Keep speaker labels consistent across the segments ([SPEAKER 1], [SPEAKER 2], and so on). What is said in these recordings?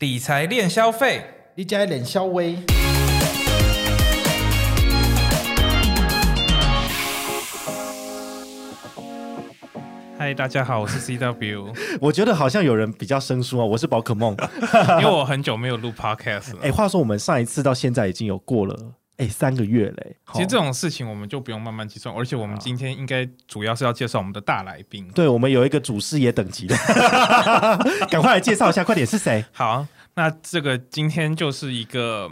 [SPEAKER 1] 理财练消费，
[SPEAKER 2] 你家脸稍微
[SPEAKER 1] 嗨，大家好，我 是 CW，
[SPEAKER 3] 我觉得好像有人比较生疏啊，我是宝可梦。
[SPEAKER 1] 因为我很久没有录 podcast 了。
[SPEAKER 3] 哎、话说我们上一次到现在已经有过了哎、三个月嘞、好
[SPEAKER 1] 其实这种事情我们就不用慢慢计算，而且我们今天应该主要是要介绍我们的大来宾。
[SPEAKER 3] 对我们有一个祖师爷等级的，赶快来介绍一下，快点是谁？
[SPEAKER 1] 好，那这个今天就是一个，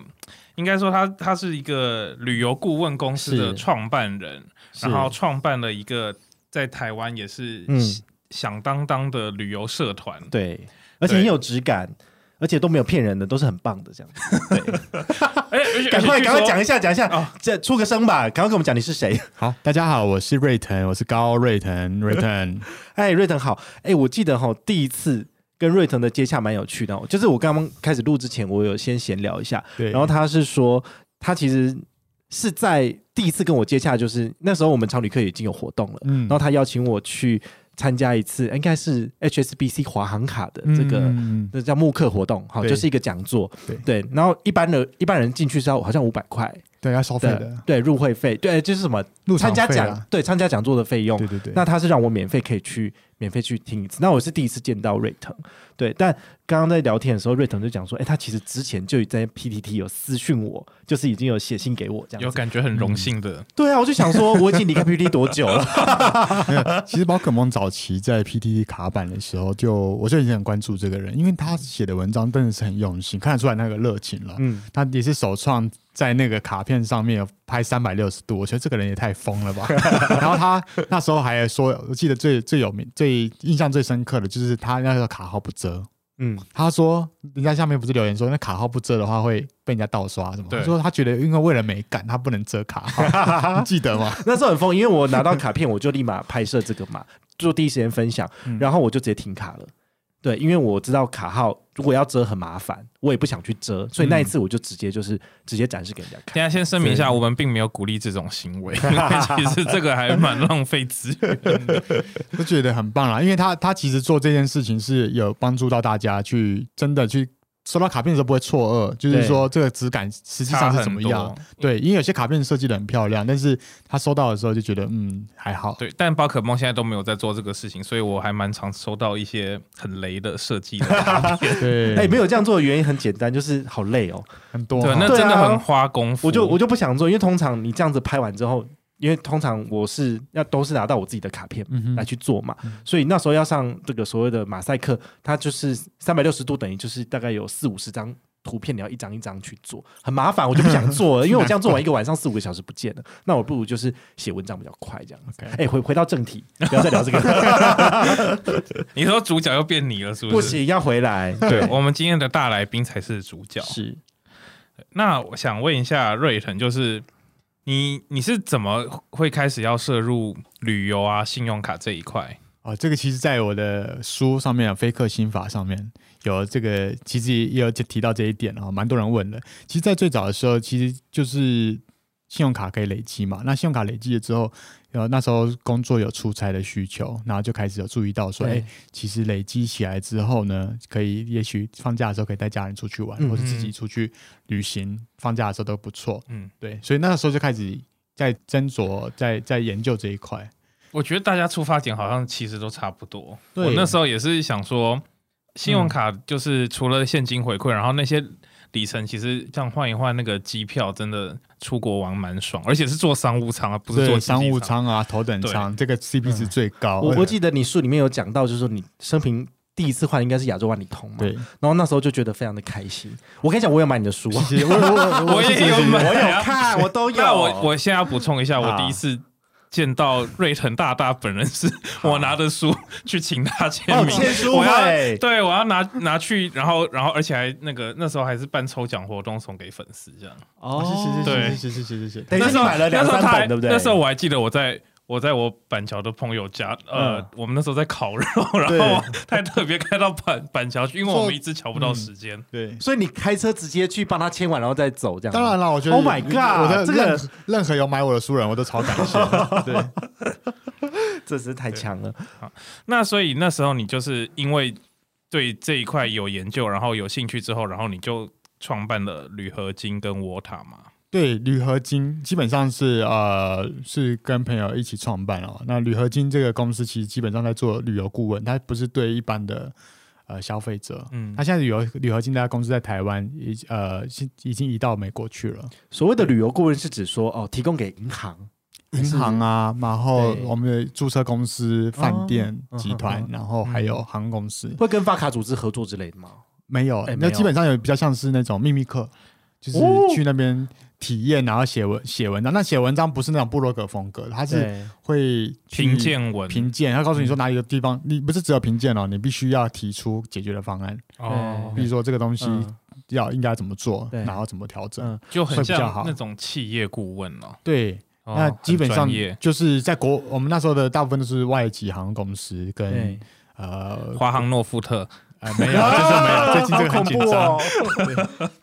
[SPEAKER 1] 应该说他他是一个旅游顾问公司的
[SPEAKER 3] 是
[SPEAKER 1] 创办人，
[SPEAKER 3] 是
[SPEAKER 1] 然后创办了一个在台湾也是
[SPEAKER 3] 嗯
[SPEAKER 1] 响当当的旅游社团。
[SPEAKER 3] 对，而且很有质感，而且都没有骗人的，都是很棒的这样子。
[SPEAKER 1] 哎，而且
[SPEAKER 3] 赶快赶快讲，
[SPEAKER 1] 而且据说
[SPEAKER 3] 一下，讲一下，
[SPEAKER 1] 哦
[SPEAKER 3] 这出个声吧，赶快跟我们讲你是谁。
[SPEAKER 4] 好，大家好，我是瑞腾，我是高瑞腾，瑞腾。
[SPEAKER 3] 哎，瑞腾好，哎，我记得哈、第一次跟瑞腾的接洽蛮有趣的、哦，就是我刚刚开始录之前，我有先闲聊一下，
[SPEAKER 4] 对，
[SPEAKER 3] 然后他是说，他其实是在第一次跟我接洽，就是那时候我们常旅客已经有活动了，
[SPEAKER 4] 嗯
[SPEAKER 3] 然后他邀请我去参加一次，应该是 HSBC 华航卡的这个。
[SPEAKER 4] 嗯
[SPEAKER 3] 这叫慕课活动，好，
[SPEAKER 4] 对
[SPEAKER 3] 就是一个讲座，
[SPEAKER 4] 对
[SPEAKER 3] 然后一般的一般人进去是要好像五百块
[SPEAKER 4] 对要消费
[SPEAKER 3] 的
[SPEAKER 4] 的，
[SPEAKER 3] 对，入会费，对，就是什么
[SPEAKER 4] 入
[SPEAKER 3] 参
[SPEAKER 4] 场
[SPEAKER 3] 加
[SPEAKER 4] 费
[SPEAKER 3] 讲
[SPEAKER 4] 啊，
[SPEAKER 3] 对参加讲座的费用，
[SPEAKER 4] 对对对。
[SPEAKER 3] 那他是让我免费可以去免费去听一次。那我是第一次见到瑞腾，对。但刚刚在聊天的时候，瑞腾就讲说，哎、他其实之前就在 PTT 有私讯我，就是已经有写信给我这
[SPEAKER 1] 有
[SPEAKER 3] 样子。
[SPEAKER 1] 感觉很荣幸的，
[SPEAKER 3] 对啊，我就想说，我已经离开 PTT 多久 了？
[SPEAKER 4] 没有其实宝可梦早期在 PTT 卡板的时候就，我就已经很关注这个人，因为他写的文章真的是很用心，看得出来那个热情了。
[SPEAKER 3] 嗯，
[SPEAKER 4] 他也是首创在那个卡片上面有拍三百六十度，我觉得这个人也太疯了吧。 然后他那时候还说，我记得最最有名、最印象最深刻的就是他那个卡号不折，
[SPEAKER 3] 嗯，
[SPEAKER 4] 他说，人家下面不是留言说，那卡号不遮的话会被人家盗刷什么？
[SPEAKER 1] 对
[SPEAKER 4] 他说他觉得，因为为了美感，他不能 遮卡号，你记得吗？
[SPEAKER 3] 那时候很疯，因为我拿到卡片，我就立马拍摄这个嘛，就第一时间分享，
[SPEAKER 4] 嗯
[SPEAKER 3] 然后我就直接停卡了。对，因为我知道卡号如果要遮很麻烦，我也不想去遮，所以那一
[SPEAKER 4] 嗯
[SPEAKER 3] 次我就直接就是直接展示给人家看。
[SPEAKER 1] 大家先声明一下，我们并没有鼓励这种行为， 因为其实这个还蛮浪费资 源的。
[SPEAKER 4] 就觉得很棒啦，因为他他其实做这件事情是有帮助到大家去真的去收到卡片的时候不会错愕，就是说这个质感实际
[SPEAKER 1] 差
[SPEAKER 4] 上是
[SPEAKER 1] 很
[SPEAKER 4] 怎么
[SPEAKER 1] 多
[SPEAKER 4] 样？对，因为有些卡片设计的很漂亮，但是他收到的时候就觉得嗯还好。
[SPEAKER 1] 对，但宝可梦现在都没有在做这个事情，所以我还蛮常收到一些很雷的设计的卡片
[SPEAKER 4] 对，
[SPEAKER 3] 哎、没有这样做的原因很简单，就是好累哦。
[SPEAKER 4] 很多
[SPEAKER 1] 对，
[SPEAKER 4] 哈
[SPEAKER 1] 那
[SPEAKER 3] 对啊
[SPEAKER 1] 真的很花功夫。
[SPEAKER 3] 我就我就不想做，因为通常你这样子拍完之后，因为通常我是要都是拿到我自己的卡片
[SPEAKER 4] 嗯哼
[SPEAKER 3] 来去做嘛，所以那时候要上这个所谓的马赛克，它就是三百六十度，等于就是大概有四五十张。图片你要一张一张去做，很麻烦，我就不想做 了，因为我这样做完一个晚上四五个小时不见了，那我不如就是写文章比较快这样子。
[SPEAKER 4] OK
[SPEAKER 3] 哎、回回到正题，不要再聊这 个，
[SPEAKER 1] 你说主角又变你了，是
[SPEAKER 3] 不
[SPEAKER 1] 是？
[SPEAKER 3] 行，要回来。
[SPEAKER 1] 对，我们今天的大来宾才是主角。
[SPEAKER 3] 是
[SPEAKER 1] 那我想问一下瑞腾，就是你你是怎么会开始要涉入旅游啊、信用卡这一块？
[SPEAKER 4] 哦，这个其实在我的书上面啊，《非客心法》上面有这个，其实也有提到这一点啊、蛮多人问的。其实，在最早的时候，其实就是信用卡可以累积嘛。那信用卡累积了之后，然后那时候工作有出差的需求，然后就开始有注意到说，
[SPEAKER 3] 对
[SPEAKER 4] 哎，其实累积起来之后呢，可以也许放假的时候可以带家人出去玩，
[SPEAKER 3] 嗯
[SPEAKER 4] 或者
[SPEAKER 1] 嗯
[SPEAKER 4] 自己出去旅行，放假的时候都不错。
[SPEAKER 1] 嗯，
[SPEAKER 4] 对，所以那时候就开始在斟酌，在在研究这一块。
[SPEAKER 1] 我觉得大家出发点好像其实都差不多。
[SPEAKER 4] 对嗯
[SPEAKER 1] 我那时候也是想说，信用卡就是除了现金回馈，然后那些里程其实像换一换那个机票，真的出国玩蛮爽，而且是坐商务舱，而啊不是
[SPEAKER 4] 对
[SPEAKER 1] 坐经
[SPEAKER 4] 商
[SPEAKER 1] 济
[SPEAKER 4] 务。舱嗯啊、头等
[SPEAKER 1] 对
[SPEAKER 4] 舱，这个 CP 值最高。
[SPEAKER 3] 哎我我记得你书里面有讲到，就是说你生平第一次换应该是亚洲万里通嘛，
[SPEAKER 4] 对，
[SPEAKER 3] 然后那时候就觉得非常的开心。我跟你讲，我有买你的书，我
[SPEAKER 4] 其实我我我
[SPEAKER 1] 我也有买啊
[SPEAKER 3] 有看，我都有。
[SPEAKER 1] 那我我先要补充一下，我
[SPEAKER 4] 啊
[SPEAKER 3] 好
[SPEAKER 1] 第一次见到瑞腾大大本人 是我拿着书去请他签
[SPEAKER 3] 哦
[SPEAKER 1] 名，
[SPEAKER 3] 签书
[SPEAKER 1] 我要
[SPEAKER 3] 会
[SPEAKER 1] 对我要拿拿去，然后然后而且还那个那时候还是办抽奖活动送给粉丝这样。
[SPEAKER 3] 哦
[SPEAKER 1] 对
[SPEAKER 4] 是是是是是是
[SPEAKER 3] 等于
[SPEAKER 1] 那
[SPEAKER 3] 是
[SPEAKER 1] 时
[SPEAKER 3] 你
[SPEAKER 1] 候
[SPEAKER 3] 买了两
[SPEAKER 1] 那
[SPEAKER 3] 三
[SPEAKER 1] 时候他还
[SPEAKER 3] 本，对不对？
[SPEAKER 1] 那时候我还记得我在。我在我板桥的朋友家，呃，
[SPEAKER 3] 嗯
[SPEAKER 1] 我们那时候在烤肉，然 后他还特别开到板板桥去，因为我们一直瞧不到时间。
[SPEAKER 4] 对。
[SPEAKER 3] 所以你开车直接去帮他签完，然后再走这样吗。
[SPEAKER 4] 当然了，我觉得
[SPEAKER 3] Oh my god，
[SPEAKER 4] 我的
[SPEAKER 3] 这个
[SPEAKER 4] 任何任何有买我的书人，我都超感 谢。对，
[SPEAKER 3] 这真是太强了。
[SPEAKER 1] 那所以那时候你就是因为对这一块有研究，然后有兴趣之后，然后你就创办了铝合金跟沃塔嘛。
[SPEAKER 4] 对，铝合金基本上是呃是跟朋友一起创办哦。那铝合金这个公司其实基本上在做旅游顾问，它不是对一般的呃消费者。
[SPEAKER 1] 嗯
[SPEAKER 4] 它，现在旅游铝合金这家公司在台湾已呃是已经移到美国去了，
[SPEAKER 3] 所谓的旅游顾问是指说哦，提供给银行、
[SPEAKER 4] 银行啊，然后
[SPEAKER 3] 对
[SPEAKER 4] 我们的注册公司、饭店
[SPEAKER 3] 嗯
[SPEAKER 4] 集团
[SPEAKER 3] 嗯，
[SPEAKER 4] 然后还有航空公司，
[SPEAKER 3] 会跟发卡组织合作之类的吗？
[SPEAKER 4] 没有
[SPEAKER 3] 哎，没
[SPEAKER 4] 那
[SPEAKER 3] 有
[SPEAKER 4] 基本上有比较像是那种秘密课，就是
[SPEAKER 3] 哦
[SPEAKER 4] 去那边体验，然后写文写文章。那写文章不是那种部落格风格，它是
[SPEAKER 3] 对，嗯
[SPEAKER 4] 会去
[SPEAKER 1] 评鉴文
[SPEAKER 4] 评鉴，他告诉你说哪里个地方，你不是只有评鉴哦，你必须要提出解决的方案，
[SPEAKER 1] 哦
[SPEAKER 4] 比，如说这个东西
[SPEAKER 3] 嗯
[SPEAKER 4] 要应该怎么做，
[SPEAKER 3] 对
[SPEAKER 4] 然后怎么调整。
[SPEAKER 3] 嗯
[SPEAKER 1] 就很
[SPEAKER 4] 会比较
[SPEAKER 1] 像
[SPEAKER 4] 好
[SPEAKER 1] 那种企业顾问哦。
[SPEAKER 4] 对，
[SPEAKER 1] 哦
[SPEAKER 4] 那基本
[SPEAKER 1] 很
[SPEAKER 4] 上
[SPEAKER 1] 专业
[SPEAKER 4] 就是在国，我们那时候的大部分都是外籍航空公司跟
[SPEAKER 3] 对，
[SPEAKER 4] 呃
[SPEAKER 1] 华航诺富特，
[SPEAKER 4] 呃没有，就是没有，最近这个
[SPEAKER 3] 好恐
[SPEAKER 4] 很紧
[SPEAKER 3] 怖
[SPEAKER 4] 张
[SPEAKER 3] 哦。。对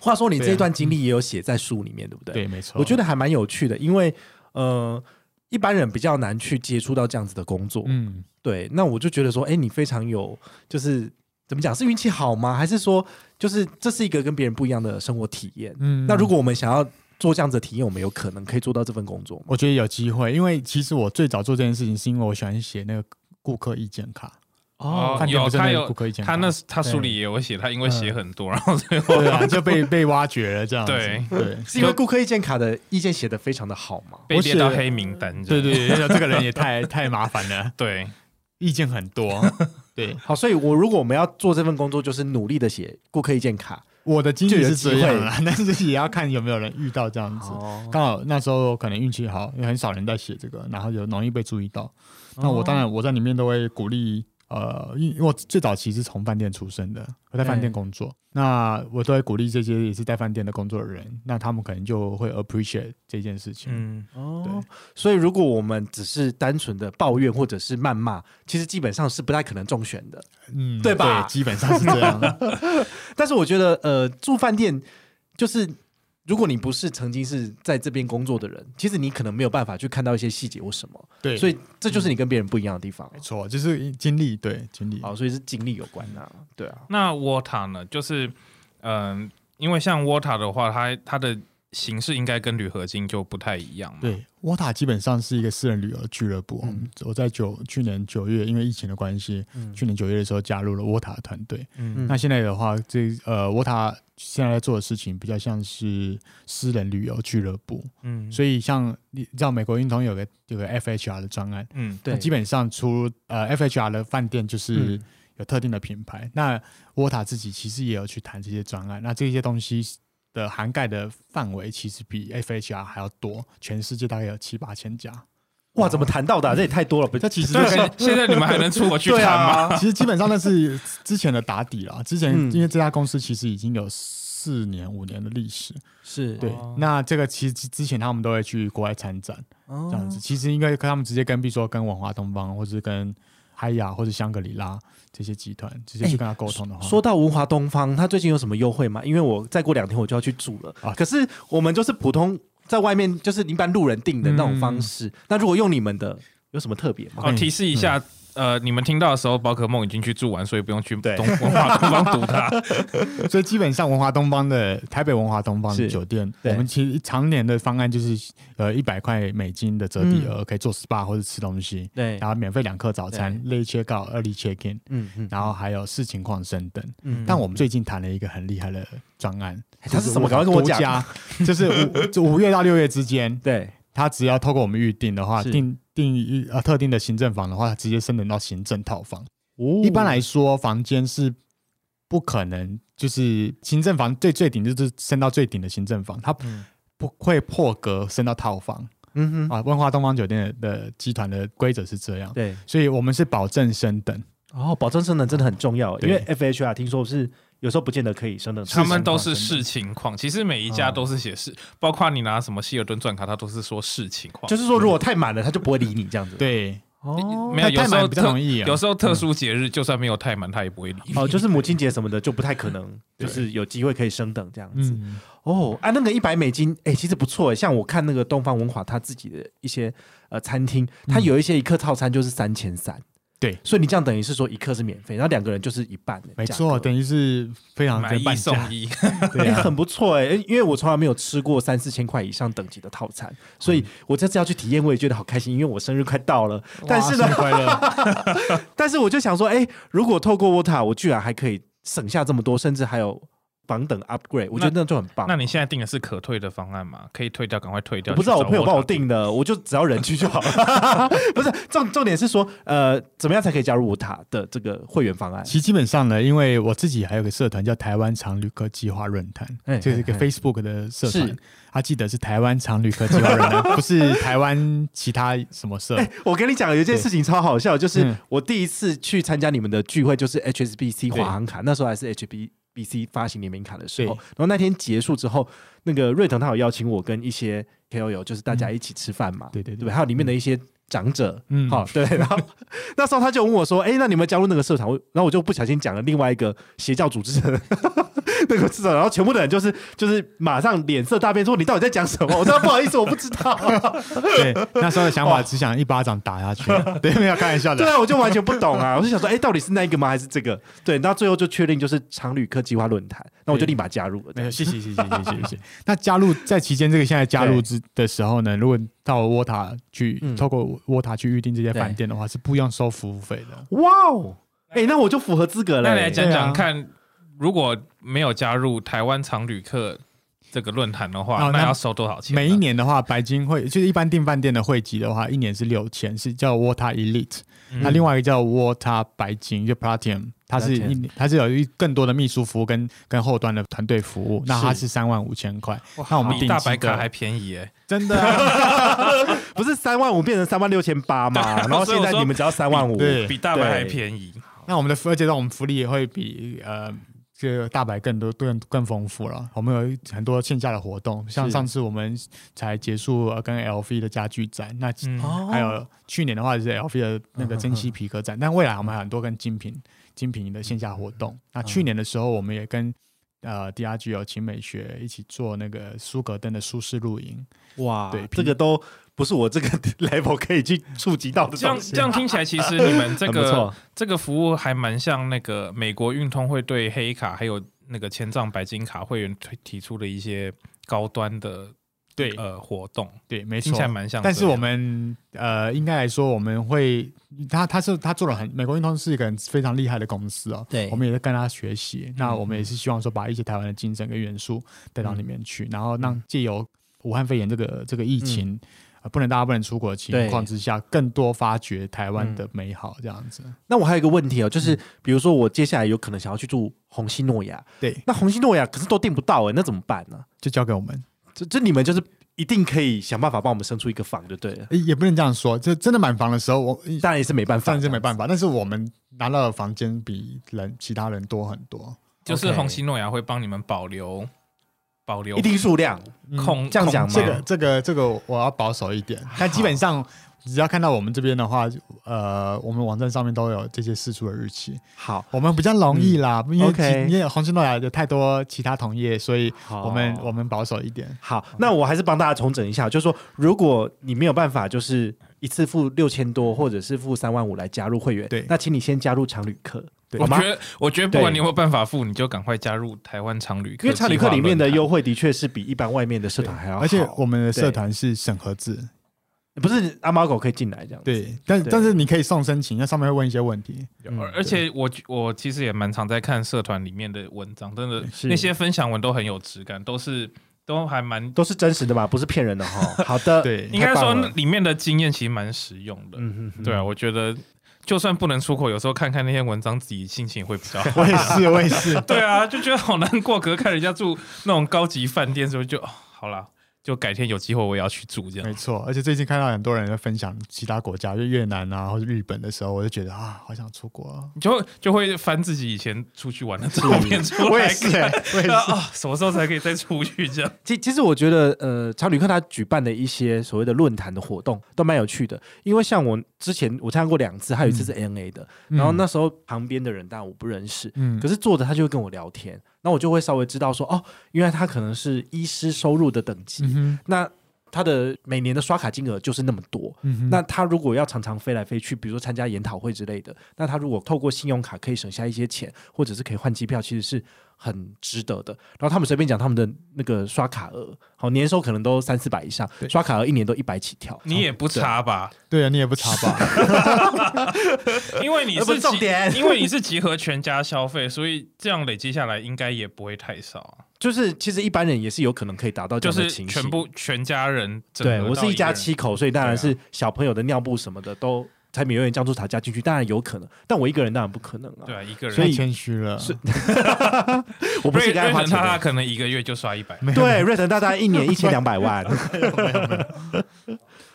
[SPEAKER 3] 话说你这一段经历也有写在书里面，对不对？
[SPEAKER 4] 对，没错，
[SPEAKER 3] 我觉得还蛮有趣的，因为呃，一般人比较难去接触到这样子的工作。
[SPEAKER 4] 嗯，
[SPEAKER 3] 对，那我就觉得说，哎，你非常有，就是怎么讲，是运气好吗？还是说，就是这是一个跟别人不一样的生活体验？
[SPEAKER 4] 嗯
[SPEAKER 3] 那如果我们想要做这样子的体验，我们有可能可以做到这份工作吗？
[SPEAKER 4] 我觉得有机会，因为其实我最早做这件事情是因为我喜欢写那个顾客意见卡，
[SPEAKER 1] 哦
[SPEAKER 4] 饭店
[SPEAKER 1] 有
[SPEAKER 4] 不是
[SPEAKER 1] 他
[SPEAKER 4] 那
[SPEAKER 1] 有
[SPEAKER 4] 个顾客意见卡，
[SPEAKER 1] 他那他书里也有写，他因为写很多，然后最后
[SPEAKER 4] 对啊就被被挖掘了这样子，
[SPEAKER 1] 对
[SPEAKER 4] 对。
[SPEAKER 3] 是因为顾客意见卡的意见写的非常的好吗？
[SPEAKER 1] 被列到
[SPEAKER 4] 我写
[SPEAKER 1] 黑名单。
[SPEAKER 4] 对对对，这个人也太太麻烦了，
[SPEAKER 1] 对，
[SPEAKER 4] 意见很 多。对，
[SPEAKER 3] 好，所以我如果我们要做这份工作，就是努力的写顾客意见卡。
[SPEAKER 4] 我的经历是这
[SPEAKER 3] 就
[SPEAKER 4] 样
[SPEAKER 3] 有
[SPEAKER 4] 啦，但是也要看有没有人遇到这样子。
[SPEAKER 3] 哦，
[SPEAKER 4] 刚好那时候可能运气好，因为很少人在写这个，然后有容易被注意
[SPEAKER 3] 哦
[SPEAKER 4] 到。那我当然我在里面都会鼓励，呃，因因为我最早其实是从饭店出身的，我在饭
[SPEAKER 3] 嗯
[SPEAKER 4] 店工作，那我都会鼓励这些也是在饭店的工作的人，那他们可能就会 appreciate 这件事情。
[SPEAKER 1] 嗯，
[SPEAKER 3] 哦
[SPEAKER 4] 对，
[SPEAKER 3] 所以如果我们只是单纯的抱怨或者是谩骂，其实基本上是不太可能中选的。
[SPEAKER 4] 嗯，
[SPEAKER 3] 对吧
[SPEAKER 4] 基本上是这样。
[SPEAKER 3] 但是我觉得，呃，住饭店就是，如果你不是曾经是在这边工作的人，其实你可能没有办法去看到一些细节或什么，
[SPEAKER 4] 对，
[SPEAKER 3] 所以这就是你跟别人不一样的地方
[SPEAKER 4] 没。错，就是经历，对经历。
[SPEAKER 3] 好，所以是经历有关呐、对啊，
[SPEAKER 1] 那 Water 呢？就是嗯、因为像 Water 的话，它它的形式应该跟铝合金就不太一样嘛。
[SPEAKER 4] 对，WATA 基本上是一个私人旅游俱乐部。
[SPEAKER 3] 嗯
[SPEAKER 4] 我在九去年九月，因为疫情的关系，
[SPEAKER 3] 嗯
[SPEAKER 4] 去年九月的时候加入了 WATA 团队。
[SPEAKER 1] 嗯
[SPEAKER 4] 那现在的话，这呃 WATA 现在在做的事情比较像是私人旅游俱乐部，
[SPEAKER 1] 嗯
[SPEAKER 4] 所以像你知道美国运通有个有个 FHR 的专案，
[SPEAKER 1] 嗯
[SPEAKER 3] 对
[SPEAKER 4] 那基本上出呃 FHR 的饭店就是
[SPEAKER 3] 嗯
[SPEAKER 4] 有特定的品牌。那 WATA 自己其实也有去谈这些专案，那这些东西的涵盖的范围其实比 FHR 还要多，全世界大概有七八千家。
[SPEAKER 3] 哇，怎么谈到的啊、这也太多了，不
[SPEAKER 4] 这其实
[SPEAKER 1] 对
[SPEAKER 4] 就
[SPEAKER 1] 啊，
[SPEAKER 4] 是。
[SPEAKER 1] 现现在你们还能出国去
[SPEAKER 3] 对
[SPEAKER 1] 谈吗？
[SPEAKER 3] 啊，
[SPEAKER 4] 其实基本上那是之前的打底了。之前
[SPEAKER 3] 嗯
[SPEAKER 4] 因为这家公司其实已经有四年五年的历史，
[SPEAKER 3] 是
[SPEAKER 4] 对
[SPEAKER 1] 哦。
[SPEAKER 4] 那这个其实之前他们都会去国外参展，
[SPEAKER 3] 这
[SPEAKER 4] 这样子。其实应该他们直接跟，比如说跟文华东方，或是跟海雅或者香格里拉这些集团直接去跟他沟通的话，
[SPEAKER 3] 说到文华东方，它最近有什么优惠吗？因为我再过两天我就要去住了。
[SPEAKER 4] 啊
[SPEAKER 3] 可是我们就是普通在外面就是一般路人订的那种方式。那如果用你们的，有什么特别吗？
[SPEAKER 1] 哦，
[SPEAKER 4] 嗯
[SPEAKER 1] 提示一下，呃，你们听到的时候，宝可梦已经去住完，所以不用去东文化东方读 它。
[SPEAKER 4] 所以基本上文华东方的台北文华东方
[SPEAKER 3] 是
[SPEAKER 4] 的酒店，
[SPEAKER 3] 对
[SPEAKER 4] 我们其实常年的方案就是呃一百块美金的折抵额可以做 SPA 或者吃东西，
[SPEAKER 3] 对
[SPEAKER 4] 然，后免费两客早餐，late check out、early check in，
[SPEAKER 3] 嗯嗯
[SPEAKER 4] 然后还有视情况升等。
[SPEAKER 3] 嗯
[SPEAKER 4] 但我们最近谈了一个很厉害的专案，
[SPEAKER 3] 它是什么赶快跟我讲啊
[SPEAKER 4] 独家， 就是五就五月到六月之间，
[SPEAKER 3] 对，
[SPEAKER 4] 他只要透过我们预定的话，
[SPEAKER 3] 是
[SPEAKER 4] 定定一呃特定的行政房的话，直接升等到行政套房。
[SPEAKER 3] 一
[SPEAKER 4] 一般来说，房间是不可能，就是行政房最最顶就是升到最顶的行政房，它
[SPEAKER 1] 嗯
[SPEAKER 4] 不会破格升到套房
[SPEAKER 3] 嗯哼，
[SPEAKER 4] 啊。万华东方酒店的的集团的规则是这样，
[SPEAKER 3] 对。
[SPEAKER 4] 所以我们是保证升等，
[SPEAKER 3] 哦，保证升等真的很重要，因
[SPEAKER 4] 对
[SPEAKER 3] 为 FHR 听说是有时候不见得可以升等，
[SPEAKER 1] 他们都是视情况，其实每一
[SPEAKER 4] 嗯
[SPEAKER 1] 家都是写视，包括你拿什么希尔顿钻卡，它都是说视情况。
[SPEAKER 3] 就是说如果太满了，他就不会理你这样子。，
[SPEAKER 4] 对，
[SPEAKER 3] 哦
[SPEAKER 1] 没，有，有
[SPEAKER 4] 太
[SPEAKER 1] 时候
[SPEAKER 4] 满比较
[SPEAKER 1] 特
[SPEAKER 4] 容易啊
[SPEAKER 1] 有。时候特殊节日就算没有太满，他也不会理你。
[SPEAKER 3] 哦，就是母亲节什么的就不太可能，就是有机会可以升等这样子。
[SPEAKER 4] 嗯，
[SPEAKER 3] 哦，啊，那个一百美金，哎、其实不错哎。像我看那个东方文华他自己的一些呃餐厅，它有一些一客套餐就是三千三，
[SPEAKER 4] 对
[SPEAKER 3] 所以你这样等于是说一克是免费，然后两个人就是一半的价格，
[SPEAKER 4] 没错，等于是非常
[SPEAKER 1] 买
[SPEAKER 4] 的
[SPEAKER 1] 一
[SPEAKER 4] 半
[SPEAKER 1] 送
[SPEAKER 4] 价，
[SPEAKER 1] 一，
[SPEAKER 4] 对
[SPEAKER 3] 哎
[SPEAKER 4] 啊，
[SPEAKER 3] 很不错哎、因为我从来没有吃过三四千块以上等级的套餐，所以我这次要去体验，我也觉得好开心，因为我生日快到了。但是呢
[SPEAKER 4] 哇，生日快乐，
[SPEAKER 3] 但是我就想说，哎、如果透过 Wota，我居然还可以省下这么多，甚至还有房等 upgrade，我觉得那就很棒。
[SPEAKER 1] 那你现在定的是可退的方案吗？可以退掉，赶快退掉。
[SPEAKER 3] 我不知道
[SPEAKER 1] 去
[SPEAKER 3] 我
[SPEAKER 1] 找
[SPEAKER 3] 朋友帮我
[SPEAKER 1] 打
[SPEAKER 3] 订的，我就只要人去就好了。 不是重重点是说，呃，怎么样才可以加入 Wota 的这个会员方案？
[SPEAKER 4] 其实基本上呢，因为我自己还有个社团叫台湾长旅客计划论坛
[SPEAKER 3] 哎，
[SPEAKER 4] 这是一个
[SPEAKER 3] 哎哎
[SPEAKER 4] Facebook 的社
[SPEAKER 3] 是
[SPEAKER 4] 团，啊，记得是台湾长旅客计划论坛，不是台湾其他什么社。
[SPEAKER 3] 我跟你讲，有一件事情超好笑，就是
[SPEAKER 4] 嗯
[SPEAKER 3] 我第一次去参加你们的聚会，就是 HSBC 华航卡，那时候还是 HSBC 发行联名卡的时候。
[SPEAKER 4] 对
[SPEAKER 3] 然后那天结束之后，那个瑞腾他有邀请我跟一些 KOL，就是大家一起吃饭嘛，
[SPEAKER 4] 嗯对对
[SPEAKER 3] 对不对？还有里面的一些长者，
[SPEAKER 4] 嗯
[SPEAKER 3] 好、对。然后 那时候他就问我说：“哎，那你们加入那个社团？”我然后我就不小心讲了另外一个邪教组织的 那个社团，然后全部的人就是就是马上脸色大变，说：“你到底在讲什么？”我说：“不好意思，我不知道。”
[SPEAKER 4] 对，那时候的想法只想一巴掌打下去， 对，没有开玩笑
[SPEAKER 3] 对
[SPEAKER 4] 的。
[SPEAKER 3] 啊，我就完全不懂啊！ 我就想说，哎、到底是那个吗？还是这个？对，那最后就确定就是长旅客计划论坛，那我就立马加入了。
[SPEAKER 4] 没有，谢谢谢谢谢谢谢谢。那加入在期间这个现在加入之的时候呢，如果到沃塔去
[SPEAKER 3] 嗯
[SPEAKER 4] 透过沃塔去预定这些饭店的话，是不用收服务费的。
[SPEAKER 3] 哇哦，哎、那我就符合资格了、
[SPEAKER 1] 那你来
[SPEAKER 3] 哎
[SPEAKER 1] 讲
[SPEAKER 4] 对
[SPEAKER 1] 讲
[SPEAKER 4] 啊
[SPEAKER 1] 看，如果没有加入台湾常旅客这个论坛的话，
[SPEAKER 4] 哦
[SPEAKER 1] 那
[SPEAKER 4] 那
[SPEAKER 1] 要收多少钱呢？
[SPEAKER 4] 每一年的话，白金会就是一般订饭店的会籍的话，一年是六千，是叫 Water Elite。那、
[SPEAKER 1] 嗯
[SPEAKER 4] 另外一个叫 Water 白金，就 Platinum，它是
[SPEAKER 3] Platinum
[SPEAKER 4] 一年它是有一更多的秘书服务跟跟后端的团队服务，那它
[SPEAKER 3] 是
[SPEAKER 4] 是三万五千块。那我们
[SPEAKER 1] 比
[SPEAKER 4] 定
[SPEAKER 1] 大
[SPEAKER 4] 制
[SPEAKER 1] 白卡
[SPEAKER 4] 的
[SPEAKER 1] 还便宜哎，
[SPEAKER 4] 真的啊、
[SPEAKER 3] 不是三万五变成三万六千八嘛？然后
[SPEAKER 1] 啊所以
[SPEAKER 3] 现
[SPEAKER 1] 我
[SPEAKER 3] 在
[SPEAKER 1] 说
[SPEAKER 3] 你们只要三万五，
[SPEAKER 4] 对
[SPEAKER 1] 比大白还
[SPEAKER 3] 对
[SPEAKER 1] 便宜。
[SPEAKER 4] 那我们的福，而且我们福利也会比呃。这个大白更多更更丰富了，我们有很多线下的活动，像
[SPEAKER 3] 是
[SPEAKER 4] 上次我们才结束呃跟 LV 的家具展，那
[SPEAKER 1] 嗯
[SPEAKER 3] 哦
[SPEAKER 4] 还有去年的话就是 LV 的那个珍稀皮革展，但未来我们还有很多跟精品精品的线下活动。那
[SPEAKER 1] 嗯
[SPEAKER 4] 去年的时候，我们也跟呃 DRG 有秦美学一起做那个苏格登的舒适露营，
[SPEAKER 3] 哇，
[SPEAKER 4] 对
[SPEAKER 3] 这个都不是我这个 level 可以去触及到的
[SPEAKER 1] 这样
[SPEAKER 3] 东西。
[SPEAKER 1] 这样听起来，其实你们这
[SPEAKER 3] 很不
[SPEAKER 1] 个
[SPEAKER 3] 错
[SPEAKER 1] 这个服务还蛮像那个美国运通会对黑卡还有那个千丈白金卡会员推提出的一些高端的
[SPEAKER 4] 对
[SPEAKER 1] 呃活动，
[SPEAKER 4] 对，没
[SPEAKER 1] 听
[SPEAKER 4] 错
[SPEAKER 1] 起。来蛮像这样。
[SPEAKER 4] 但是我们呃，应该来说，我们会他他是他做了很美国运通是一个很非常厉害的公司哦，
[SPEAKER 3] 对
[SPEAKER 4] 我们也在跟他学
[SPEAKER 1] 嗯
[SPEAKER 4] 习。那我们也是希望说把一些台湾的精神跟元素带到里面
[SPEAKER 1] 嗯
[SPEAKER 4] 去，然后让借由武汉肺炎这个这个疫情。呃不能大家不能出国的情况之下，更多发掘台湾
[SPEAKER 1] 嗯
[SPEAKER 4] 的美好，这样子。
[SPEAKER 3] 那我还有一个问题哦，就是比如说我接下来有可能想要去住红西诺亚，
[SPEAKER 4] 对，
[SPEAKER 3] 那红西诺亚可是都订不到哎、那怎么办呢？
[SPEAKER 4] 就交给我们。
[SPEAKER 3] 这这你们就是一定可以想办法帮我们生出一个房就对了。
[SPEAKER 4] 诶也不能这样说，这真的满房的时候，我
[SPEAKER 3] 当然也是没办法，
[SPEAKER 4] 当然是没办法。但是我们拿到的房间比人其他人多很多。
[SPEAKER 1] 就是红
[SPEAKER 3] OK
[SPEAKER 1] 西诺亚会帮你们保留保留
[SPEAKER 3] 一定数量。
[SPEAKER 1] 空
[SPEAKER 3] 嗯这样讲
[SPEAKER 1] 空间
[SPEAKER 3] 吗
[SPEAKER 4] 这个这个这个我要保守一点，但基本上只要看到我们这边的话，呃，我们网站上面都有这些试出的日期，
[SPEAKER 3] 好，
[SPEAKER 4] 我们比较容易啦，因为
[SPEAKER 3] OK
[SPEAKER 4] 其因为红星诺亚有太多其他同业，所以
[SPEAKER 3] 好
[SPEAKER 4] 我们我们保守一点。
[SPEAKER 3] 好，那我还是帮大家重整一下，就是说，如果你没有办法，就是一次付六千多，或者是付三万五来加入会员，
[SPEAKER 4] 对
[SPEAKER 3] 那请你先加入常旅客，
[SPEAKER 4] 对
[SPEAKER 1] 我
[SPEAKER 3] 好吗
[SPEAKER 1] 觉？得，我觉得不管
[SPEAKER 3] 对
[SPEAKER 1] 你有没有办法付，你就赶快加入台湾常旅客，
[SPEAKER 3] 因为常旅客里面的优，惠的确是比一般外面的社团还要好，
[SPEAKER 4] 而且我们的
[SPEAKER 3] 对
[SPEAKER 4] 社团是审核制，
[SPEAKER 3] 不是阿猫狗可以进来这样，，
[SPEAKER 4] 对，但
[SPEAKER 3] 对
[SPEAKER 4] 但是你可以送申请，那上面会问一些问题，
[SPEAKER 3] 嗯
[SPEAKER 1] 而而且我我其实也蛮常在看社团里面的文章，真的
[SPEAKER 3] 是
[SPEAKER 1] 那些分享文都很有质感，都是都还蛮，
[SPEAKER 3] 都是真实的嘛，不是骗人的哈。好的，
[SPEAKER 4] 对
[SPEAKER 1] 应该
[SPEAKER 3] 太
[SPEAKER 1] 说
[SPEAKER 3] 棒了
[SPEAKER 1] 里面的经验其实蛮实用的。
[SPEAKER 3] 嗯哼哼
[SPEAKER 1] 对啊，我觉得就算不能出国，有时候看看那些文章，自己心情也会比较 好。
[SPEAKER 4] 我也是我也是，
[SPEAKER 1] 对啊，就觉得好难过，可是看人家住那种高级饭店，时候就、哦好啦，就改天有机会我也要去住这样
[SPEAKER 4] 没。错，而且最近看到很多人在分享其他国家，就越南啊或者日本的时候，我就觉得啊，好想出国、啊。
[SPEAKER 1] 你就就会翻自己以前出去玩的照片出来看，
[SPEAKER 4] 我也是、 欸，我也是。
[SPEAKER 1] 啊、什么时候才可以再出去这样？
[SPEAKER 3] 其其实我觉得，呃，常旅客他举办的一些所谓的论坛的活动都蛮有趣的，因为像我之前我参加过两次，还有一次是 ANA 的，然后那时候旁边的人当然我不认识，
[SPEAKER 4] 嗯
[SPEAKER 3] 可是坐着他就会跟我聊天，那我就会稍微知道说，哦，原来他可能是医师收入的等级，
[SPEAKER 4] 嗯哼，
[SPEAKER 3] 那它的每年的刷卡金额就是那么多。
[SPEAKER 4] 嗯哼
[SPEAKER 3] 那他如果要常常飞来飞去，比如说参加研讨会之类的，那他如果透过信用卡可以省下一些钱，或者是可以换机票，其实是很值得的。然后他们随便讲他们的那个刷卡额，好年收可能都三四百以上，
[SPEAKER 4] 对
[SPEAKER 3] 刷卡额一年都一百起跳。
[SPEAKER 1] 你也不差吧？
[SPEAKER 4] 对啊，你也不查吧？
[SPEAKER 1] 因为你
[SPEAKER 3] 呃不
[SPEAKER 1] 是
[SPEAKER 3] 是重
[SPEAKER 1] 集
[SPEAKER 3] 点
[SPEAKER 1] 因为你是集合全家消费，所以这样累积下来应该也不会太少啊。
[SPEAKER 3] 就是其实一般人也是有可能可以达到这
[SPEAKER 1] 就
[SPEAKER 3] 样的
[SPEAKER 1] 是
[SPEAKER 3] 情形。
[SPEAKER 1] 全部全家人整合
[SPEAKER 3] 对
[SPEAKER 1] 到
[SPEAKER 3] 我是一
[SPEAKER 1] 一个
[SPEAKER 3] 家
[SPEAKER 1] 人，
[SPEAKER 3] 七口，所以当然
[SPEAKER 1] 对
[SPEAKER 3] 是小朋友的尿布什么的都柴米油盐酱醋茶加进去，当然有可能，但我一个人当然不可能啊。
[SPEAKER 1] 对啊，一个人。
[SPEAKER 4] 所以谦虚了，是
[SPEAKER 3] 我不是一
[SPEAKER 1] 瑞
[SPEAKER 3] 个爱
[SPEAKER 1] 瑞
[SPEAKER 3] 花
[SPEAKER 1] 腾
[SPEAKER 3] 钱
[SPEAKER 1] 他
[SPEAKER 3] 的
[SPEAKER 1] 他
[SPEAKER 3] 人。
[SPEAKER 1] 可能一个月就刷一百。
[SPEAKER 3] 对，瑞腾大大一年一千两百万，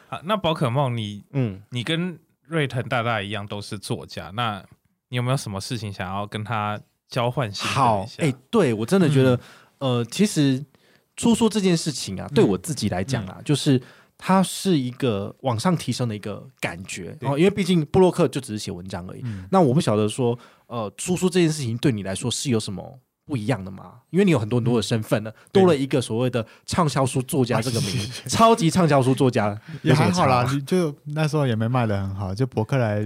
[SPEAKER 1] 啊，那宝可梦你
[SPEAKER 3] 嗯，
[SPEAKER 1] 你跟瑞腾大大一样都是作家，那你有没有什么事情想要跟他交换心得
[SPEAKER 3] 好
[SPEAKER 1] 一，下？
[SPEAKER 3] 哎、对我真的觉得，
[SPEAKER 4] 嗯
[SPEAKER 3] 呃，其实出书这件事情啊，对我自己来讲
[SPEAKER 4] 嗯
[SPEAKER 3] 啊，就是它是一个往上提升的一个感觉，
[SPEAKER 4] 对
[SPEAKER 3] 然后因为毕竟布洛克就只是写文章而已，
[SPEAKER 4] 嗯
[SPEAKER 3] 那我不晓得说，呃，出书这件事情对你来说是有什么？不一样的吗？因为你有很多很多的身份呢，
[SPEAKER 4] 对
[SPEAKER 3] 多了一个所谓的畅销书作家这个名
[SPEAKER 4] 是
[SPEAKER 3] 字，超级畅销书作家
[SPEAKER 4] 也
[SPEAKER 3] 有什
[SPEAKER 4] 还
[SPEAKER 3] 么
[SPEAKER 4] 好
[SPEAKER 3] 差
[SPEAKER 4] 啦
[SPEAKER 3] 吗，
[SPEAKER 4] 你就那时候也没卖的很好，就博客来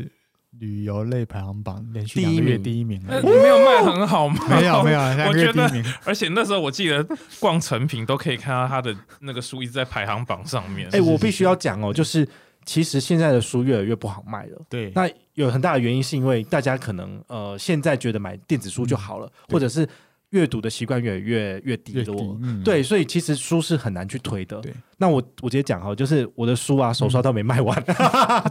[SPEAKER 4] 旅游类排行榜连续
[SPEAKER 3] 第
[SPEAKER 4] 两
[SPEAKER 3] 一
[SPEAKER 4] 个月
[SPEAKER 3] 名
[SPEAKER 4] 第一名
[SPEAKER 1] 那
[SPEAKER 4] 了
[SPEAKER 1] 你。没有卖很好吗？
[SPEAKER 4] 没有没有，两个月
[SPEAKER 1] 觉
[SPEAKER 4] 第一
[SPEAKER 1] 得
[SPEAKER 4] 名，
[SPEAKER 1] 而且那时候我记得逛成品都可以看到他的那个书一直在排行榜上面。
[SPEAKER 3] 哎、我必须要讲哦，就是其实现在的书越来越不好卖了。
[SPEAKER 4] 对，
[SPEAKER 3] 那有很大的原因是因为大家可能呃现在觉得买电子书就好了，
[SPEAKER 4] 嗯对
[SPEAKER 3] 或者是阅读的习惯越来越越低
[SPEAKER 4] 月底
[SPEAKER 3] 落。，
[SPEAKER 4] 嗯，
[SPEAKER 3] 对，所以其实书是很难去推的
[SPEAKER 4] 对。嗯
[SPEAKER 3] 那我我直接讲哈，就是我的书啊，手刷都没卖完，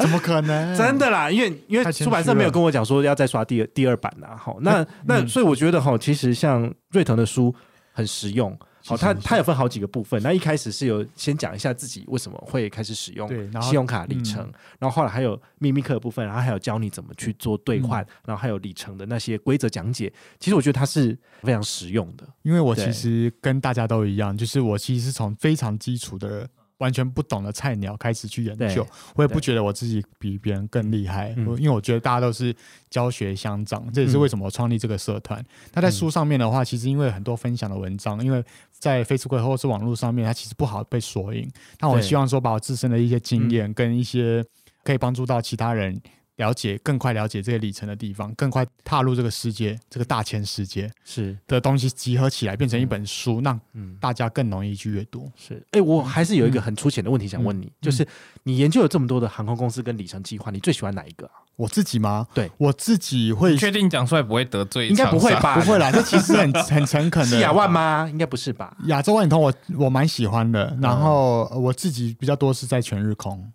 [SPEAKER 4] 怎么可能？
[SPEAKER 3] 真的啦，因为因为
[SPEAKER 4] 太谦虚嗯
[SPEAKER 3] 出版社没有跟我讲说要再刷第二第二版啦。好，那那所以我觉得哈，其实像瑞腾的书很实用。好，
[SPEAKER 4] 其实
[SPEAKER 3] 它
[SPEAKER 4] 是
[SPEAKER 3] 它有分好几个部分。那一开始是有先讲一下自己为什么会开始使用
[SPEAKER 4] 对，然后
[SPEAKER 3] 信用卡里程，
[SPEAKER 4] 嗯
[SPEAKER 3] 然后后来还有秘密课的部分，然后还有教你怎么去做兑
[SPEAKER 4] 嗯
[SPEAKER 3] 换，然后还有里程的那些规则讲解。其实我觉得它是非常实用的。
[SPEAKER 4] 因为我其
[SPEAKER 3] 对
[SPEAKER 4] 实跟大家都一样，就是我其实是从非常基础的、完全不懂的菜鸟开始去研究
[SPEAKER 3] 对，
[SPEAKER 4] 我也不
[SPEAKER 3] 对
[SPEAKER 4] 觉得我自己比别人更厉害，
[SPEAKER 3] 嗯
[SPEAKER 4] 我因为我觉得大家都是教学相长，这也是为什么我创立这个社
[SPEAKER 3] 嗯
[SPEAKER 4] 团。那在书上面的话，其实因为很多分享的文章，因为在 Facebook 或是网络上面，它其实不好被索引。那我
[SPEAKER 3] 对嗯
[SPEAKER 4] 希望说，把我自身的一些经验跟一些可以帮助到其他人。了解更快了解这个里程的地方，更快踏入这个世界，这个大千世界。
[SPEAKER 3] 是，
[SPEAKER 4] 的东西集合起来变成一本书，让
[SPEAKER 3] 嗯，
[SPEAKER 4] 大家更容易去阅读。
[SPEAKER 3] 是。哎、我还是有
[SPEAKER 4] 嗯
[SPEAKER 3] 一个很粗浅的问题想问你，就是你研究了这么多的航空公司跟里程计划，你最喜欢哪一个啊、
[SPEAKER 4] 我自己吗？
[SPEAKER 3] 对，
[SPEAKER 4] 我自己会
[SPEAKER 1] 你确定讲出来不会得罪？
[SPEAKER 3] 应该不会？吧？
[SPEAKER 4] 不 会啦，这其实很很诚恳的。
[SPEAKER 3] 是啊亚万？吗？应该不是吧？
[SPEAKER 4] 亚洲万里通我我蛮喜欢的，
[SPEAKER 3] 嗯
[SPEAKER 4] 然后呃我自己比较多是在全 日空，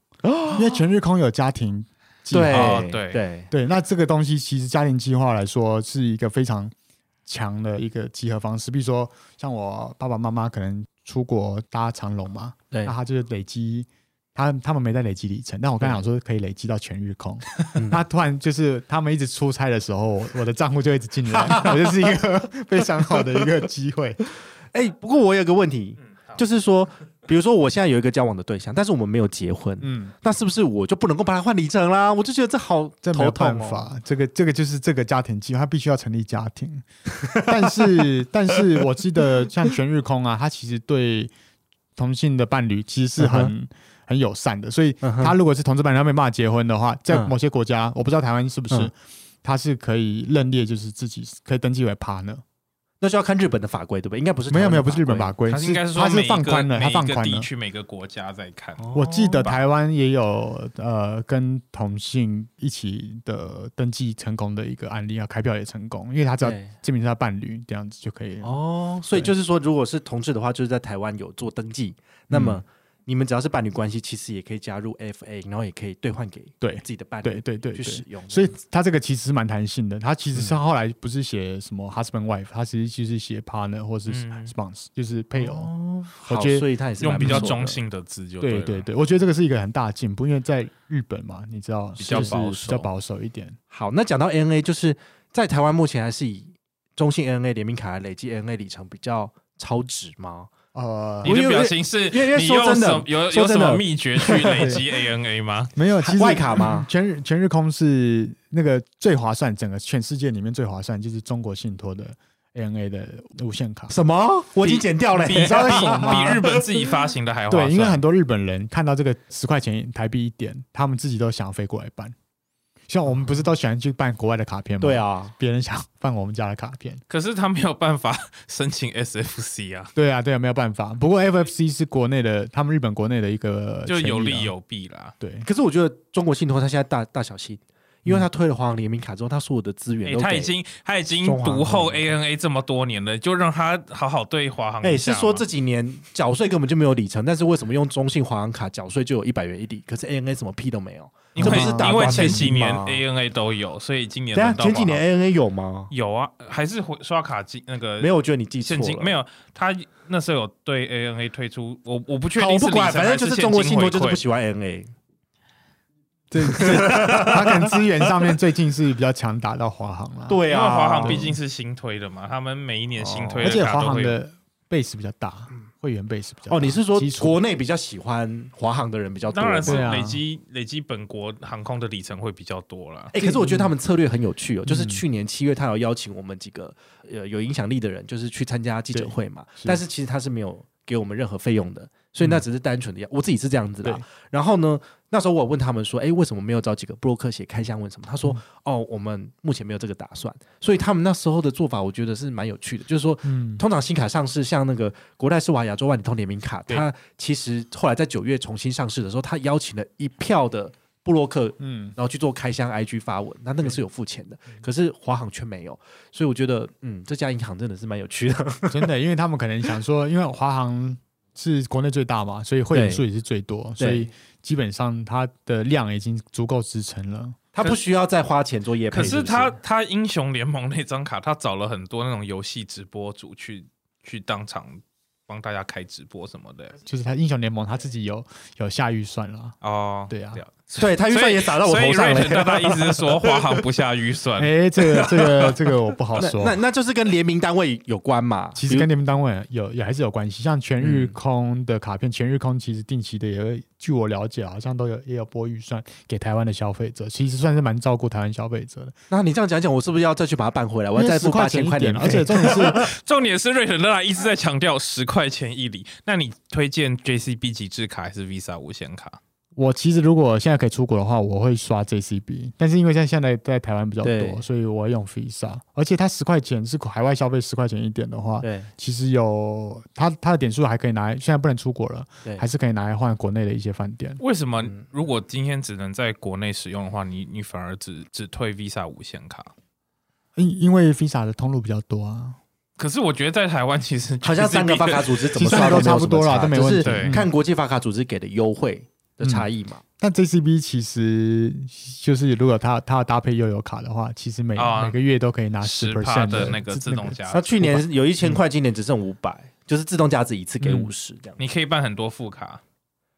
[SPEAKER 4] 因为全日空有家庭计划。
[SPEAKER 3] 对、
[SPEAKER 1] 哦对
[SPEAKER 3] 对
[SPEAKER 4] 对，那这个东西其实家庭计划来说是一个非常强的一个集合方式。比如说，像我爸爸妈妈可能出国搭长龙嘛，
[SPEAKER 3] 对
[SPEAKER 4] 那他就是累积，他他们没在累积里程，但我刚才想说可以累积到全日空。
[SPEAKER 3] 嗯
[SPEAKER 4] 那突然就是他们一直出差的时候，我我的账户就一直进 来，我就是一个非常好的一个机会。
[SPEAKER 3] 哎、不过我有个问题，
[SPEAKER 1] 嗯，好
[SPEAKER 3] 就是说，比如说我现在有一个交往的对象，但是我们没有结婚，
[SPEAKER 4] 嗯，
[SPEAKER 3] 那是不是我就不能够帮他换里程啦？我就觉得这好
[SPEAKER 4] 这没有
[SPEAKER 3] 头
[SPEAKER 4] 办
[SPEAKER 3] 痛哦。
[SPEAKER 4] 法，这个这个就是这个家庭计划，他必须要成立家 庭。但是但是我记得像全日空啊，他其实对同性的伴侣其实是很。
[SPEAKER 3] 嗯
[SPEAKER 4] 很友善的，所以
[SPEAKER 3] 嗯哼
[SPEAKER 4] 他如果是同志伴侣，他没办法结婚的话，在
[SPEAKER 3] 嗯
[SPEAKER 4] 某些国家，我不知道台湾是不是
[SPEAKER 3] 嗯，
[SPEAKER 4] 他是可以认列，就是自己可以登记为 partner。
[SPEAKER 3] 那就要看日本的法规，对不对？应该不是
[SPEAKER 4] 没有没有，
[SPEAKER 3] 台
[SPEAKER 4] 不
[SPEAKER 3] 湾的
[SPEAKER 4] 是日本
[SPEAKER 3] 法
[SPEAKER 4] 法规，
[SPEAKER 1] 他是应该是说
[SPEAKER 4] 他是
[SPEAKER 1] 每一
[SPEAKER 4] 放
[SPEAKER 1] 个
[SPEAKER 4] 宽了，
[SPEAKER 1] 每
[SPEAKER 4] 他
[SPEAKER 1] 一
[SPEAKER 4] 放
[SPEAKER 1] 个
[SPEAKER 4] 宽
[SPEAKER 1] 地
[SPEAKER 4] 了。
[SPEAKER 1] 区每个国家在看。
[SPEAKER 3] 规。
[SPEAKER 4] 我记得
[SPEAKER 3] 哦
[SPEAKER 4] 台湾也有呃跟同性一起的登记成功的一个案例啊，开票也成功，因为他只要
[SPEAKER 3] 对
[SPEAKER 4] 证明是他伴侣，这样子就可以了。
[SPEAKER 3] 哦，所以就是说，如果是同志的话，就是在台湾有做登记，那
[SPEAKER 4] 嗯
[SPEAKER 3] 么你们只要是伴侣关系，其实也可以加入 FA，然后也可以兑换给
[SPEAKER 4] 对
[SPEAKER 3] 自己的伴
[SPEAKER 4] 对
[SPEAKER 3] 侣
[SPEAKER 4] 对对
[SPEAKER 3] 去使
[SPEAKER 4] 对。
[SPEAKER 3] 用的。
[SPEAKER 4] 所以他这个其实是蛮弹性的，他其
[SPEAKER 3] 嗯
[SPEAKER 4] 实是后来不是写什么 husband wife，他其实就是写 partner 或是
[SPEAKER 1] 嗯
[SPEAKER 4] spouse，就是配偶。
[SPEAKER 3] 哦，
[SPEAKER 4] 我
[SPEAKER 3] 好
[SPEAKER 4] 觉得
[SPEAKER 3] 所以他也是
[SPEAKER 1] 用
[SPEAKER 3] 蛮
[SPEAKER 1] 比较
[SPEAKER 3] 不错的
[SPEAKER 1] 中性的字就
[SPEAKER 4] 对
[SPEAKER 1] 对
[SPEAKER 4] 对
[SPEAKER 1] 了，
[SPEAKER 4] 对，我觉得这个是一个很大的进步，因为在日本嘛，你知道
[SPEAKER 1] 比较
[SPEAKER 4] 就是
[SPEAKER 1] 保
[SPEAKER 4] 比较
[SPEAKER 1] 守
[SPEAKER 4] 保守一点。
[SPEAKER 3] 好，那讲到 ANA，就是在台湾目前还是以中信 ANA 联名卡来累积 ANA 里程比较超值吗？
[SPEAKER 4] 呃，
[SPEAKER 1] 你
[SPEAKER 3] 因
[SPEAKER 1] 的
[SPEAKER 3] 为
[SPEAKER 1] 表情是，
[SPEAKER 3] 因为因为
[SPEAKER 1] 你
[SPEAKER 3] 说
[SPEAKER 1] 用
[SPEAKER 3] 真的
[SPEAKER 1] 什么有有
[SPEAKER 3] 说
[SPEAKER 1] 什
[SPEAKER 3] 真的
[SPEAKER 1] 么秘诀去 累积 ANA 吗？
[SPEAKER 4] 没有，其实嗯
[SPEAKER 3] 外卡吗？
[SPEAKER 4] 全日全日空是那个最划算，整个全世界里面最划算，就是中国信托的 ANA 的无限卡。
[SPEAKER 3] 什么？我已经剪掉了、
[SPEAKER 1] 比
[SPEAKER 3] 你
[SPEAKER 1] 比
[SPEAKER 3] 知道为什么吗？
[SPEAKER 1] 比日本自己发行的还划算。
[SPEAKER 4] 对，因为很多日本人看到这个十块钱台币一点，他们自己都想要飞过来办。像我们不是都喜欢去办国外的卡片吗？
[SPEAKER 3] 对，啊，
[SPEAKER 4] 别人想办我们家的卡片。
[SPEAKER 1] 可是他没有办法 申请 SFC 啊，
[SPEAKER 4] 对啊，对啊，没有办法。不过 FFC 是国内的，他们日本国内的一个
[SPEAKER 3] 呃
[SPEAKER 1] 就有
[SPEAKER 4] 权益啊
[SPEAKER 1] 利。有弊啦。
[SPEAKER 4] 对，
[SPEAKER 3] 可是我觉得中国信托它现在大大小心，因为它推了华航联名卡之后，它所有的资源
[SPEAKER 1] 哎，
[SPEAKER 3] 都
[SPEAKER 1] 他
[SPEAKER 3] 给
[SPEAKER 1] 已经他已经
[SPEAKER 3] 中华
[SPEAKER 1] 独后
[SPEAKER 3] 民
[SPEAKER 1] ANA 这么多年了，就让他好好对华航一下嘛。
[SPEAKER 3] 哎、是说这几年缴税根本就没有里程，但是为什么用中信华航卡缴税就有一百元一里，可是 ANA 什么屁都没有？
[SPEAKER 1] 因
[SPEAKER 3] 这
[SPEAKER 1] 为
[SPEAKER 3] 不是打
[SPEAKER 1] 因为
[SPEAKER 3] 官
[SPEAKER 1] 前
[SPEAKER 3] 非
[SPEAKER 1] 几
[SPEAKER 3] 机
[SPEAKER 1] 年
[SPEAKER 3] 吗
[SPEAKER 1] ANA 都有，所以今年
[SPEAKER 3] 等一下
[SPEAKER 1] 轮到
[SPEAKER 3] 前几
[SPEAKER 1] 华航
[SPEAKER 3] 年 ANA 有吗？
[SPEAKER 1] 有啊，还是回刷卡金那个
[SPEAKER 3] 没有，我觉得你记错
[SPEAKER 1] 现
[SPEAKER 3] 了
[SPEAKER 1] 金。没有，他那时候有对 ANA 推出，我我不确
[SPEAKER 3] 好，
[SPEAKER 1] 定
[SPEAKER 3] 我
[SPEAKER 1] 是里程
[SPEAKER 3] 不管，
[SPEAKER 1] 还
[SPEAKER 3] 反正就是
[SPEAKER 1] 现
[SPEAKER 3] 中国
[SPEAKER 1] 金
[SPEAKER 3] 信托
[SPEAKER 1] 回
[SPEAKER 3] 就是
[SPEAKER 1] 馈
[SPEAKER 3] 不喜欢 ANA。
[SPEAKER 4] 这这他可能资源上面最近是比较强打到华航了。，
[SPEAKER 3] 对
[SPEAKER 1] 因为
[SPEAKER 3] 啊，
[SPEAKER 1] 华航毕竟是新推的嘛，他们每一年新推
[SPEAKER 4] 哦而且
[SPEAKER 1] 的卡
[SPEAKER 4] 华
[SPEAKER 1] 都
[SPEAKER 4] 航
[SPEAKER 1] 会有。
[SPEAKER 4] 的 base 比较大，会员 base 比较大
[SPEAKER 3] 嗯哦，你是说
[SPEAKER 4] 基础
[SPEAKER 3] 国内比较喜欢华航的人比较多？
[SPEAKER 1] 当然是
[SPEAKER 4] 对啊
[SPEAKER 1] 累积、累积本国航空的里程会比较多
[SPEAKER 4] 啊
[SPEAKER 1] 啦。
[SPEAKER 3] 哎、可是我觉得他们策略很有趣哦，
[SPEAKER 1] 嗯
[SPEAKER 3] 就是去年七月他有邀请我们几个呃有影响力的人，就是去参加记者会嘛，
[SPEAKER 4] 是
[SPEAKER 3] 但是其实他是没有给我们任何费用的，所以
[SPEAKER 1] 嗯
[SPEAKER 3] 那只是单纯的要、我自己是这样子的啊
[SPEAKER 4] 对。
[SPEAKER 3] 然后呢，那时候我有问他们说，哎、为什么没有找几个布洛克写开箱文什么？他
[SPEAKER 1] 嗯
[SPEAKER 3] 说，哦，我们目前没有这个打算，所以他们那时候的做法，我觉得是蛮有趣的，就是说
[SPEAKER 4] 嗯，
[SPEAKER 3] 通常新卡上市，像那个国泰世华亚洲万里通联名卡，
[SPEAKER 1] 对
[SPEAKER 3] 它其实后来在九月重新上市的时候，它邀请了一票的布洛克，
[SPEAKER 4] 嗯
[SPEAKER 3] 嗯，然后去做开箱 IG 发文，那那个是有付钱的，可是华航却没有，所以我觉得，嗯，这家银行真的是蛮有趣的，
[SPEAKER 4] 真的，因为他们可能想说，因为华航是国内最大嘛，所以会员数也是最多，
[SPEAKER 3] 对
[SPEAKER 4] 所以基本上它的量已经足够支撑了。
[SPEAKER 3] 他不需要再花钱做业配
[SPEAKER 1] 可
[SPEAKER 3] 是
[SPEAKER 1] 是
[SPEAKER 3] 不
[SPEAKER 1] 他他英雄联盟那张卡，他找了很多那种游戏直播主去去当场帮大家开直播什么的
[SPEAKER 4] 就是它英雄联盟它自己有有下预算了，
[SPEAKER 1] 哦。
[SPEAKER 4] 对啊
[SPEAKER 3] 对他预算也撒到我
[SPEAKER 1] 所以
[SPEAKER 3] 头上
[SPEAKER 1] Raymond 大
[SPEAKER 3] 了。
[SPEAKER 1] 大意思是 说华航不下预
[SPEAKER 3] 嗯
[SPEAKER 1] 算，
[SPEAKER 4] 哎，这个这个这个我不好
[SPEAKER 3] 那
[SPEAKER 4] 说。
[SPEAKER 3] 那那就是跟联名单位有关嘛，
[SPEAKER 4] 其实
[SPEAKER 3] 比如
[SPEAKER 4] 跟你们单位有也还是有关系，像全
[SPEAKER 3] 嗯
[SPEAKER 4] 日空的卡片，全日空其实定期的也会，据我了解，啊好像都有也有拨预算给台湾的消费者，其实算是蛮照顾台湾消费者的。
[SPEAKER 3] 那你这样讲讲，我是不是要再去把它办回来？我要再付
[SPEAKER 4] 因为10
[SPEAKER 3] 八千
[SPEAKER 4] 一
[SPEAKER 3] 块
[SPEAKER 4] 点，
[SPEAKER 3] 联
[SPEAKER 4] 而且重点是
[SPEAKER 1] 重点是瑞肯大大一直在强调十块钱一里。那你推荐 JCB 极致卡还是 Visa 无限卡？
[SPEAKER 4] 我其实如果现在可以出国的话，我会刷 JCB，但是因为现在现在在台湾比较
[SPEAKER 3] 对
[SPEAKER 4] 多，所以我会用 Visa，而且它十块钱是海外消费十块钱一点的话，
[SPEAKER 3] 对
[SPEAKER 4] 其实有它它的点数还可以拿来，现在不能出国了，
[SPEAKER 3] 对
[SPEAKER 4] 还是可以拿来换国内的一些饭店。
[SPEAKER 1] 为什么
[SPEAKER 3] 嗯
[SPEAKER 1] 如果今天只能在国内使用的话，你你反而只只退 Visa 无限卡？
[SPEAKER 4] 因因为 Visa 的通路比较多啊，
[SPEAKER 1] 可是我觉得在台湾其实
[SPEAKER 3] 好像三个发卡组织怎么刷
[SPEAKER 4] 其实
[SPEAKER 3] 没有什么
[SPEAKER 4] 都差不多啦
[SPEAKER 3] 差
[SPEAKER 4] 都没
[SPEAKER 3] 就
[SPEAKER 4] 问题
[SPEAKER 3] 是
[SPEAKER 1] 对
[SPEAKER 3] 看国际发卡组织给的优惠的差异嘛。
[SPEAKER 4] 但 JCB 其实就是如果它它要搭配悠游卡的话，其实每、
[SPEAKER 1] 啊
[SPEAKER 4] 每个月都可以拿
[SPEAKER 1] 十
[SPEAKER 4] 十
[SPEAKER 1] 趴
[SPEAKER 4] percent
[SPEAKER 1] 的那个自动加
[SPEAKER 3] 他去年有一千块，今年只剩五
[SPEAKER 4] 嗯
[SPEAKER 3] 百，就是自动价值一次给五十这样。
[SPEAKER 1] 你可以办很多副卡，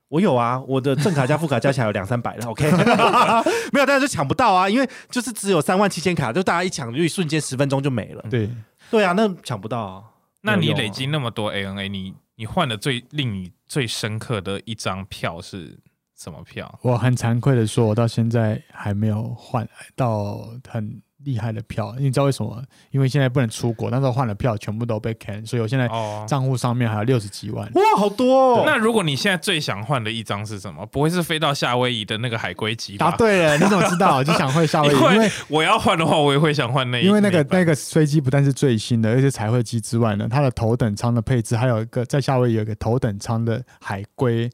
[SPEAKER 3] 我有啊，我的正卡加副卡加起来有两三百了，OK，没有，
[SPEAKER 4] 嗯
[SPEAKER 3] 但是就抢不到啊，因为就是只有三万七千卡，就大家一抢就瞬间十分钟就没了。
[SPEAKER 4] 对。
[SPEAKER 3] 对啊，那抢不到啊。
[SPEAKER 1] 那你
[SPEAKER 3] 有用啊
[SPEAKER 1] 累积那么多 ANA，你你换的最令你最深刻的一张票是什么票？
[SPEAKER 4] 我很惭愧的说，我到现在还没有换到很厉害的票，你知道为什么？因为现在不能出国，那时候换了票全部都被 can，所以我现在
[SPEAKER 1] 哦，
[SPEAKER 4] 账户上面还有六十几万。
[SPEAKER 3] 哇，好多哦！
[SPEAKER 1] 那如果你现在最想换的一张是什么？不会是飞到夏威夷的那个海龟级
[SPEAKER 4] 答
[SPEAKER 1] 吧？
[SPEAKER 4] 对了，你怎么知道？就想会夏威夷，因
[SPEAKER 1] 因为
[SPEAKER 4] 为
[SPEAKER 1] 我要换的话，我也会想换那一
[SPEAKER 4] 因为那个
[SPEAKER 1] 版
[SPEAKER 4] 那个飞机不但是最新的，而且彩绘机之外呢，它的头等舱的配置还有一个在夏威夷有一个头等舱的海龟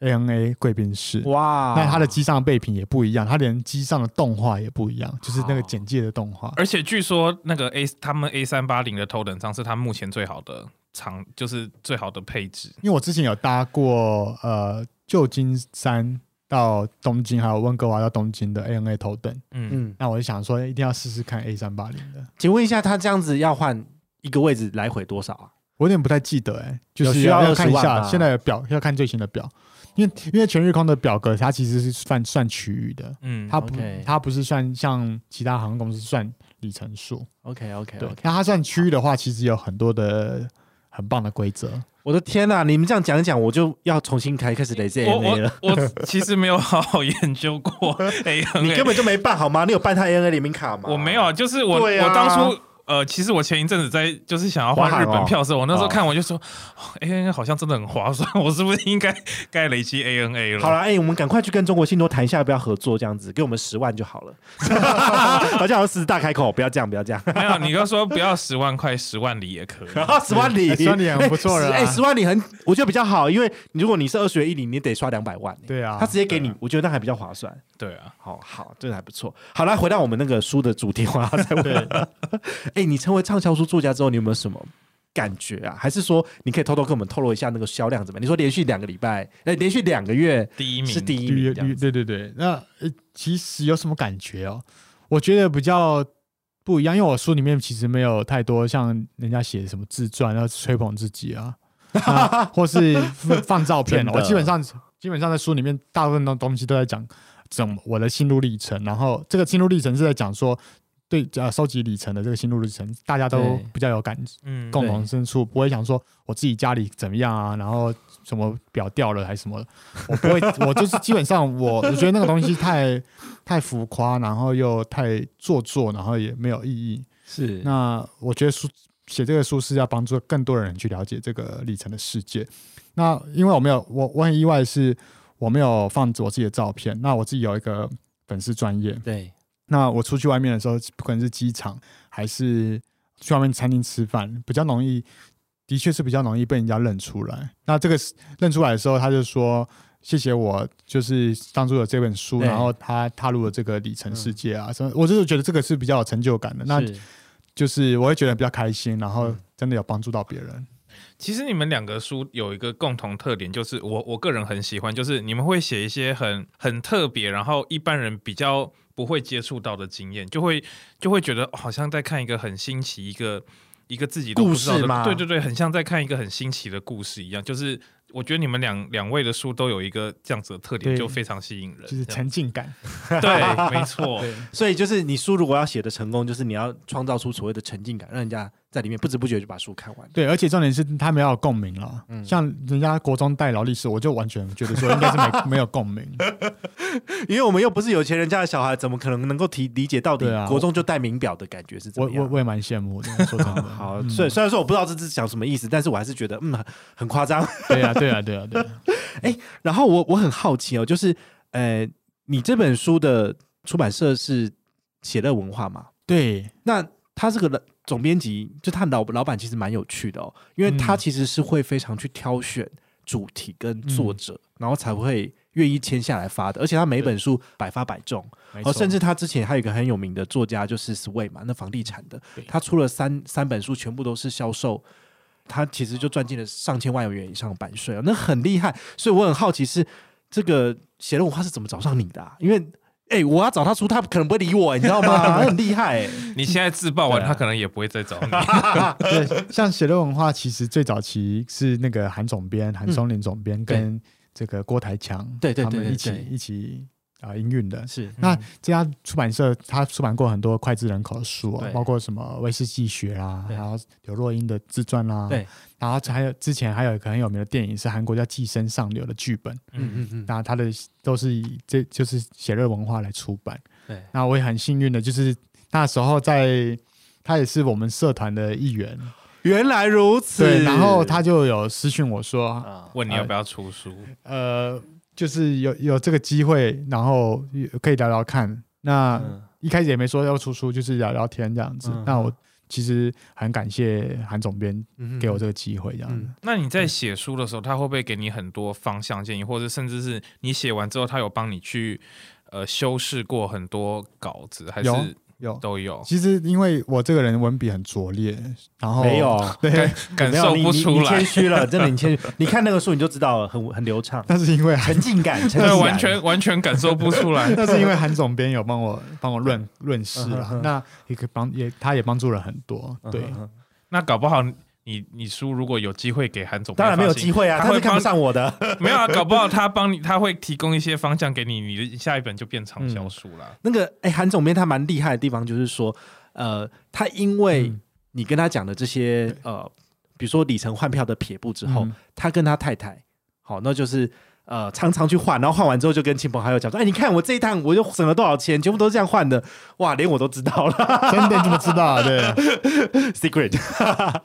[SPEAKER 4] ANA 贵宾室。
[SPEAKER 3] 哇，
[SPEAKER 4] 那它的机上的备品也不一样，它连机上的动画也不一样，就是那个简介的动画。
[SPEAKER 1] 而且据说那个 A 他们 A 三八零的头等舱是他目前最好的长，就是最好的配置。
[SPEAKER 4] 因为我之前有搭过呃旧金山到东京，还有温哥华到东京的 ANA 头等，
[SPEAKER 1] 嗯，
[SPEAKER 3] 嗯，
[SPEAKER 4] 那我就想说一定要试试看 A 三八零的。
[SPEAKER 3] 请问一下，他这样子要换一个位置来回多少啊？
[SPEAKER 4] 我有点不太记得哎、就
[SPEAKER 3] 有
[SPEAKER 4] 是
[SPEAKER 3] 需要
[SPEAKER 4] 要
[SPEAKER 3] 20
[SPEAKER 4] 看一
[SPEAKER 3] 万
[SPEAKER 4] 下
[SPEAKER 3] 吧
[SPEAKER 4] 现在的表，要看最新的表，因为因为全日空的表格它其实是算算区域的，
[SPEAKER 1] 嗯，
[SPEAKER 4] 它不
[SPEAKER 3] OK
[SPEAKER 4] 它不是算像其他航空公司算里程数。
[SPEAKER 3] OK OK
[SPEAKER 4] 对
[SPEAKER 3] OK，，
[SPEAKER 4] 那它算区域的话，其实有很多的很棒的规则。
[SPEAKER 3] 我的天呐、你们这样讲一讲，我就要重新开开始累积 A
[SPEAKER 1] 我
[SPEAKER 3] N A
[SPEAKER 1] 我
[SPEAKER 3] 了。
[SPEAKER 1] 我其实没有好好研究 过 A N
[SPEAKER 3] 你
[SPEAKER 1] A，
[SPEAKER 3] 根本就没办好吗？你有办他 A N A 联名卡吗？
[SPEAKER 1] 我没有，啊，就是我、
[SPEAKER 3] 对啊
[SPEAKER 1] 我当初呃，其实我前一阵子在就是想要换
[SPEAKER 4] 花海
[SPEAKER 1] 日
[SPEAKER 4] 哦
[SPEAKER 1] 本票的时候，我那时候
[SPEAKER 4] 哦
[SPEAKER 1] 看我就说，A N A 好像真的很划算， 我是不是应该该累积 A N A 了？
[SPEAKER 3] 好了，哎、我们赶快去跟中国信托谈一下，要不要合作，这样子给我们十万就好了。 好像好像狮子大开口，不要这样，不要这样。
[SPEAKER 1] 没有，你刚说不要十万块，十万里也 可以。
[SPEAKER 3] 十万里，
[SPEAKER 4] 哎 十万里很不错了啊
[SPEAKER 3] 哎、十万里很，我觉得比较好，因为如果你是二十元一里，你得刷两百万、
[SPEAKER 4] 对啊
[SPEAKER 3] 他直接给你，我觉得那还比较划算。
[SPEAKER 1] 对啊，
[SPEAKER 3] 好哦好，这个还不错。好来回到我们那个书的主题，我要再问。 哎、你成为畅销书作家之后，你有没有什么感觉啊？还是说你可以偷偷跟我们透露一下那个销量怎么样？你说连续两个礼拜，哎、连续两个月
[SPEAKER 1] 第一名
[SPEAKER 3] 是第一
[SPEAKER 4] 对
[SPEAKER 3] 名这样
[SPEAKER 4] 对
[SPEAKER 3] 子，
[SPEAKER 4] 对对对，那呃其实有什么感觉哦？我觉得比较不一样，因为我书里面其实没有太多像人家写什么自传，然后吹捧自 己啊，那或是放照片啊
[SPEAKER 3] 真。的哦
[SPEAKER 4] 我基本上基本上在书里面大部分的东西都在讲怎么我的心路历程，然后这个心路历程是在讲说对呃收集里程的这个心路历程，大家都
[SPEAKER 3] 对
[SPEAKER 4] 比较有感
[SPEAKER 1] 嗯，
[SPEAKER 4] 共同深处，不会想说我自己家里怎么样啊，然后什么表掉了还是什么的，我不会， 我就是基本上我我觉得那个东西太太浮夸，然后又太做作，然后也没有意义。
[SPEAKER 3] 是
[SPEAKER 4] 那我觉得书写这个书是要帮助更多人去了解这个历程的世界。那因为我没有，我我很意外的是我没有放我自己的照片，那我自己有一个粉丝专业，
[SPEAKER 3] 对
[SPEAKER 4] 那我出去外面的时候，不管是机场还是去外面餐厅吃饭，比较容易，的确是比较容易被人家认出来。那这个是认出来的时候，他就说。谢谢我，就是当初有这本书，
[SPEAKER 3] 对嗯
[SPEAKER 4] 然后他踏入了这个里程世界啊，什么、我就是觉得这个是比较有成就感的，那
[SPEAKER 3] 是
[SPEAKER 4] 就是我会觉得比较开心，然后
[SPEAKER 3] 嗯
[SPEAKER 4] 真的有帮助到别人。
[SPEAKER 1] 其实你们两个书有一个共同特点，就是我我个人很喜欢，就是你们会写一些很很特别，然后一般人比较不会接触到的经验，就会就会觉得、哦好像在看一个很新奇一个一个自己都不知道
[SPEAKER 3] 故事
[SPEAKER 1] 的
[SPEAKER 3] 吗
[SPEAKER 1] 对对对，很像在看一个很新奇的故事一样。就是我觉得你们两两位的书都有一个这样子的特点，
[SPEAKER 4] 对
[SPEAKER 1] 就非常吸引人。
[SPEAKER 4] 就是
[SPEAKER 1] 这样
[SPEAKER 4] 沉浸感，
[SPEAKER 1] 对， 没错，
[SPEAKER 3] 所以就是你书如果要写的成功，就是你要创造出所谓的沉浸感，让人家在里面不知不觉就把书看完。
[SPEAKER 4] 对，而且重点是他们要有共鸣了。
[SPEAKER 3] 嗯
[SPEAKER 4] 像人家国中代劳力士，我就完全觉得说应该是没 没有共鸣。
[SPEAKER 3] 因为我们又不是有钱人家的小孩，怎么可能能够提理解到底
[SPEAKER 4] 对啊
[SPEAKER 3] 国中就戴名表的感觉是怎
[SPEAKER 4] 我
[SPEAKER 3] 么
[SPEAKER 4] 我
[SPEAKER 3] 样？
[SPEAKER 4] 我也蛮羡慕的，说 真的。
[SPEAKER 3] 好，
[SPEAKER 4] 嗯
[SPEAKER 3] 虽虽然说我不知道这是讲什么意思，但是我还是觉得嗯很很夸张。
[SPEAKER 4] 对啊，对啊，对啊，对啊。
[SPEAKER 3] 然后我我很好奇哦，就是呃，你这本书的出版社是写乐文化嘛？
[SPEAKER 4] 对，
[SPEAKER 3] 那他这个的总编辑，就他老老板其实蛮有趣的哦，因为他
[SPEAKER 4] 嗯
[SPEAKER 3] 其实是会非常去挑选主题跟作
[SPEAKER 4] 嗯
[SPEAKER 3] 者，然后才会愿意签下来发的，而且他每一本书百发百中。
[SPEAKER 4] 没
[SPEAKER 3] 而
[SPEAKER 4] 错
[SPEAKER 3] 哦甚至他之前还有一个很有名的作家，就是 Sway 嘛，那房地产的
[SPEAKER 4] 对，
[SPEAKER 3] 他出了三三本书，全部都是销售，他其实就赚进了上千万元以上的版税啊，那很厉害。所以我很好奇是这个写论文他是怎么找上你的、啊？因为哎、我要找他出，他可能不会理我，你知道吗？他很厉害、欸，
[SPEAKER 1] 你现在自爆完，
[SPEAKER 4] 对啊啊
[SPEAKER 1] 他可能也不会再找你。
[SPEAKER 4] 对，像写乐文化，其实最早期是那个韩总编、韩松林总编
[SPEAKER 3] 对
[SPEAKER 4] 跟这个郭台强，
[SPEAKER 3] 对对
[SPEAKER 4] 他
[SPEAKER 3] 对
[SPEAKER 4] 们
[SPEAKER 3] 对
[SPEAKER 4] 一起
[SPEAKER 3] 对
[SPEAKER 4] 一起啊营运的。
[SPEAKER 3] 是
[SPEAKER 4] 那
[SPEAKER 1] 嗯
[SPEAKER 4] 这家出版社，它出版过很多脍炙人口的书啊
[SPEAKER 3] 对，
[SPEAKER 4] 包括什么威士忌学啊啦，
[SPEAKER 3] 对
[SPEAKER 4] 然后刘若英的自传啦，
[SPEAKER 3] 对，
[SPEAKER 4] 然后还有之前还有一个很有名的电影是韩国叫《寄生上流》的剧本，
[SPEAKER 3] 嗯嗯嗯，
[SPEAKER 4] 那他的都是以这就是写乐文化来出版。
[SPEAKER 3] 对
[SPEAKER 4] 那我也很幸运的，就是那时候在他也是我们社团的一员，
[SPEAKER 3] 原来如此。
[SPEAKER 4] 对，然后他就有私讯我说，
[SPEAKER 3] 啊，
[SPEAKER 1] 问你要不要出书？
[SPEAKER 4] 呃，就是有有这个机会，然后可以聊聊看。那
[SPEAKER 3] 嗯
[SPEAKER 4] 一开始也没说要出书，就是聊聊天这样子。
[SPEAKER 3] 嗯
[SPEAKER 4] 那我其实很感谢韩总编
[SPEAKER 3] 嗯
[SPEAKER 4] 给我这个机会，这样子。
[SPEAKER 3] 嗯
[SPEAKER 1] 那你在写书的时候，他会不会给你很多方向建议，或者甚至是你写完之后，他有帮你去呃修饰过很多稿子，还
[SPEAKER 4] 有
[SPEAKER 1] 是
[SPEAKER 4] 有，
[SPEAKER 1] 都 有？
[SPEAKER 4] 其实因为我这个人文笔很拙劣，然后
[SPEAKER 3] 没有。
[SPEAKER 4] 对，
[SPEAKER 1] 感
[SPEAKER 3] 没有
[SPEAKER 1] 受
[SPEAKER 3] 你
[SPEAKER 1] 不
[SPEAKER 3] 你
[SPEAKER 1] 出
[SPEAKER 3] 你谦
[SPEAKER 1] 来，
[SPEAKER 3] 虚了，真的你谦虚。你看那个书你就知道了，很很流畅，
[SPEAKER 4] 但是因为
[SPEAKER 3] 沉浸感，沉浸
[SPEAKER 1] 对，
[SPEAKER 3] 感
[SPEAKER 1] 完 全完全感受不出来
[SPEAKER 4] 。那是因为韩总编有帮我帮我论论事
[SPEAKER 3] 嗯哼
[SPEAKER 4] 了，那也可以帮也他也帮助了很多，对，
[SPEAKER 3] 嗯嗯嗯
[SPEAKER 1] 那搞不好你你书如果有机会给韩总，
[SPEAKER 3] 当然没有机会啊，
[SPEAKER 1] 他
[SPEAKER 3] 他
[SPEAKER 1] 会
[SPEAKER 3] 是看
[SPEAKER 1] 帮
[SPEAKER 3] 不上我 的。
[SPEAKER 1] 没有啊，搞不好他帮你，他会提供一些方向给你，你的下一本就变畅
[SPEAKER 3] 嗯
[SPEAKER 1] 销书啦。
[SPEAKER 3] 那个哎，韩总编他蛮厉害的地方就是说，呃，他因为
[SPEAKER 4] 嗯
[SPEAKER 3] 你跟他讲的这些呃，比如说里程换票的撇步之后
[SPEAKER 4] 嗯，
[SPEAKER 3] 他跟他太太，好，那就是呃常常去换，然后换完之后就跟亲朋好友讲说，哎，你看我这一趟我就省了多少钱，全部都是这样换的，哇，连我都知道了
[SPEAKER 4] 真的你怎么知道、啊？ 对，
[SPEAKER 3] ，secret。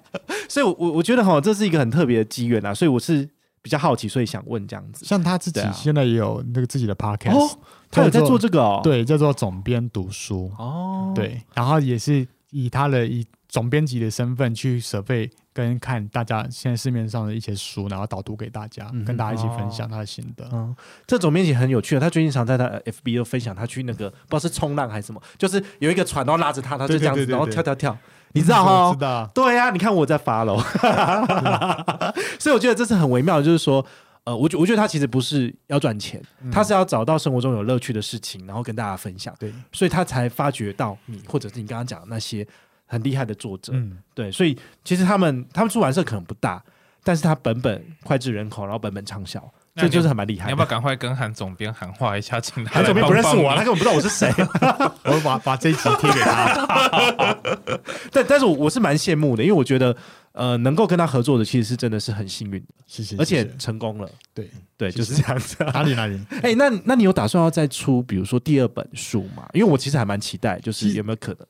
[SPEAKER 3] 所以我，我我觉得哈，这是一个很特别的机缘啊，所以我是比较好奇，所以想问这样子。
[SPEAKER 4] 像他自己
[SPEAKER 3] 对啊
[SPEAKER 4] 现在也有那个自己的 podcast，、
[SPEAKER 3] 哦，他有在做这个哦，，
[SPEAKER 4] 对，叫做总编读书，
[SPEAKER 3] 哦，
[SPEAKER 4] 对，然后也是以他的以总编辑的身份去设备跟看大家现在市面上的一些书，然后导读给大家，
[SPEAKER 3] 嗯哼
[SPEAKER 4] 跟大家一起分
[SPEAKER 1] 哦
[SPEAKER 4] 享他的心得。
[SPEAKER 3] 嗯，这总编辑很有趣的，他最近常在他的 FB 都分享他去那个不知道是冲浪还是什么，就是有一个船，然后拉着他，他就这样子，
[SPEAKER 4] 对对对对对
[SPEAKER 3] 然后跳跳跳，你知道哦哈、
[SPEAKER 4] 我知道，
[SPEAKER 3] 对呀、你看我在发喽， 所以我觉得这是很微妙的，就是说，呃，我觉我觉得他其实不是要赚钱，
[SPEAKER 4] 嗯
[SPEAKER 3] 他是要找到生活中有乐趣的事情，然后跟大家分享，
[SPEAKER 4] 对，
[SPEAKER 3] 所以他才发掘到你，或者是你刚刚讲的那些很厉害的作者，
[SPEAKER 4] 嗯，
[SPEAKER 3] 对，所以其实他们他们出版社可能不大，但是他本本脍炙人口，然后本本畅销，
[SPEAKER 1] 那
[SPEAKER 3] 这
[SPEAKER 1] 你
[SPEAKER 3] 就是很蛮厉害
[SPEAKER 1] 你
[SPEAKER 3] 的。
[SPEAKER 1] 要不要赶快跟韩总编喊话一下，请他
[SPEAKER 3] 韩
[SPEAKER 1] 来
[SPEAKER 3] 总编不认识
[SPEAKER 1] 帮帮
[SPEAKER 3] 我啊，他根本不知道我是谁。
[SPEAKER 4] 我会把把这一集贴给他。
[SPEAKER 3] 但但是我我是蛮羡慕的，因为我觉得呃，能够跟他合作的其实是真的是很幸运的，
[SPEAKER 4] 谢谢，
[SPEAKER 3] 而且
[SPEAKER 4] 谢谢
[SPEAKER 3] 成功了。
[SPEAKER 4] 对
[SPEAKER 3] 对，
[SPEAKER 4] 其
[SPEAKER 3] 就
[SPEAKER 4] 实
[SPEAKER 3] 是这样子。
[SPEAKER 4] 哪里哪里，
[SPEAKER 3] 哎、那那你有打算要再出，比如说第二本书吗？因为我其实还蛮期待，就是有没有可能？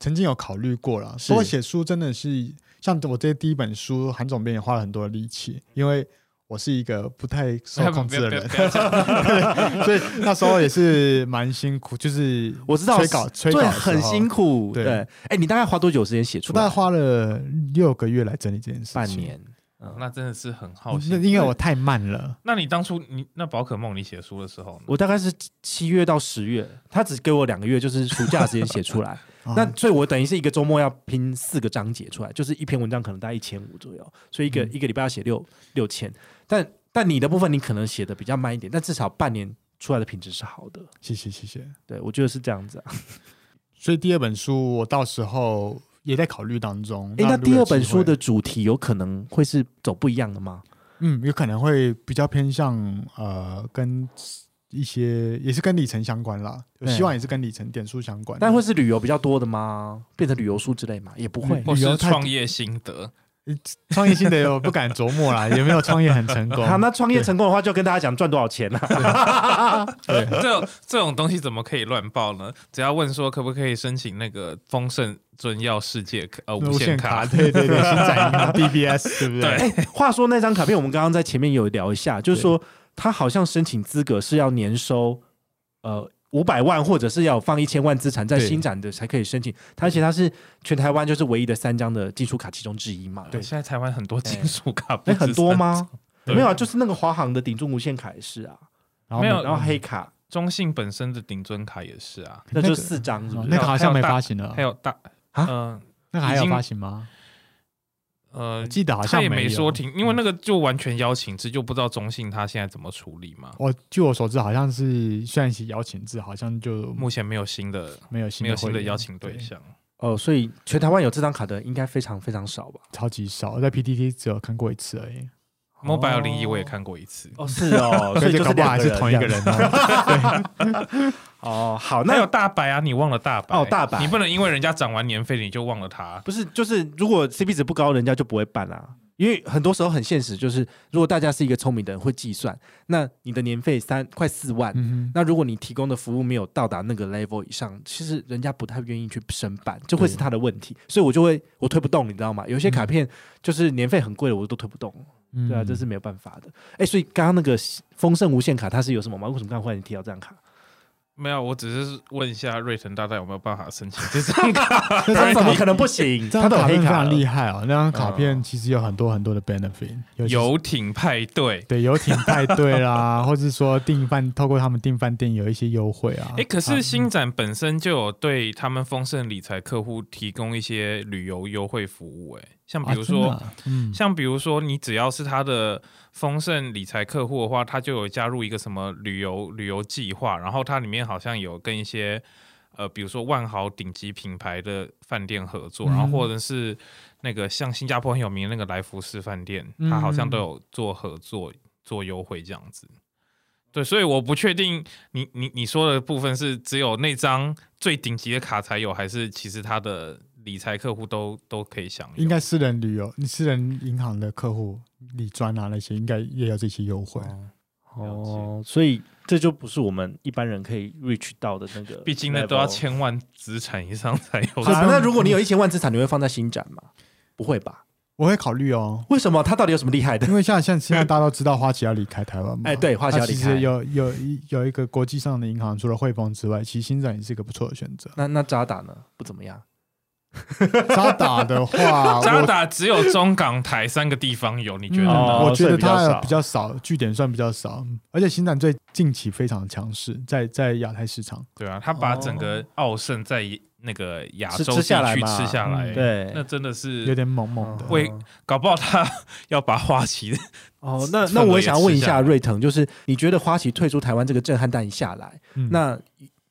[SPEAKER 4] 曾经有考虑过了，
[SPEAKER 3] 是
[SPEAKER 4] 不过写书真的是像我这第一本书，韩总编也花了很多的力气，因为我是一个不太 受控制 的人，
[SPEAKER 1] 不要不要不要不要讲
[SPEAKER 4] 所以那时候也是蛮辛苦， 就是
[SPEAKER 3] 我知道
[SPEAKER 4] 催稿催稿
[SPEAKER 3] 对，很辛
[SPEAKER 4] 苦，
[SPEAKER 3] 苦。
[SPEAKER 4] 对
[SPEAKER 3] 对，哎、你大概花多久时间写出
[SPEAKER 4] 我大概
[SPEAKER 3] 来？
[SPEAKER 4] 花了六个月来整理这件事情，
[SPEAKER 3] 半，年。
[SPEAKER 1] 嗯那真的是很好
[SPEAKER 4] 嗯那
[SPEAKER 1] 奇。
[SPEAKER 4] 因为我太慢了，
[SPEAKER 1] 那你当初你那宝可梦你写书的时候呢，
[SPEAKER 3] 我大概是七月到十月，他只给我两个月，就是暑假的时间写出来。那
[SPEAKER 4] 哦
[SPEAKER 3] 所以，我等于是一个周末要拼四个章节出来，就是一篇文章可能大概一千五左右，所以一个、
[SPEAKER 4] 嗯
[SPEAKER 3] 一个礼拜要写六六千。但但你的部分，你可能写的比较慢一点，但至少半年出来的品质是好的。
[SPEAKER 4] 谢谢谢谢。
[SPEAKER 3] 对，我觉得是这样子、啊。
[SPEAKER 4] 所以第二本书我到时候也在考虑当中。
[SPEAKER 3] 诶，那
[SPEAKER 4] 如果
[SPEAKER 3] 第
[SPEAKER 4] 有
[SPEAKER 3] 二
[SPEAKER 4] 机会
[SPEAKER 3] 本书的主题有可能会是走不一样的吗？
[SPEAKER 4] 嗯，有可能会比较偏向呃，跟一些也是跟里程相关啦。我
[SPEAKER 3] 对
[SPEAKER 4] 希望也是跟里程点数相关的，
[SPEAKER 3] 但会是旅游比较多的吗？变成旅游书之类吗？也不会
[SPEAKER 4] 嗯。
[SPEAKER 1] 或
[SPEAKER 4] 旅游
[SPEAKER 1] 是
[SPEAKER 4] 太
[SPEAKER 1] 创业心得，
[SPEAKER 4] 创业性的我不敢琢磨啦，有没有创业很成 功？
[SPEAKER 3] 好，那创业成功的话，就跟大家讲赚多少钱啊。
[SPEAKER 4] 对
[SPEAKER 1] 这种 这种东西怎么可以乱报呢？只要问说可不可以申请那个丰盛尊耀世界卡呃无限
[SPEAKER 4] 卡，
[SPEAKER 1] 卡，
[SPEAKER 4] 对对对，新展银行 DBS 对不对？
[SPEAKER 1] 对，
[SPEAKER 3] 话说那张卡片，我们刚刚在前面有聊一下，就是说他好像申请资格是要年收呃五百万，或者是要放一千万资产在
[SPEAKER 4] 对
[SPEAKER 3] 新展的才可以申请。它而且它是全台湾就是唯一的三张的基础卡其中之一嘛。
[SPEAKER 1] 现在台湾很多金属卡不
[SPEAKER 3] 哎，
[SPEAKER 1] 止
[SPEAKER 3] 很多吗？
[SPEAKER 1] 对
[SPEAKER 3] 没有啊，就是那个华航的顶住无限卡也是啊，
[SPEAKER 4] 然后
[SPEAKER 1] 没有
[SPEAKER 4] 每
[SPEAKER 3] 然后黑卡
[SPEAKER 1] 三？ 中信本身的顶尊卡也是啊，
[SPEAKER 3] 那就四张，是不
[SPEAKER 4] 哦
[SPEAKER 3] 是？
[SPEAKER 4] 那个好像没
[SPEAKER 1] 还有大
[SPEAKER 4] 发行了
[SPEAKER 1] 还，有大
[SPEAKER 3] 啊
[SPEAKER 1] 嗯
[SPEAKER 4] 那个还有
[SPEAKER 1] 已经
[SPEAKER 4] 发行吗？
[SPEAKER 1] 呃
[SPEAKER 4] 我记得好
[SPEAKER 1] 他
[SPEAKER 4] 像
[SPEAKER 1] 也没
[SPEAKER 4] 有嗯
[SPEAKER 1] 说停，因为那个就完全邀请制，就不知道中信他现在怎么处理嘛。
[SPEAKER 4] 我据我所知，好像是虽然是邀请制，好像就
[SPEAKER 1] 目前没有新的，
[SPEAKER 4] 没有新
[SPEAKER 1] 没有新的
[SPEAKER 4] 会员
[SPEAKER 1] 邀请对，象。
[SPEAKER 3] 哦，所以全台湾有这张卡的应该非常非常少吧
[SPEAKER 4] 超级少。我在 PTT 只有看过一次而已，
[SPEAKER 1] Mobile 零一我也。看过一次，
[SPEAKER 3] 哦，是 哦，所以就
[SPEAKER 4] 搞
[SPEAKER 3] 是
[SPEAKER 4] 不好
[SPEAKER 3] 两
[SPEAKER 4] 还
[SPEAKER 3] 个
[SPEAKER 4] 是同一个
[SPEAKER 3] 这样
[SPEAKER 4] 人 哦。
[SPEAKER 3] 哦。好，那
[SPEAKER 1] 那有大白啊，你忘了大白
[SPEAKER 3] 哦大白
[SPEAKER 1] 你不能因为人家涨完年费你就忘了他。
[SPEAKER 3] 不是，就是如果 CP 值不高，人家就不会办啦、啊因为很多时候很现实，就是如果大家是一个聪明的人，会计算，那你的年费三快四万，
[SPEAKER 4] 嗯哼
[SPEAKER 3] 那如果你提供的服务没有到达那个 level 以上，其实人家不太愿意去申办，这会是他的问题。所以我就会我推不动，你知道吗？有些卡片就是年费很贵的，我都推不动。
[SPEAKER 4] 嗯
[SPEAKER 3] 对啊，这是没有办法的。哎、所以刚刚那个丰盛无限卡它是有什么吗？为什么刚刚忽然提到这 张卡？
[SPEAKER 1] 没有，我只是问一下瑞腾大大有没有办法申请这张卡。
[SPEAKER 4] 这
[SPEAKER 3] 他怎
[SPEAKER 4] 张卡
[SPEAKER 3] 么
[SPEAKER 4] 片
[SPEAKER 3] 可能不行？
[SPEAKER 4] 这
[SPEAKER 3] 他
[SPEAKER 4] 张
[SPEAKER 3] 都有
[SPEAKER 4] 卡
[SPEAKER 3] 黑
[SPEAKER 4] 片非
[SPEAKER 3] 卡
[SPEAKER 4] 常
[SPEAKER 3] 了
[SPEAKER 4] 厉害哦。那张卡片
[SPEAKER 1] 嗯
[SPEAKER 4] 其实有很多很多的 benefit，尤其是
[SPEAKER 1] 游艇派对，
[SPEAKER 4] 对游艇派对啦， 或是说订饭，透过他们订饭店有一些优惠啊。
[SPEAKER 1] 哎，可是新展本身就有对他们丰盛理财客户提供一些旅游优惠服务，哎，像比如说
[SPEAKER 4] 啊，真的啊嗯，
[SPEAKER 1] 像比如说，你只要是他的丰盛理财客户的话，他就有加入一个什么旅游旅游计划，然后它里面好像有跟一些呃，比如说万豪顶级品牌的饭店合作，
[SPEAKER 4] 嗯
[SPEAKER 1] 然后或者是那个像新加坡很有名的那个来福士饭店，
[SPEAKER 4] 嗯
[SPEAKER 1] 它好像都有做合作做优惠这样子。对，所以我不确定你你你说的部分是只有那张最顶级的卡才有，还是其实他的理财客户都都可以享有？
[SPEAKER 4] 应该私人旅游、私人银行的客户、理专啊那些，应该也有这些优惠。
[SPEAKER 3] 哦，所以这就不是我们一般人可以 reach 到的那个 level，
[SPEAKER 1] 毕竟那都要千万资产以上才有。
[SPEAKER 3] 啊。那如果
[SPEAKER 1] 嗯
[SPEAKER 3] 你有一千万资产，你会放在新展吗？不会吧？
[SPEAKER 4] 我会考虑哦。
[SPEAKER 3] 为什么？它到底有什么厉害的？
[SPEAKER 1] 嗯
[SPEAKER 4] 因为像像现在大家都知道花旗要离开台湾嘛，
[SPEAKER 3] 哎对花旗要
[SPEAKER 4] 它
[SPEAKER 3] 离
[SPEAKER 4] 其
[SPEAKER 3] 开。
[SPEAKER 4] 实有有一有一个国际上的银行，除了汇丰之外，其实新展也是一个不错的选择
[SPEAKER 3] 那那渣打呢？不怎么样。
[SPEAKER 4] 渣打 的话，
[SPEAKER 1] 渣
[SPEAKER 4] 我
[SPEAKER 1] 打只有中港台三个地方有，你觉得
[SPEAKER 3] 嗯
[SPEAKER 1] 呢？
[SPEAKER 3] 哦
[SPEAKER 4] 我觉
[SPEAKER 3] 算
[SPEAKER 4] 得
[SPEAKER 3] 比较
[SPEAKER 4] 它
[SPEAKER 3] 少
[SPEAKER 4] 比较少，据点算比较少，而且新展最近期非常强势，在在亚太市场。
[SPEAKER 1] 对啊，他把整个奥盛在那个亚洲
[SPEAKER 3] 吃
[SPEAKER 1] 地
[SPEAKER 3] 吃下来
[SPEAKER 1] 区
[SPEAKER 3] 嘛
[SPEAKER 1] 吃下来，
[SPEAKER 4] 嗯
[SPEAKER 3] 对
[SPEAKER 1] 那真的
[SPEAKER 4] 有
[SPEAKER 1] 是哦
[SPEAKER 4] 点猛猛的，
[SPEAKER 1] 为搞不好他要把花旗的
[SPEAKER 3] 哦，那
[SPEAKER 1] 份
[SPEAKER 3] 那
[SPEAKER 1] 额
[SPEAKER 3] 我
[SPEAKER 1] 也
[SPEAKER 3] 也想要问一
[SPEAKER 1] 吃下来
[SPEAKER 3] 下瑞腾，就是你觉得花旗退出台湾这个震撼弹下来，
[SPEAKER 4] 嗯
[SPEAKER 3] 那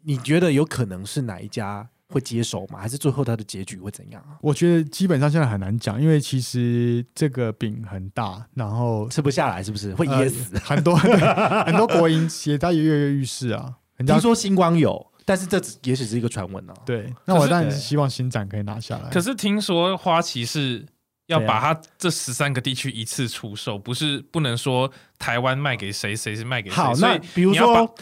[SPEAKER 3] 你觉得有可能是哪一家会接手吗？还是最后它的结局会怎样啊？
[SPEAKER 4] 我觉得基本上现在很难讲，因为其实这个饼很大，然后
[SPEAKER 3] 吃不下来是不是会
[SPEAKER 4] 呃
[SPEAKER 3] 噎死？
[SPEAKER 4] 很多 很多国营企业它也跃跃欲试啊。人家
[SPEAKER 3] 听说星光有，但是这只也许是一个传闻哦。
[SPEAKER 4] 对，那
[SPEAKER 1] 可
[SPEAKER 4] 我
[SPEAKER 1] 是
[SPEAKER 4] 当然是希望新展可以拿下来。
[SPEAKER 1] 可是听说花旗是要
[SPEAKER 3] 对啊
[SPEAKER 1] 把它这十三个地区一次出售，不是不能说台湾卖给谁，谁是卖给谁。
[SPEAKER 3] 好，
[SPEAKER 1] 所
[SPEAKER 3] 那
[SPEAKER 1] 以
[SPEAKER 3] 比如
[SPEAKER 1] 你要
[SPEAKER 3] 说，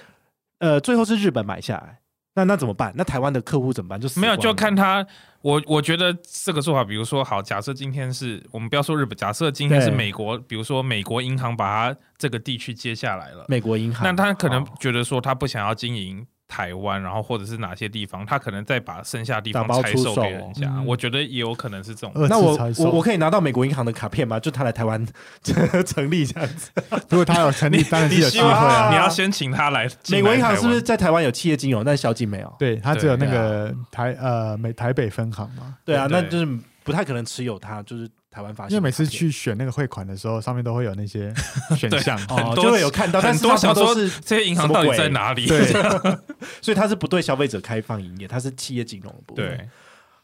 [SPEAKER 3] 呃，最后是日本买下来，那那怎么办？那台湾的客户怎么办？就死
[SPEAKER 1] 没有，
[SPEAKER 3] 光
[SPEAKER 1] 就
[SPEAKER 3] 了
[SPEAKER 1] 看他。我我觉得这个做法，比如说，好，假设今天是我们不要说日本，假设今天是
[SPEAKER 3] 对
[SPEAKER 1] 美国，比如说美国银行把它这个地区接下来了，
[SPEAKER 3] 美国银行，
[SPEAKER 1] 那他可能
[SPEAKER 3] 好
[SPEAKER 1] 觉得说他不想要经营台湾，然后或者是哪些地方，他可能再把剩下地
[SPEAKER 3] 打
[SPEAKER 1] 方
[SPEAKER 3] 包
[SPEAKER 1] 拆
[SPEAKER 3] 出
[SPEAKER 1] 售
[SPEAKER 3] 售呃
[SPEAKER 1] 给人家。
[SPEAKER 4] 嗯
[SPEAKER 1] 我觉得也有可能是这种。
[SPEAKER 4] 二
[SPEAKER 3] 那
[SPEAKER 4] 次
[SPEAKER 3] 我
[SPEAKER 4] 拆售
[SPEAKER 3] 我我可以拿到美国银行的卡片吗？就他来台湾 成立这样子。
[SPEAKER 4] 如果他有 成
[SPEAKER 1] 你
[SPEAKER 4] 立，当然是
[SPEAKER 1] 你
[SPEAKER 4] 有机
[SPEAKER 1] 希
[SPEAKER 4] 会
[SPEAKER 1] 望
[SPEAKER 4] 啊。
[SPEAKER 1] 你要先请他来进
[SPEAKER 3] 美
[SPEAKER 1] 来
[SPEAKER 3] 国银行是不是
[SPEAKER 1] 台湾？
[SPEAKER 3] 在台湾有企业金融，但是小金没有？
[SPEAKER 4] 对他只有那
[SPEAKER 3] 对
[SPEAKER 4] 个台呃美台北分行嘛，
[SPEAKER 3] 对啊，
[SPEAKER 1] 对
[SPEAKER 3] 那就是不太可能持有它，就是台湾发行的卡片。
[SPEAKER 4] 因为每次去选那个汇款的时候，上面都会有 那些选项。
[SPEAKER 3] 哦
[SPEAKER 1] 很多
[SPEAKER 3] 就会有看到，但
[SPEAKER 1] 很
[SPEAKER 3] 是
[SPEAKER 1] 多
[SPEAKER 3] 它
[SPEAKER 1] 想
[SPEAKER 3] 都
[SPEAKER 1] 说
[SPEAKER 3] 是
[SPEAKER 1] 这些银行到
[SPEAKER 3] 什
[SPEAKER 1] 底
[SPEAKER 3] 么鬼
[SPEAKER 1] 在哪里？
[SPEAKER 4] 对，
[SPEAKER 3] 所以它是不对消费者开放营业，它是企业金融的部 分。，
[SPEAKER 1] 对，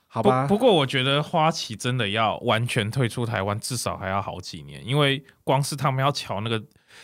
[SPEAKER 3] 好
[SPEAKER 1] 不
[SPEAKER 3] 吧。
[SPEAKER 1] 不过我觉得花旗真的要完全退出台湾，至少还要好几年，因为光是他们要瞧那个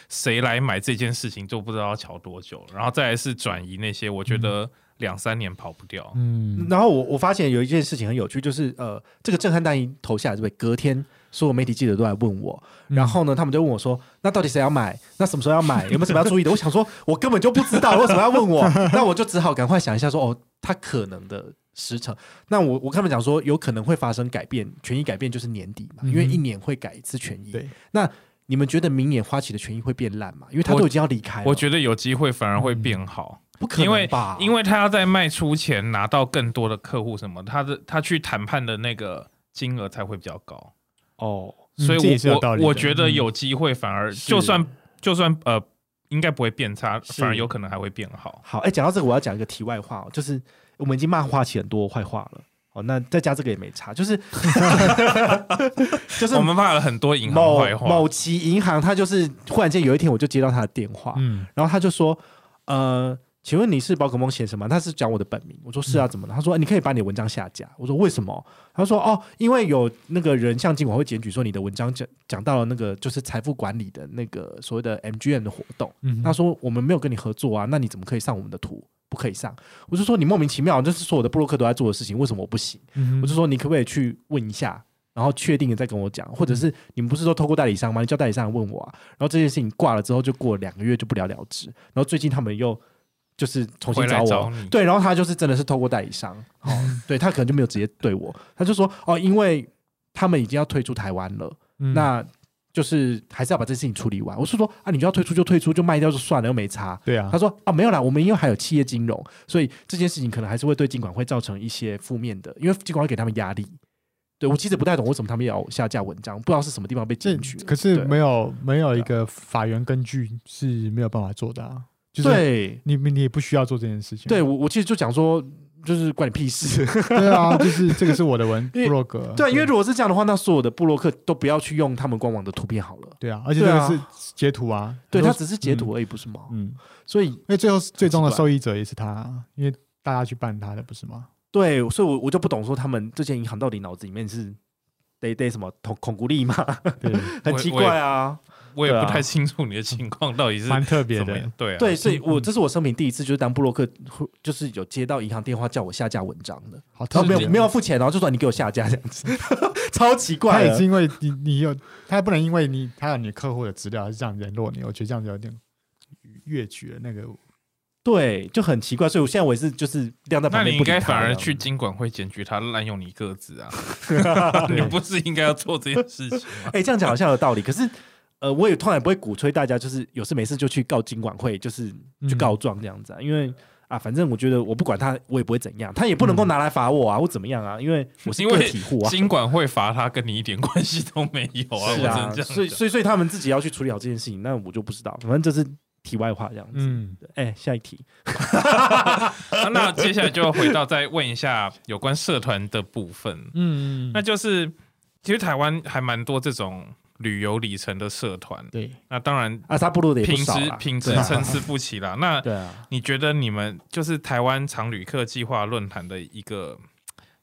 [SPEAKER 1] 谁来买这件事情，就不知道要瞧多久。然后再来是转移那些，我觉得两三年跑不掉。
[SPEAKER 4] 嗯，
[SPEAKER 3] 然后我我发现有一件事情很有趣，就是呃，这个震撼弹一投下来，对不对？隔天所有媒体记者都来问我，
[SPEAKER 1] 嗯
[SPEAKER 3] 然后呢，他们就问我说：“那到底谁要买？那什么时候要买？有没有什么要注意的？”我想说，我根本就不知道，为什么要问 我？那我就只好赶快想一下说，哦，他可能的时程。那我我跟他们讲说，有可能会发生改变，权益改变就是年底嘛，因为
[SPEAKER 4] 嗯哼
[SPEAKER 3] 一年会改一次权益。
[SPEAKER 4] 对，
[SPEAKER 3] 那你们觉得明年花旗的权益会变烂吗？因为他
[SPEAKER 1] 我
[SPEAKER 3] 都已经要离开了，
[SPEAKER 1] 我觉得有机会反而会变好，
[SPEAKER 3] 不可
[SPEAKER 1] 因为
[SPEAKER 3] 能吧？
[SPEAKER 1] 因为他要在卖出前拿到更多的客户，什么他的他去谈判的那个金额才会比较高。
[SPEAKER 3] 哦，
[SPEAKER 4] 嗯
[SPEAKER 1] 所以
[SPEAKER 4] 这也是有
[SPEAKER 1] 我、
[SPEAKER 4] 道理的嗯
[SPEAKER 1] 我我觉得有机会，反而
[SPEAKER 3] 是
[SPEAKER 1] 就算就算呃，应该不会变差，
[SPEAKER 3] 是
[SPEAKER 1] 反而有可能还会变好。
[SPEAKER 3] 好，哎、讲到这个，我要讲一个题外话哦，就是我们已经骂花旗很多坏话了。哦，那再加这个也没差，就是 就是
[SPEAKER 1] 我们骂了很多银行
[SPEAKER 3] 某
[SPEAKER 1] 坏话，
[SPEAKER 3] 某旗银行，他就是忽然间有一天我就接到他的电话，
[SPEAKER 4] 嗯，
[SPEAKER 3] 然后他就说，呃，请问你是宝可梦先生吗？他是讲我的本名，我说是
[SPEAKER 1] 嗯
[SPEAKER 3] 啊，怎么了？他说你可以把你的文章下架，我说为什么？他说哦，因为有那个人向警管会检举说你的文章讲讲到了那个就是财富管理的那个所谓的 MGM 的活动，
[SPEAKER 4] 嗯
[SPEAKER 3] 他说我们没有跟你合作啊，那你怎么可以上我们的图？不可以上，我就说你莫名其妙，这是所有的布洛克都在做的事情，为什么我不行？
[SPEAKER 4] 嗯
[SPEAKER 3] 我就说你可不可以去问一下，然后确定了再跟我讲，或
[SPEAKER 1] 嗯
[SPEAKER 3] 者是你们不是都透过代理商吗？你叫代理商来问我啊。然后这件事情挂了之后，就过了两个月就不了了之。然后最近他们又就是重新
[SPEAKER 1] 回来
[SPEAKER 3] 找我，
[SPEAKER 1] 找嗯你
[SPEAKER 3] 对，然后他就是真的是透过代理商，哦， 对他可能就没有直接对我，他就说哦，因为他们已经要退出台湾了，
[SPEAKER 4] 嗯
[SPEAKER 3] 那。就是还是要把这件事情处理完。我是说啊，你就要退出就退出，就卖掉就算了，又没差。
[SPEAKER 4] 对啊
[SPEAKER 3] 他，说啊，没有啦，我们因为还有企业金融，所以这件事情可能还是会对监管会造成一些负面的，因为监管会给他们压力。对我其实不太懂为什么他们要下架文章，不知道是什么地方被
[SPEAKER 4] 这
[SPEAKER 3] 检举了。
[SPEAKER 4] 可是
[SPEAKER 3] 对啊
[SPEAKER 4] 没有没有一个法源根据是没有办法做的啊，就是
[SPEAKER 3] 对
[SPEAKER 4] 你你也不需要做这件事情。
[SPEAKER 3] 对，我我其实就讲说，就是关你屁 事。
[SPEAKER 4] 对啊，就是这个是我的文
[SPEAKER 3] 因为
[SPEAKER 4] 部落格，
[SPEAKER 3] 对，啊因为如果是这样的话，那所有的布洛克都不要去用他们官网的图片好了。
[SPEAKER 4] 对啊，而且这
[SPEAKER 3] 对啊
[SPEAKER 4] 个是截图啊，
[SPEAKER 3] 对，
[SPEAKER 4] 他
[SPEAKER 3] 它只是截图而已，不是吗？
[SPEAKER 4] 嗯，
[SPEAKER 3] 所以
[SPEAKER 4] 因为最后最终的
[SPEAKER 3] 奇怪
[SPEAKER 4] 受益者也是他啊，因为大家去办他的不是 吗？
[SPEAKER 3] 对，所以我我就不懂说他们这些银行到底脑子里面是得得什么恐恐怖力嘛，
[SPEAKER 4] 对，
[SPEAKER 3] 很
[SPEAKER 1] 我
[SPEAKER 3] 奇
[SPEAKER 1] 我也
[SPEAKER 3] 怪啊。
[SPEAKER 1] 我也
[SPEAKER 3] 对
[SPEAKER 1] 不
[SPEAKER 3] 啊
[SPEAKER 1] 太清楚你的情况到底是
[SPEAKER 4] 蛮特别
[SPEAKER 1] 怎么
[SPEAKER 4] 的
[SPEAKER 1] 样。。对啊，
[SPEAKER 3] 对，所以我这是我生平第一次，就是当布洛克，就是有接到银行电话叫我下架文章的，
[SPEAKER 4] 好特
[SPEAKER 3] 然后没
[SPEAKER 4] 别
[SPEAKER 3] 有
[SPEAKER 4] 哦，
[SPEAKER 3] 没有付钱，然后就说你给我下架这样子， 超奇怪
[SPEAKER 4] 他也
[SPEAKER 3] 的
[SPEAKER 4] 是。因为你你有，他也不能因为你他有你客户的资料，还是这样联络你，我觉得这样子有点越举了那个
[SPEAKER 3] 对，就很奇怪，所以我现在我也是就是晾在旁
[SPEAKER 1] 那
[SPEAKER 3] 边，
[SPEAKER 1] 你应该反而 去。经管会检举他滥用你个子 啊！ 你不是应该要做这件事情吗？
[SPEAKER 3] 哎、这样讲好像有道理，可是呃，我也通常也不会鼓吹大家就是有事没事就去告经管会，就是
[SPEAKER 4] 嗯
[SPEAKER 3] 去告状这样
[SPEAKER 1] 嗯
[SPEAKER 3] 子啊，因为。啊，反正我觉得我不管他，我也不会怎样，他也不能够拿来罚我啊，或怎么样啊，因为 我是
[SPEAKER 1] 因
[SPEAKER 3] 个
[SPEAKER 1] 为
[SPEAKER 3] 体户啊，
[SPEAKER 1] 经管会罚他，跟你一点关系都没有啊！
[SPEAKER 3] 是
[SPEAKER 1] 我
[SPEAKER 3] 啊，
[SPEAKER 1] 只能这
[SPEAKER 3] 所
[SPEAKER 1] 样
[SPEAKER 3] 以
[SPEAKER 1] 讲。
[SPEAKER 3] 所以所以他们自己要去处理好这件事情，那我就不知道，反正这是题外话这样子。
[SPEAKER 4] 嗯，
[SPEAKER 3] 对哎、下一题，
[SPEAKER 1] 啊那接下来就回到再问一下有关社团的部分，
[SPEAKER 4] 嗯，
[SPEAKER 1] 那就是其实台湾还蛮多这种旅游里程的社团，
[SPEAKER 4] 对，
[SPEAKER 1] 那当然
[SPEAKER 3] 阿萨布鲁的也啊不
[SPEAKER 1] 品
[SPEAKER 3] 少
[SPEAKER 1] 质
[SPEAKER 3] 啦
[SPEAKER 1] 品质
[SPEAKER 3] 对啊
[SPEAKER 1] 参差不齐啦。那
[SPEAKER 3] 对啊，
[SPEAKER 1] 你觉得你们就是台湾常旅客计划论坛的一个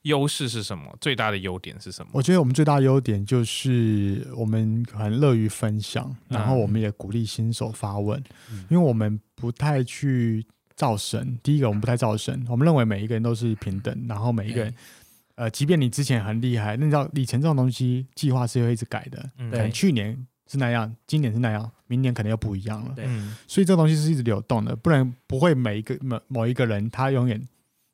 [SPEAKER 1] 优势是什么？最大的优点是什么？
[SPEAKER 4] 我觉得我们最大的优点就是我们很乐于分享，
[SPEAKER 1] 嗯
[SPEAKER 4] 然后我们也鼓励新手发问，
[SPEAKER 3] 嗯
[SPEAKER 4] 因为我们不太去造神。第一个，我们不太造神，我们认为每一个人都是平等，然后每一个人，呃，即便你之前很厉害，那你知道里程这种东西，计划是会一直改的，
[SPEAKER 1] 嗯
[SPEAKER 4] 可能去年是那样，今年是那样，明年可能又不一样了。
[SPEAKER 3] 对
[SPEAKER 1] 嗯
[SPEAKER 4] 所以这个东西是一直流动的，不然不会每一个某某一个人他永远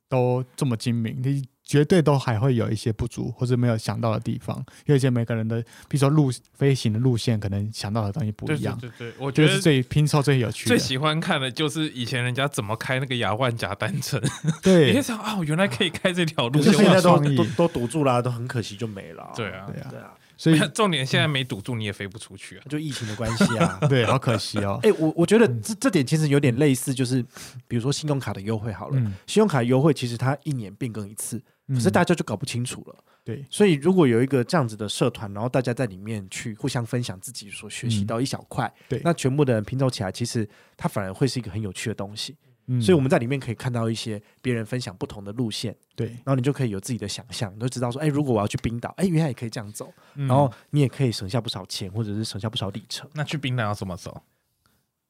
[SPEAKER 4] 都这么精明，你绝对都还会有一些不足或者没有想到的地方，因为现在每个人的，比如说路飞行的路线，可能想到的东西不
[SPEAKER 1] 对
[SPEAKER 4] 一
[SPEAKER 1] 对
[SPEAKER 4] 样。
[SPEAKER 1] 对对，我觉
[SPEAKER 4] 这个
[SPEAKER 1] 得
[SPEAKER 4] 是最拼凑最有趣的
[SPEAKER 1] 最，喜欢看的就是以前人家怎么开那个牙万甲单程， 你就
[SPEAKER 4] 对
[SPEAKER 1] 想啊，我原来可以开这条路
[SPEAKER 3] 可
[SPEAKER 4] 就是
[SPEAKER 1] 线。
[SPEAKER 3] 现
[SPEAKER 1] 我
[SPEAKER 3] 在都
[SPEAKER 4] 创意
[SPEAKER 3] 都都堵住了啊、都很可惜就没了、
[SPEAKER 1] 对，啊，
[SPEAKER 4] 对啊
[SPEAKER 3] 对，啊，
[SPEAKER 4] 所以
[SPEAKER 1] 重点现在没堵住，你也飞不出去啊。
[SPEAKER 3] 就疫情的关系啊。
[SPEAKER 4] 对，好可惜 哦。
[SPEAKER 3] 哎、我我觉得这这点其实有点类似，就是比如说信用卡的优惠好了，
[SPEAKER 4] 嗯，
[SPEAKER 3] 信用卡优惠其实它一年变更一次，可是大家就搞不清楚了。
[SPEAKER 4] 对
[SPEAKER 3] 所以如果有一个这样子的社团，然后大家在里面去互相分享自己所学习到一小块，
[SPEAKER 4] 嗯对
[SPEAKER 3] 那全部的人拼凑起来，其实它反而会是一个很有趣的东西。
[SPEAKER 4] 嗯
[SPEAKER 3] 所以我们在里面可以看到一些别人分享不同的路线，
[SPEAKER 4] 对，
[SPEAKER 3] 然后你就可以有自己的想象，你就知道说，哎，如果我要去冰岛，哎，原来也可以这样走，
[SPEAKER 1] 嗯
[SPEAKER 4] 然
[SPEAKER 3] 然后你也可以省下不少钱，或者是省下不少 里程。
[SPEAKER 1] 那去冰岛要怎么走？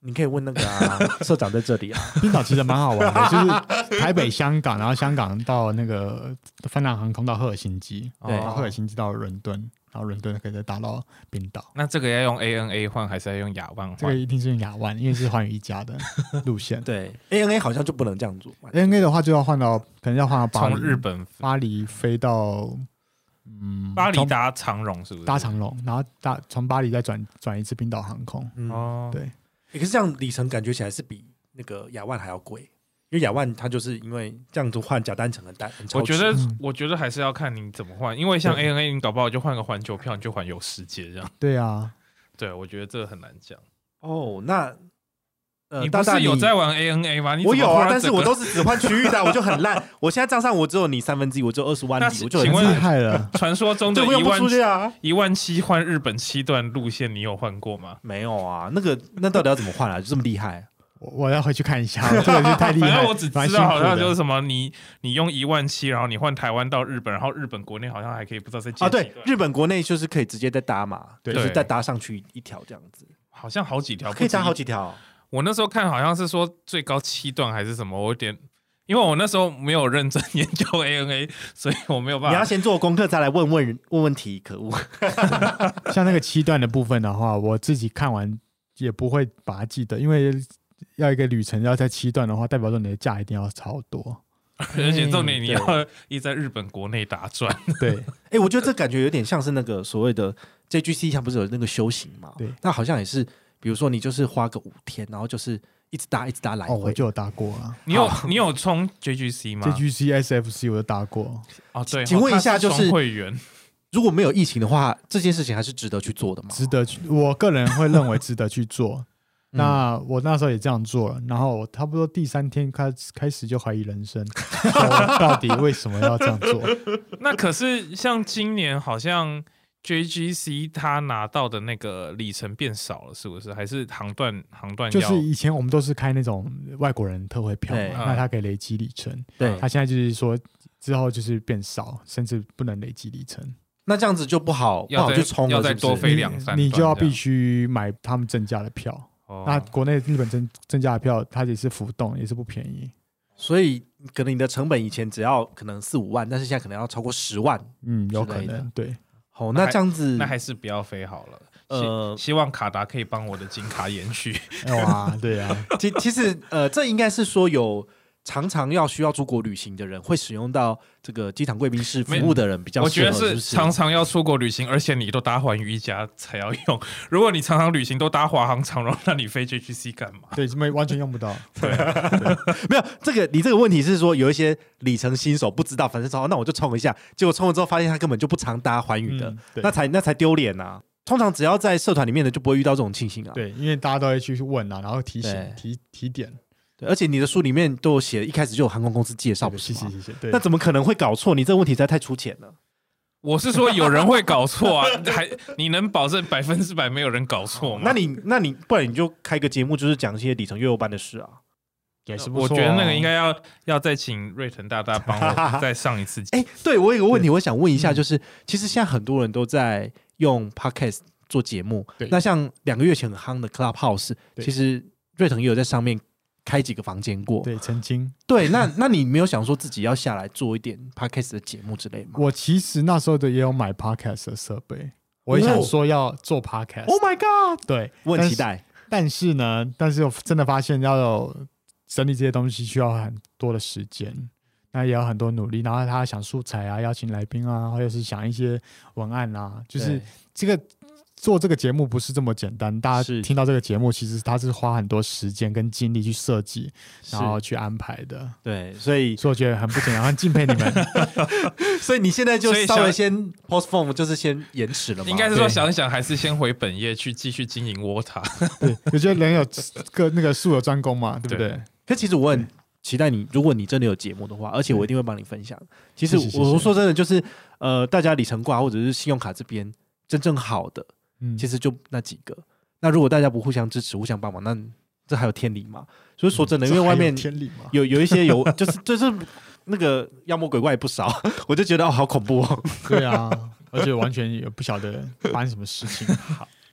[SPEAKER 3] 你可以问那个啊，社长在这里啊，
[SPEAKER 4] 冰岛其实蛮好玩的，就是台北、香港，然后香港到那个芬兰航空到赫尔辛基，
[SPEAKER 3] 对
[SPEAKER 4] 然后
[SPEAKER 1] 哦
[SPEAKER 4] 赫尔辛基到伦敦，然后伦敦可以再打到冰岛。
[SPEAKER 1] 那这个要用 ANA 换，还是要用雅万
[SPEAKER 4] 这个
[SPEAKER 1] 换？
[SPEAKER 4] 一定是用雅万，因为是寰宇一家的路线。
[SPEAKER 3] 对，ANA 好像就不能这样做嘛。
[SPEAKER 4] ANA 的话就要换到，可能要换到巴黎
[SPEAKER 1] 从日本
[SPEAKER 4] 巴黎飞到嗯
[SPEAKER 1] 巴黎
[SPEAKER 4] 从
[SPEAKER 1] 搭长荣是不是？
[SPEAKER 4] 搭长龙，然后搭从巴黎再转转一次冰岛航空。
[SPEAKER 3] 嗯，
[SPEAKER 1] 哦，
[SPEAKER 4] 对
[SPEAKER 3] 欸可是这样里程感觉起来是比那个亚万还要贵，因为亚万它就是因为这样子换假单程很单，很超
[SPEAKER 1] 我觉得
[SPEAKER 4] 超
[SPEAKER 3] 嗯
[SPEAKER 4] 值，
[SPEAKER 1] 我觉得还是要看你怎么换，因为像
[SPEAKER 4] 对
[SPEAKER 1] ANA，你搞不好就换个环球票，你就环游世界 这样。
[SPEAKER 4] 对啊，
[SPEAKER 1] 对，我觉得这个很难讲。
[SPEAKER 3] 哦，那呃
[SPEAKER 1] 你不
[SPEAKER 3] 大大
[SPEAKER 1] 是有在玩 ANA 吗？你
[SPEAKER 3] 我有啊，但
[SPEAKER 1] 怎么忽然整个
[SPEAKER 3] 是我都是只换区域的啊，我就很烂。我现在账上我只有你三分之一，我只有二十万
[SPEAKER 1] 那
[SPEAKER 3] 里，
[SPEAKER 1] 是
[SPEAKER 3] 我就很
[SPEAKER 1] 请问。
[SPEAKER 4] 厉
[SPEAKER 3] 烂，
[SPEAKER 4] 害了
[SPEAKER 1] 传说中的
[SPEAKER 3] 这我
[SPEAKER 1] 一
[SPEAKER 3] 用不
[SPEAKER 1] 万
[SPEAKER 3] 出去啊。
[SPEAKER 1] 一万七换日本七段路线，你有换过吗？
[SPEAKER 3] 没有啊，那个那到底要怎么换啊？就这么厉害？
[SPEAKER 4] 我我要回去看一下，这个是太厉 害。
[SPEAKER 1] 反正我只
[SPEAKER 4] 蛮
[SPEAKER 1] 知
[SPEAKER 4] 辛
[SPEAKER 1] 道，
[SPEAKER 4] 苦
[SPEAKER 1] 好像
[SPEAKER 4] 的
[SPEAKER 1] 就是什么你你用一万七，然后你换台湾到日本，然后日本国内好像还可以不知道再接
[SPEAKER 3] 啊，
[SPEAKER 1] 几
[SPEAKER 3] 对，
[SPEAKER 1] 段
[SPEAKER 3] 日本国内就是可以直接再搭嘛，
[SPEAKER 4] 对
[SPEAKER 3] 就是再搭上去一条这样子，
[SPEAKER 1] 好像好几条，
[SPEAKER 3] 可以
[SPEAKER 1] 不止
[SPEAKER 3] 搭
[SPEAKER 1] 一
[SPEAKER 3] 好几条哦。
[SPEAKER 1] 我那时候看好像是说最高七段还是什么，我有点，因为我那时候没有认真研究 ANA，所以我没有办
[SPEAKER 3] 你要
[SPEAKER 1] 法。
[SPEAKER 3] 先做功课再来问问人问问题，可恶。
[SPEAKER 4] 像那个七段的部分的话，我自己看完也不会把它记得，因为要一个旅程要在七段的话，代表说你的假一定要超多。
[SPEAKER 1] 而且重点
[SPEAKER 3] 嗯
[SPEAKER 1] 你
[SPEAKER 3] 对
[SPEAKER 1] 要一直在日本国内打转，
[SPEAKER 4] 对，
[SPEAKER 3] 哎、我觉得这感觉有点像是那个所谓的 JGC，它不是有那个修行嘛？
[SPEAKER 4] 对
[SPEAKER 3] 那好像也是，比如说你就是花个五天，然后就是一直搭一直搭来
[SPEAKER 4] 哦，我
[SPEAKER 3] 回。
[SPEAKER 4] 就有搭过啊
[SPEAKER 1] 你有你有充 JGC 吗？
[SPEAKER 4] ，JGC、SFC 我都搭过。
[SPEAKER 1] 哦，对，
[SPEAKER 3] 请问一下
[SPEAKER 1] 它
[SPEAKER 3] 就是
[SPEAKER 1] 充会员
[SPEAKER 3] 如果没有疫情的话，这件事情还是值得去做的嘛？
[SPEAKER 4] 值得去，我个人会认为值得去 做。
[SPEAKER 3] 嗯
[SPEAKER 4] 那我那时候也这样做了，然后我差不多第三天开开始就怀疑人 生，说我到底为什么要这样做？
[SPEAKER 1] 那可是像今年好像 JGC 他拿到的那个里程变少了，是不是？还是航段航段
[SPEAKER 4] 就
[SPEAKER 1] 要
[SPEAKER 4] 是以前我们都是开那种外国人特惠票
[SPEAKER 3] 对
[SPEAKER 4] 嘛，那
[SPEAKER 1] 啊
[SPEAKER 4] 它可以累积里
[SPEAKER 1] 嗯
[SPEAKER 4] 程，
[SPEAKER 3] 对
[SPEAKER 4] 他现在就是说之后就是变少，甚至不能累积里程，
[SPEAKER 3] 那这样子就不好不
[SPEAKER 1] 要
[SPEAKER 3] 好
[SPEAKER 1] 再
[SPEAKER 3] 去冲
[SPEAKER 1] 要
[SPEAKER 3] 了，
[SPEAKER 1] 再
[SPEAKER 3] 是不是
[SPEAKER 1] 多飞两三
[SPEAKER 4] 你你就要
[SPEAKER 1] 段这样
[SPEAKER 4] 必须买他们正价的票。
[SPEAKER 1] 哦
[SPEAKER 4] 那国内日本正正价的票，它也是浮动，也是不便宜。
[SPEAKER 3] 所以可能你的成本以前只要可能四五万，但是现在可能要超过十万。
[SPEAKER 4] 嗯，有
[SPEAKER 3] 之
[SPEAKER 4] 可
[SPEAKER 3] 类的
[SPEAKER 4] 能对。
[SPEAKER 3] 哦，
[SPEAKER 1] 那
[SPEAKER 3] 那
[SPEAKER 1] 还
[SPEAKER 3] 这样子
[SPEAKER 1] 那还是不要飞好了。
[SPEAKER 2] 呃，
[SPEAKER 1] 希望卡达可以帮我的金卡延 续。
[SPEAKER 4] 哇，对 啊，
[SPEAKER 3] 其其实呃，这应该是说有常常要需要出国旅行的人会使用到这个机场贵宾室服务的人比较
[SPEAKER 1] 我
[SPEAKER 3] 适
[SPEAKER 1] 觉
[SPEAKER 3] 合，
[SPEAKER 1] 得
[SPEAKER 3] 是不是
[SPEAKER 1] 常常要出国旅行，而且你都搭环宇一家才要用。如果你常常旅行都搭华航、长荣，那你飞 JGC 干嘛？
[SPEAKER 4] 对，没完全用不到。
[SPEAKER 3] 没有这个，你这个问题是说有一些里程新手不知道，反正说哦那我就冲一下，结果冲了之后发现他根本就不常搭环宇的，
[SPEAKER 4] 嗯对
[SPEAKER 3] 那才那才丢脸呐。通常只要在社团里面的就不会遇到这种庆幸啊。
[SPEAKER 4] 对，因为大家都会去问啊，然后提
[SPEAKER 3] 对
[SPEAKER 4] 醒、提提点。
[SPEAKER 3] 对，而且你的书里面都有写，一开始就有航空公司介绍，不是
[SPEAKER 4] 谢谢
[SPEAKER 3] 吗？
[SPEAKER 4] 谢谢。对
[SPEAKER 3] 那，怎么可能会搞错？你这个问题实在太粗浅了。
[SPEAKER 1] 我是说有人会搞错啊， 还你能保证百分之百没有人搞错吗？
[SPEAKER 3] 哦那你那你不然你就开个节目，就是讲一些里程越右班的事啊。
[SPEAKER 4] 也是不
[SPEAKER 1] 我
[SPEAKER 4] 错
[SPEAKER 1] 觉
[SPEAKER 4] 啊
[SPEAKER 1] 得那个应该要要再请瑞腾大大帮我再上一次节目。
[SPEAKER 3] 哎，对我有个问题，我想问一下，就是、其实现在很多人都在用 podcast 做节目
[SPEAKER 4] 对，
[SPEAKER 3] 那像两个月前很夯的 Clubhouse，
[SPEAKER 4] 对
[SPEAKER 3] 其实瑞腾也有在上面开几个房间过。
[SPEAKER 4] 对，曾经
[SPEAKER 3] 对，那那你没有想说自己要下来做一点 podcast 的节目之类吗
[SPEAKER 4] 我其实那时候的也有买 podcast 的设备，我也想说要做 podcast。
[SPEAKER 3] ？Oh my god！
[SPEAKER 4] 对，
[SPEAKER 3] 我很
[SPEAKER 4] 但
[SPEAKER 3] 期
[SPEAKER 4] 是。
[SPEAKER 3] 待。
[SPEAKER 4] 但是呢，但是我真的发现要有整理这些东西需要很多的时间，那也有很多努力。然后他想素材啊，邀请来宾啊，或者是想一些文案啊，就是
[SPEAKER 3] 对
[SPEAKER 4] 这个做这个节目不是这么简单。大
[SPEAKER 3] 是
[SPEAKER 4] 家听到这个节目，其实他是花很多时间跟精力去设计，
[SPEAKER 3] 是
[SPEAKER 4] 然后去安排的。
[SPEAKER 3] 对，所以
[SPEAKER 4] 所以我觉得很不简单，很敬佩你 们。
[SPEAKER 3] 所以你现在就
[SPEAKER 1] 所以
[SPEAKER 3] 稍微
[SPEAKER 1] 小
[SPEAKER 3] 先 postpone，就是先延迟 了吗？
[SPEAKER 1] 应该是说
[SPEAKER 4] 对
[SPEAKER 1] 想一想，还是先回本业去继续经营 Water。
[SPEAKER 4] 对，我觉得人有各那个术有专攻嘛，对不
[SPEAKER 1] 对
[SPEAKER 4] 对？
[SPEAKER 3] 可其实我很期待你，如果你真的有节目的话，而且我一定会帮你分享。其实
[SPEAKER 4] 谢谢
[SPEAKER 3] 我
[SPEAKER 4] 谢
[SPEAKER 3] 我
[SPEAKER 4] 谢
[SPEAKER 3] 说真的，就是呃，大家里程挂或者是信用卡这边真正好的，
[SPEAKER 4] 嗯，
[SPEAKER 3] 其实就那几个。那如果大家不互相支持、互相帮忙，那这还有天理吗？所以说真的，因为
[SPEAKER 4] 嗯这还
[SPEAKER 3] 外
[SPEAKER 4] 有
[SPEAKER 3] 面
[SPEAKER 4] 天理嘛，
[SPEAKER 3] 有有一些有， 就是就是那个妖魔鬼怪不少， 我就觉得哦，好恐怖哦。
[SPEAKER 4] 对啊，而且完全也不晓得发生什么事情。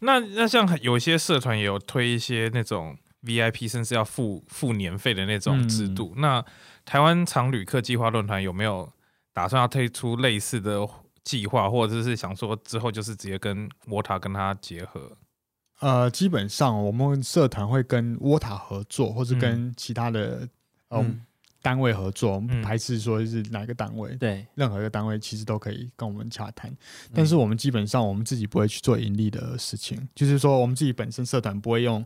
[SPEAKER 1] 那那像有些社团也有推一些那种 VIP，甚至要付付年费的那种制度。
[SPEAKER 4] 嗯
[SPEAKER 1] 那台湾常旅客计划论坛有没有打算要推出类似的计划，或者是想说之后就是直接跟 Water 跟它结合？
[SPEAKER 4] 呃，基本上我们社团会跟沃塔合作，或是跟其他的 嗯
[SPEAKER 3] 嗯
[SPEAKER 4] 单位合作，我们
[SPEAKER 1] 嗯
[SPEAKER 4] 不排斥说是哪个单位，
[SPEAKER 3] 对，
[SPEAKER 4] 任何一个单位其实都可以跟我们洽谈。
[SPEAKER 3] 嗯
[SPEAKER 4] 但
[SPEAKER 1] 嗯
[SPEAKER 4] 是我们基本上我们自己不会去做盈利的事情，就是说我们自己本身社团不会用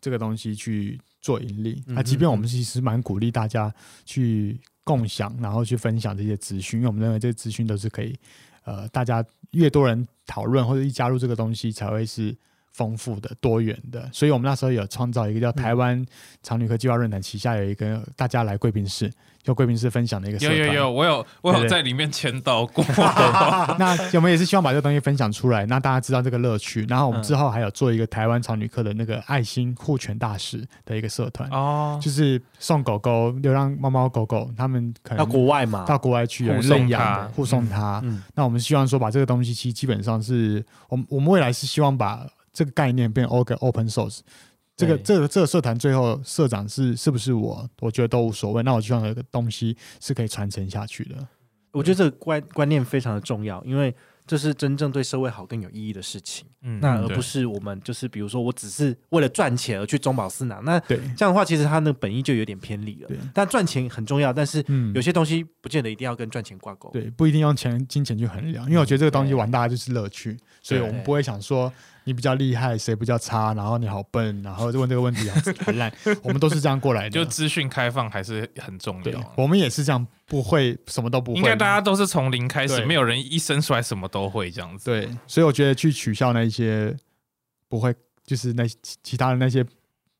[SPEAKER 4] 这个东西去做盈利。
[SPEAKER 3] 嗯
[SPEAKER 4] 啊，即便我们其实蛮鼓励大家去共享，然后去分享这些资讯，因为我们认为这些资讯都是可以，呃，大家越多人讨论或者一加入这个东西才会是。丰富的、多元的，所以我们那时候有创造一
[SPEAKER 1] 嗯
[SPEAKER 4] 个叫台湾长旅客计划论坛，旗下有一个大家来贵宾室，就贵宾室分享的一个社
[SPEAKER 1] 有
[SPEAKER 4] 团。
[SPEAKER 1] 有有，我有我有
[SPEAKER 4] 对对
[SPEAKER 1] 在里面签到 过。
[SPEAKER 4] 那我们也是希望把这个东西分享出来，那大家知道这个乐趣。然后我们之后还有做一个台湾潮女客的那个爱心护犬大使的一个社团，
[SPEAKER 1] 哦，
[SPEAKER 4] 就是送狗狗、流浪猫猫、狗狗，他们可
[SPEAKER 3] 到
[SPEAKER 4] 能
[SPEAKER 3] 国外嘛，
[SPEAKER 4] 到国外去有人
[SPEAKER 1] 护送
[SPEAKER 4] 认
[SPEAKER 1] 它
[SPEAKER 4] 养的，护送它。
[SPEAKER 3] 嗯，
[SPEAKER 4] 那我们希望说把这个东西，其实基本上是我们我们未来是希望把这个概念变 open open source。这个
[SPEAKER 3] 对
[SPEAKER 4] 这个这个社团最后社长是是不是我，我觉得都无所谓。那我希望有一个东西是可以传承下去的。
[SPEAKER 3] 我觉得这个观观念非常的重要，因为这是真正对社会好更有意义的事情。
[SPEAKER 1] 嗯
[SPEAKER 3] 那而不
[SPEAKER 1] 对
[SPEAKER 3] 是我们就是比如说我只是为了赚钱而去中饱私囊，那
[SPEAKER 4] 对，
[SPEAKER 3] 这样的话其实他那个本意就有点偏离了
[SPEAKER 4] 对。
[SPEAKER 3] 但赚钱很重要，但是
[SPEAKER 4] 嗯
[SPEAKER 3] 有些东西不见得一定要跟赚钱挂钩。
[SPEAKER 4] 对，不一定用钱金钱去衡量，因为我觉
[SPEAKER 1] 嗯
[SPEAKER 4] 得这个东西
[SPEAKER 3] 对
[SPEAKER 4] 玩大家就是乐趣，所以我们不会想说你比较厉害，谁比较差，然后你好笨，然后就问这个问题好很 烂，我们都是这样过来的。
[SPEAKER 1] 就资讯开放还是很重
[SPEAKER 4] 对
[SPEAKER 1] 要。，
[SPEAKER 4] 我们也是这样，不会什么都不会。
[SPEAKER 1] 应该大家都是从零开始，
[SPEAKER 4] 对
[SPEAKER 1] 没有人一生出来什么都会这样子。
[SPEAKER 4] 对，所以我觉得去取笑那一些不会，就是那其其他的那些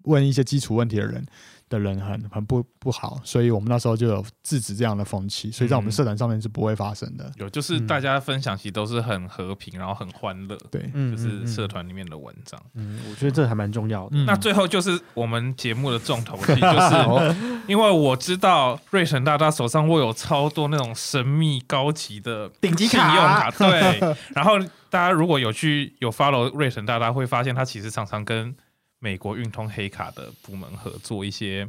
[SPEAKER 4] 问一些基础问题的人的人很很不不好，所以我们那时候就有制止这样的风气，所以在我们
[SPEAKER 1] 嗯
[SPEAKER 4] 社团上面是不会发生的。
[SPEAKER 1] 有就是
[SPEAKER 4] 嗯
[SPEAKER 1] 大家分享其实都是很和平，然后很欢乐，
[SPEAKER 4] 对，
[SPEAKER 3] 嗯，嗯
[SPEAKER 1] 就是社。团里面的文章。
[SPEAKER 3] 嗯，嗯我觉得这还蛮重要的。
[SPEAKER 1] 那
[SPEAKER 4] 嗯
[SPEAKER 1] 最后就是我们节目的重 头戏，就是因为我知道瑞神大大手上握有超多那种神秘高级的
[SPEAKER 3] 顶级
[SPEAKER 1] 信
[SPEAKER 3] 卡
[SPEAKER 1] 用卡， 对。然后大家如果有去有 follow 瑞神大大，会发现他其实常常跟美国运通黑卡的部门合作一些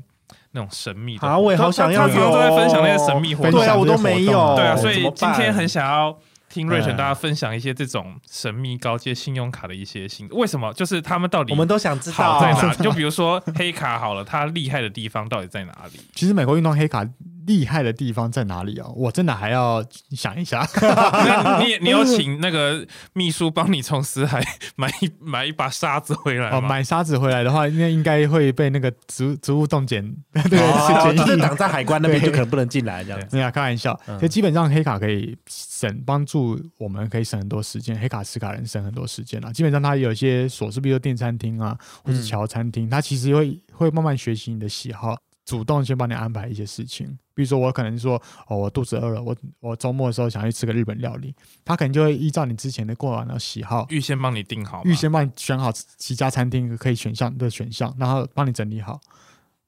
[SPEAKER 1] 那种神秘的
[SPEAKER 3] 啊，我也好想要
[SPEAKER 1] 他常常都在
[SPEAKER 3] 有
[SPEAKER 1] 分享那些神秘活动
[SPEAKER 3] 对啊，我都没有。
[SPEAKER 4] 分享这些活动啊
[SPEAKER 1] 对啊，所
[SPEAKER 3] 怎
[SPEAKER 1] 以
[SPEAKER 3] 么
[SPEAKER 1] 今
[SPEAKER 3] 办哎
[SPEAKER 1] 天很想要听瑞全
[SPEAKER 4] 嗯
[SPEAKER 1] 大家分享一些这种神秘高阶信用卡的一些心，为什么？就是他们到底
[SPEAKER 3] 我们都想知道
[SPEAKER 1] 好在 哪？ 就比如说黑卡好了，它厉害的地方到底在哪里？
[SPEAKER 4] 其实美国运动黑卡厉害的地方在哪里啊？我真的还要想一下。
[SPEAKER 1] 那你你有请那个秘书帮你从死海买一买一把沙子回来
[SPEAKER 4] 哦，
[SPEAKER 1] 吗？
[SPEAKER 4] 买沙子回来的话，那应该会被那个植物植物冻检这个
[SPEAKER 3] 哦，
[SPEAKER 4] 检
[SPEAKER 3] 就是
[SPEAKER 4] 疫。
[SPEAKER 3] 挡在海关那边
[SPEAKER 4] 对
[SPEAKER 3] 就可能不能进来这样子。
[SPEAKER 4] 对啊，开玩笑。
[SPEAKER 3] 嗯
[SPEAKER 4] 所以基本上黑卡可以省，帮助我们可以省很多时间。黑卡持卡人省很多时间啊。基本上它有一些琐事，比如说订餐厅啊，或是
[SPEAKER 3] 嗯
[SPEAKER 4] 乔餐厅，它其实会会慢慢学习你的喜好，主动先帮你安排一些事情。比如说我可能说，哦，我肚子饿了，我我周末的时候想去吃个日本料理，它可能就会依照你之前的过往的喜好，
[SPEAKER 1] 预先帮你定好吗，
[SPEAKER 4] 预先帮你选好几家餐厅可以选项的选项，然后帮你整理好。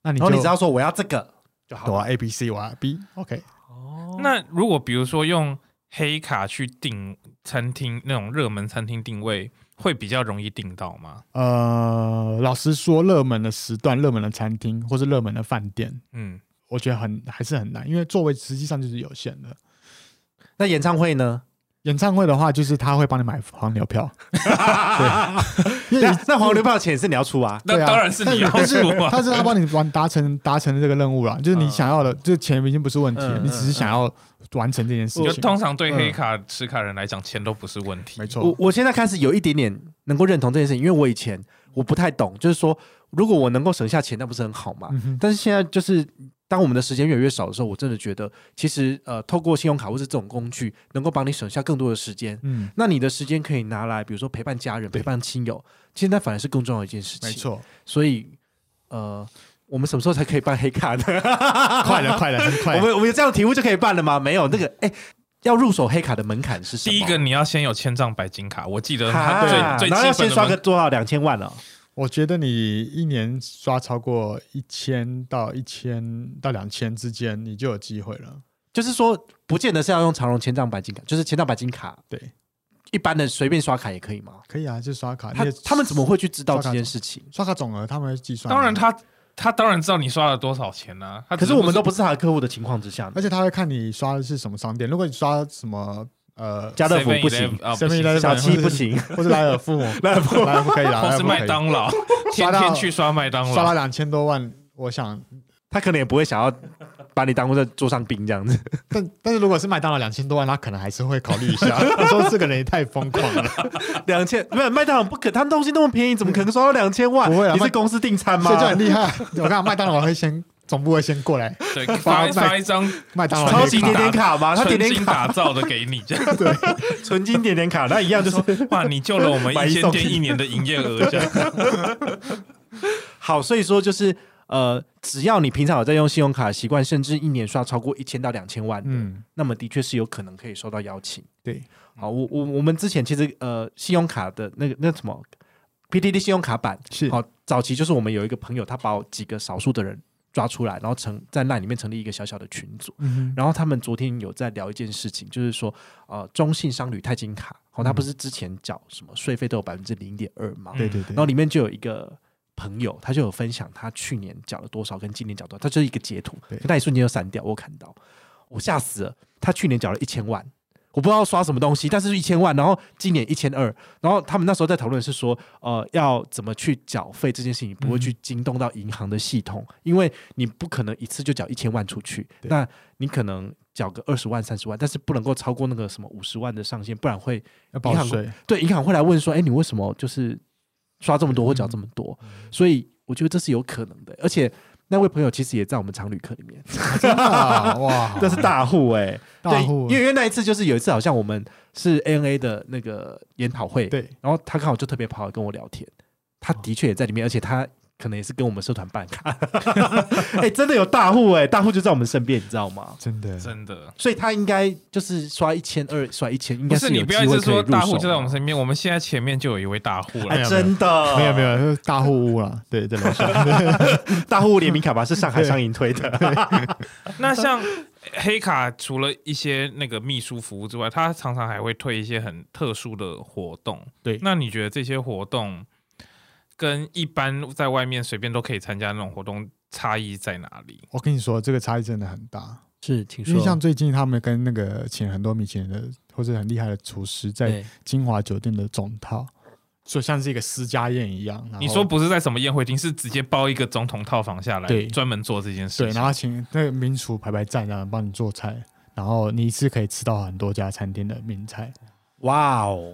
[SPEAKER 4] 那你
[SPEAKER 3] 然后
[SPEAKER 4] 就
[SPEAKER 3] 你只要说我要这个，
[SPEAKER 4] 就好了我要 A B C，我要 B，OK，、
[SPEAKER 1] 那如果比如说用黑卡去订餐厅那种热门餐厅定位，会比较容易订到吗？
[SPEAKER 4] 呃，老实说，热门的时段、热门的餐厅或是热门的饭店，
[SPEAKER 1] 嗯，
[SPEAKER 4] 我觉得很还是很难，因为座位实际上就是有限的。
[SPEAKER 3] 那演唱会 呢？
[SPEAKER 4] 演唱会的话，就是他会帮你买黄牛票，对，因为
[SPEAKER 3] 那
[SPEAKER 4] 你
[SPEAKER 3] 那黄牛票的钱是你要出啊？
[SPEAKER 1] 那
[SPEAKER 4] 对啊
[SPEAKER 1] 当然是你要
[SPEAKER 4] 但是
[SPEAKER 1] 付啊。
[SPEAKER 4] 他是他帮你完达成达成这个任务了，就是你
[SPEAKER 1] 嗯
[SPEAKER 4] 想要的，这钱已经不是问题了，
[SPEAKER 3] 嗯
[SPEAKER 4] 你只是
[SPEAKER 3] 嗯
[SPEAKER 4] 想要完成这件事
[SPEAKER 1] 就
[SPEAKER 4] 情。
[SPEAKER 1] 通常对黑卡持卡人来讲，钱都不是问题。
[SPEAKER 4] 没错，
[SPEAKER 3] 我我现在开始有一点点能够认同这件事情，因为我以前我不太懂，就是说如果我能够省下钱，那不是很好嘛？
[SPEAKER 4] 嗯哼
[SPEAKER 3] 但是现在就是当我们的时间越来越少的时候，我真的觉得其实呃，透过信用卡或是这种工具，能够帮你省下更多的时间。
[SPEAKER 4] 嗯，
[SPEAKER 3] 那你的时间可以拿来，比如说陪伴家人、陪伴亲友，其实那反而是更重要的一件事情。
[SPEAKER 4] 没，错，
[SPEAKER 3] 所以呃，我们什么时候才可以办黑卡呢？
[SPEAKER 4] 快了，快了，很快
[SPEAKER 3] 我
[SPEAKER 4] 了。
[SPEAKER 3] 们我们有这样的题目就可以办了吗？没有，那个哎、要入手黑卡的门槛是什么？
[SPEAKER 1] 第一个你要先有千丈白金卡，我记得
[SPEAKER 3] 哈
[SPEAKER 1] 它最最
[SPEAKER 3] 然后要
[SPEAKER 1] 基
[SPEAKER 3] 先
[SPEAKER 1] 本
[SPEAKER 3] 刷个
[SPEAKER 1] 的
[SPEAKER 3] 多少两千万哦。
[SPEAKER 4] 我觉得你一年刷超过一千到一千到两千之间，你就有机会了。
[SPEAKER 3] 就是说，不见得是要用长荣千账白金卡，就是千账白金卡，
[SPEAKER 4] 对，
[SPEAKER 3] 一般的随便刷卡也可以吗？
[SPEAKER 4] 可以啊，就刷卡。
[SPEAKER 3] 他
[SPEAKER 4] 你也
[SPEAKER 3] 他们怎么会去知道这件事情？
[SPEAKER 4] 刷卡总额他们会计算？啊
[SPEAKER 1] 当然，他他当然知道你刷了多少钱呢、啊。
[SPEAKER 3] 嗯可是我们都不是他的客户的情况之下呢，
[SPEAKER 4] 而且他会看你刷的是什么商店。如果你刷什么呃
[SPEAKER 3] 家乐福不行，
[SPEAKER 1] 啊，
[SPEAKER 4] 7-Eleven
[SPEAKER 1] 不行
[SPEAKER 3] 小七不行，
[SPEAKER 4] 或是莱尔富， 莱尔富，莱尔富可以啦，
[SPEAKER 1] 或
[SPEAKER 4] 莱
[SPEAKER 1] 是
[SPEAKER 4] 尔富可
[SPEAKER 1] 麦
[SPEAKER 4] 以
[SPEAKER 1] 当 劳，天
[SPEAKER 4] 刷到
[SPEAKER 1] 天去刷麦当
[SPEAKER 4] 刷
[SPEAKER 1] 劳
[SPEAKER 4] 了。两千多万，我想，
[SPEAKER 3] 他可能也不会想要把你当做在桌上宾这样子。
[SPEAKER 4] 但但是如果是麦当劳两千多万，他可能还是会考虑一 下。他说这个人也太疯狂 了。
[SPEAKER 3] 两千没有麦当劳不可，他们东西那么便宜，怎么可能刷到两千万？
[SPEAKER 4] 不会啊
[SPEAKER 3] 你是
[SPEAKER 4] 麦
[SPEAKER 3] 公司订餐吗
[SPEAKER 4] 所以？就很厉害。我看麦当劳会先总部会先过来，
[SPEAKER 1] 对，
[SPEAKER 4] 刷
[SPEAKER 1] 发
[SPEAKER 4] 麦
[SPEAKER 1] 发一张
[SPEAKER 4] 麦当劳
[SPEAKER 3] 超级点点卡啊吗？他
[SPEAKER 1] 纯
[SPEAKER 3] 点点
[SPEAKER 1] 金
[SPEAKER 3] 卡，
[SPEAKER 1] 打造的给你，这 样
[SPEAKER 3] 纯金点点卡，那一样就是
[SPEAKER 1] 说哇，你救了我们
[SPEAKER 3] 买一
[SPEAKER 1] 一间
[SPEAKER 3] 送
[SPEAKER 1] 店
[SPEAKER 3] 一
[SPEAKER 1] 一年的营业额，这 样。
[SPEAKER 3] 好，所以说就是呃，只要你平常有在用信用卡的习惯，甚至一年刷超过一千到两千万，嗯，
[SPEAKER 4] 嗯，
[SPEAKER 3] 那么的确是有可能可以收到邀请。
[SPEAKER 4] 对，
[SPEAKER 3] 好，我我我们之前其实呃，信用卡的那个那什么 PDD 信用卡版，
[SPEAKER 4] 是
[SPEAKER 3] 好，早期就是我们有一个朋友，他把我几个少数的人抓出来，然后成在那里面成立一个小小的群组。
[SPEAKER 4] 嗯
[SPEAKER 3] 然后他们昨天有在聊一件事情，就是说，呃，中信商旅钛金卡，哦，
[SPEAKER 4] 嗯
[SPEAKER 3] 他不是之前缴什么税费都有百分之零点二吗？
[SPEAKER 4] 对对对，
[SPEAKER 3] 嗯然后里面就有一个朋友，他就有分享他去年缴了多少跟今年缴多少，他就是一个截图
[SPEAKER 4] 对，
[SPEAKER 3] 那一瞬间就删掉，我看到，我吓死了，他去年缴了一千万。我不知道刷什么东西，但是一千万，然后今年一千二，然后他们那时候在讨论是说，呃，要怎么去缴费这件事情不会去惊动到银行的系统，因为你不可能一次就缴一千万出去，
[SPEAKER 4] 对
[SPEAKER 3] 那你可能缴个二十万、三十万，但是不能够超过那个什么五十万的上限，不然会
[SPEAKER 4] 要报税，
[SPEAKER 3] 对，银行会来问说：“哎、你为什么就是刷这么多或缴这么多？”所以我觉得这是有可能的。而且那位朋友其实也在我们常旅客里面，
[SPEAKER 4] 啊哇，
[SPEAKER 3] 这是大户哎、
[SPEAKER 4] 大 户
[SPEAKER 3] 对，因为因为那一次就是有一次好像我们是 ANA 的那个研讨会，
[SPEAKER 4] 对
[SPEAKER 3] 然后他刚好就特别跑来跟我聊天，他的确也在里面，而且他。可能也是跟我们社团 办卡，哎、真的有大户哎、大户就在我们身边，你知道吗？
[SPEAKER 4] 真的
[SPEAKER 1] 真的。
[SPEAKER 3] 所以他应该就是刷一千二，刷一千，应
[SPEAKER 1] 不
[SPEAKER 3] 该
[SPEAKER 1] 是
[SPEAKER 3] 有
[SPEAKER 1] 你不要一
[SPEAKER 3] 机会
[SPEAKER 1] 直
[SPEAKER 3] 可以
[SPEAKER 1] 说
[SPEAKER 3] 入
[SPEAKER 1] 大户
[SPEAKER 3] 手
[SPEAKER 1] 就在我们
[SPEAKER 3] 的
[SPEAKER 1] 身边，我们现在前面就有一位大户
[SPEAKER 3] 哎、
[SPEAKER 1] 了。
[SPEAKER 3] 真的
[SPEAKER 4] 没有没有，是大户屋啦， 对，在楼下
[SPEAKER 3] 大户联名卡吧是上海商银推的，
[SPEAKER 1] 那像黑卡除了一些那个秘书服务之外，它常常还会推一些很特殊的活动。
[SPEAKER 4] 对
[SPEAKER 1] 那你觉得这些活动跟一般在外面随便都可以参加那种活动差异在哪里？
[SPEAKER 4] 我跟你说，这个差异真的很大，
[SPEAKER 3] 是，请
[SPEAKER 4] 因为像最近他们跟那个请很多米其林的或者很厉害的厨师在
[SPEAKER 3] 对，
[SPEAKER 4] 金华酒店的总套，所以像是一个私家宴一样。然后
[SPEAKER 1] 你说不是在什么宴会厅，是直接包一个总统套房下来，
[SPEAKER 4] 对
[SPEAKER 1] 专门做这件事
[SPEAKER 4] 对，
[SPEAKER 1] 情。
[SPEAKER 4] 然后请那个名厨排排站啊，帮你做菜，然后你一次可以吃到很多家餐厅的名菜。
[SPEAKER 3] 哇哦，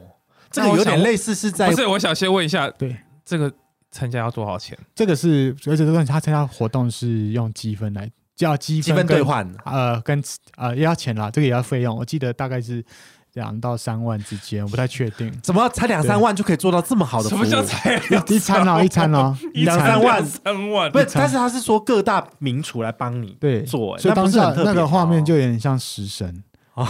[SPEAKER 3] 这
[SPEAKER 1] 那
[SPEAKER 3] 个
[SPEAKER 1] 我
[SPEAKER 3] 有
[SPEAKER 1] 想
[SPEAKER 3] 点类似是在
[SPEAKER 1] 不是，我想先问一下，
[SPEAKER 4] 对，
[SPEAKER 1] 这个参加要多少钱？
[SPEAKER 4] 这个是，而且这个他参加活动是用积分来，叫积
[SPEAKER 3] 积
[SPEAKER 4] 分
[SPEAKER 3] 分
[SPEAKER 4] 跟
[SPEAKER 3] 兑换，。
[SPEAKER 4] 呃，跟呃也要钱啦，这个也要费用，我记得大概是两到三万之间，我不太确定
[SPEAKER 3] 怎么才两三万就可以做到这么好的
[SPEAKER 1] 什
[SPEAKER 3] 服务
[SPEAKER 1] 么？叫才两
[SPEAKER 4] 一餐啊，一餐啊， 一
[SPEAKER 3] 两
[SPEAKER 4] 餐
[SPEAKER 3] 三万
[SPEAKER 1] 三万？
[SPEAKER 3] 不是，
[SPEAKER 4] 餐
[SPEAKER 3] 但是他是说各大名厨来帮你
[SPEAKER 4] 对
[SPEAKER 3] 做，欸
[SPEAKER 4] 所以
[SPEAKER 3] 那
[SPEAKER 4] 当
[SPEAKER 3] 不是
[SPEAKER 4] 下
[SPEAKER 3] 很特别
[SPEAKER 4] 那个
[SPEAKER 3] 吗
[SPEAKER 4] 画面就有点像食神。 对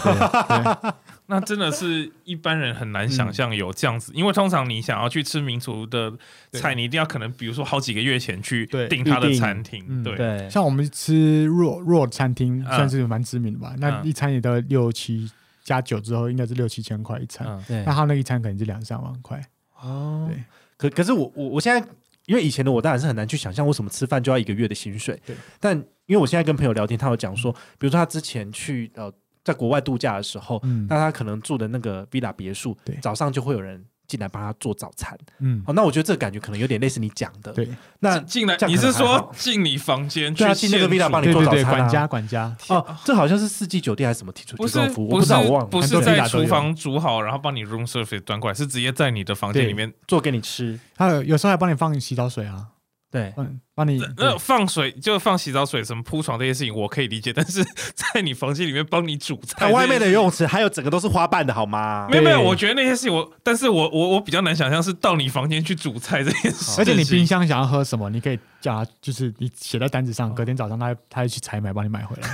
[SPEAKER 4] 对
[SPEAKER 1] 那真的是一般人很难
[SPEAKER 3] 嗯
[SPEAKER 1] 想象有这样子，因为通常你想要去吃民族的菜，你一定要可能比如说好几个月前去
[SPEAKER 4] 对
[SPEAKER 1] 订他的
[SPEAKER 3] 预定
[SPEAKER 1] 餐厅，
[SPEAKER 4] 嗯
[SPEAKER 1] 对，
[SPEAKER 3] 对，
[SPEAKER 4] 像我们吃弱弱餐厅
[SPEAKER 1] 嗯
[SPEAKER 4] 算是蛮知名的吧，
[SPEAKER 1] 嗯
[SPEAKER 4] 那一餐也都六七加酒之后，应该是六七千块一餐。
[SPEAKER 1] 嗯，
[SPEAKER 3] 对
[SPEAKER 4] 那他那一餐可能是两三万块，
[SPEAKER 3] 哦
[SPEAKER 4] 对，
[SPEAKER 3] 啊可可是我我我现在，因为以前的我当然是很难去想象为什么吃饭就要一个月的薪水，
[SPEAKER 4] 对。
[SPEAKER 3] 但因为我现在跟朋友聊天，他有讲说，比如说他之前去呃在国外度假的时候，
[SPEAKER 4] 嗯
[SPEAKER 3] 那他可能住的那个 villa 别墅
[SPEAKER 4] 对，
[SPEAKER 3] 早上就会有人进来帮他做早餐。
[SPEAKER 4] 嗯，
[SPEAKER 3] 哦，那我觉得这个感觉可能有点类似你讲的。，
[SPEAKER 4] 对
[SPEAKER 3] 那
[SPEAKER 1] 进来
[SPEAKER 3] 这样
[SPEAKER 1] 你
[SPEAKER 3] 可能
[SPEAKER 1] 是
[SPEAKER 3] 还
[SPEAKER 1] 说
[SPEAKER 3] 好
[SPEAKER 1] 进你房间去
[SPEAKER 3] 对啊进那个
[SPEAKER 1] 现
[SPEAKER 3] villa
[SPEAKER 1] 煮
[SPEAKER 3] 帮你
[SPEAKER 4] 对
[SPEAKER 3] 做
[SPEAKER 4] 对
[SPEAKER 3] 早
[SPEAKER 4] 对，
[SPEAKER 3] 餐啊
[SPEAKER 4] 管家管家，
[SPEAKER 3] 哦，这好像是四季酒店还是什么提出
[SPEAKER 1] 不
[SPEAKER 3] 提
[SPEAKER 1] 是
[SPEAKER 3] 供的服务，
[SPEAKER 1] 不
[SPEAKER 3] 我不知
[SPEAKER 1] 是
[SPEAKER 3] 道我忘了，
[SPEAKER 1] 不
[SPEAKER 4] 很
[SPEAKER 1] 是
[SPEAKER 4] 多地
[SPEAKER 1] 在
[SPEAKER 4] 方都
[SPEAKER 1] 厨
[SPEAKER 4] 有
[SPEAKER 1] 房煮好，然后帮你 room service 端过来，是直接在你的房间
[SPEAKER 4] 对
[SPEAKER 1] 里面。
[SPEAKER 3] 做给你吃。
[SPEAKER 4] 还有有时候还帮你放洗澡水啊，
[SPEAKER 3] 对，
[SPEAKER 1] 嗯
[SPEAKER 4] 帮帮
[SPEAKER 3] 嗯
[SPEAKER 4] 你
[SPEAKER 1] 那放水就放洗澡水、什么铺床这些事情我可以理解，但是 在你房间里面帮你煮菜，
[SPEAKER 3] 它外面的游。泳池还有整个都是花瓣的好吗？
[SPEAKER 1] 没有没有，
[SPEAKER 4] 对
[SPEAKER 1] 我觉得那些事情我，但是我我我比较难想象是到你房间去煮菜这件事情，
[SPEAKER 4] 而且你冰箱想要喝什么，你可以叫他，就是你写在单子上，隔天早上他他会去采买，帮你买回来。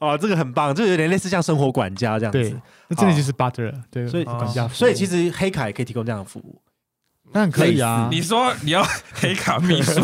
[SPEAKER 3] 哦，这个很棒，这个有点类似像生活管家这样
[SPEAKER 4] 对
[SPEAKER 3] 子。，
[SPEAKER 4] 那真的就是 butter，了对，
[SPEAKER 3] 所以哦
[SPEAKER 4] 管家服务，
[SPEAKER 3] 所以其实黑卡也可以提供这样的服务，
[SPEAKER 4] 但可以啊，
[SPEAKER 1] 你说你要黑卡秘 书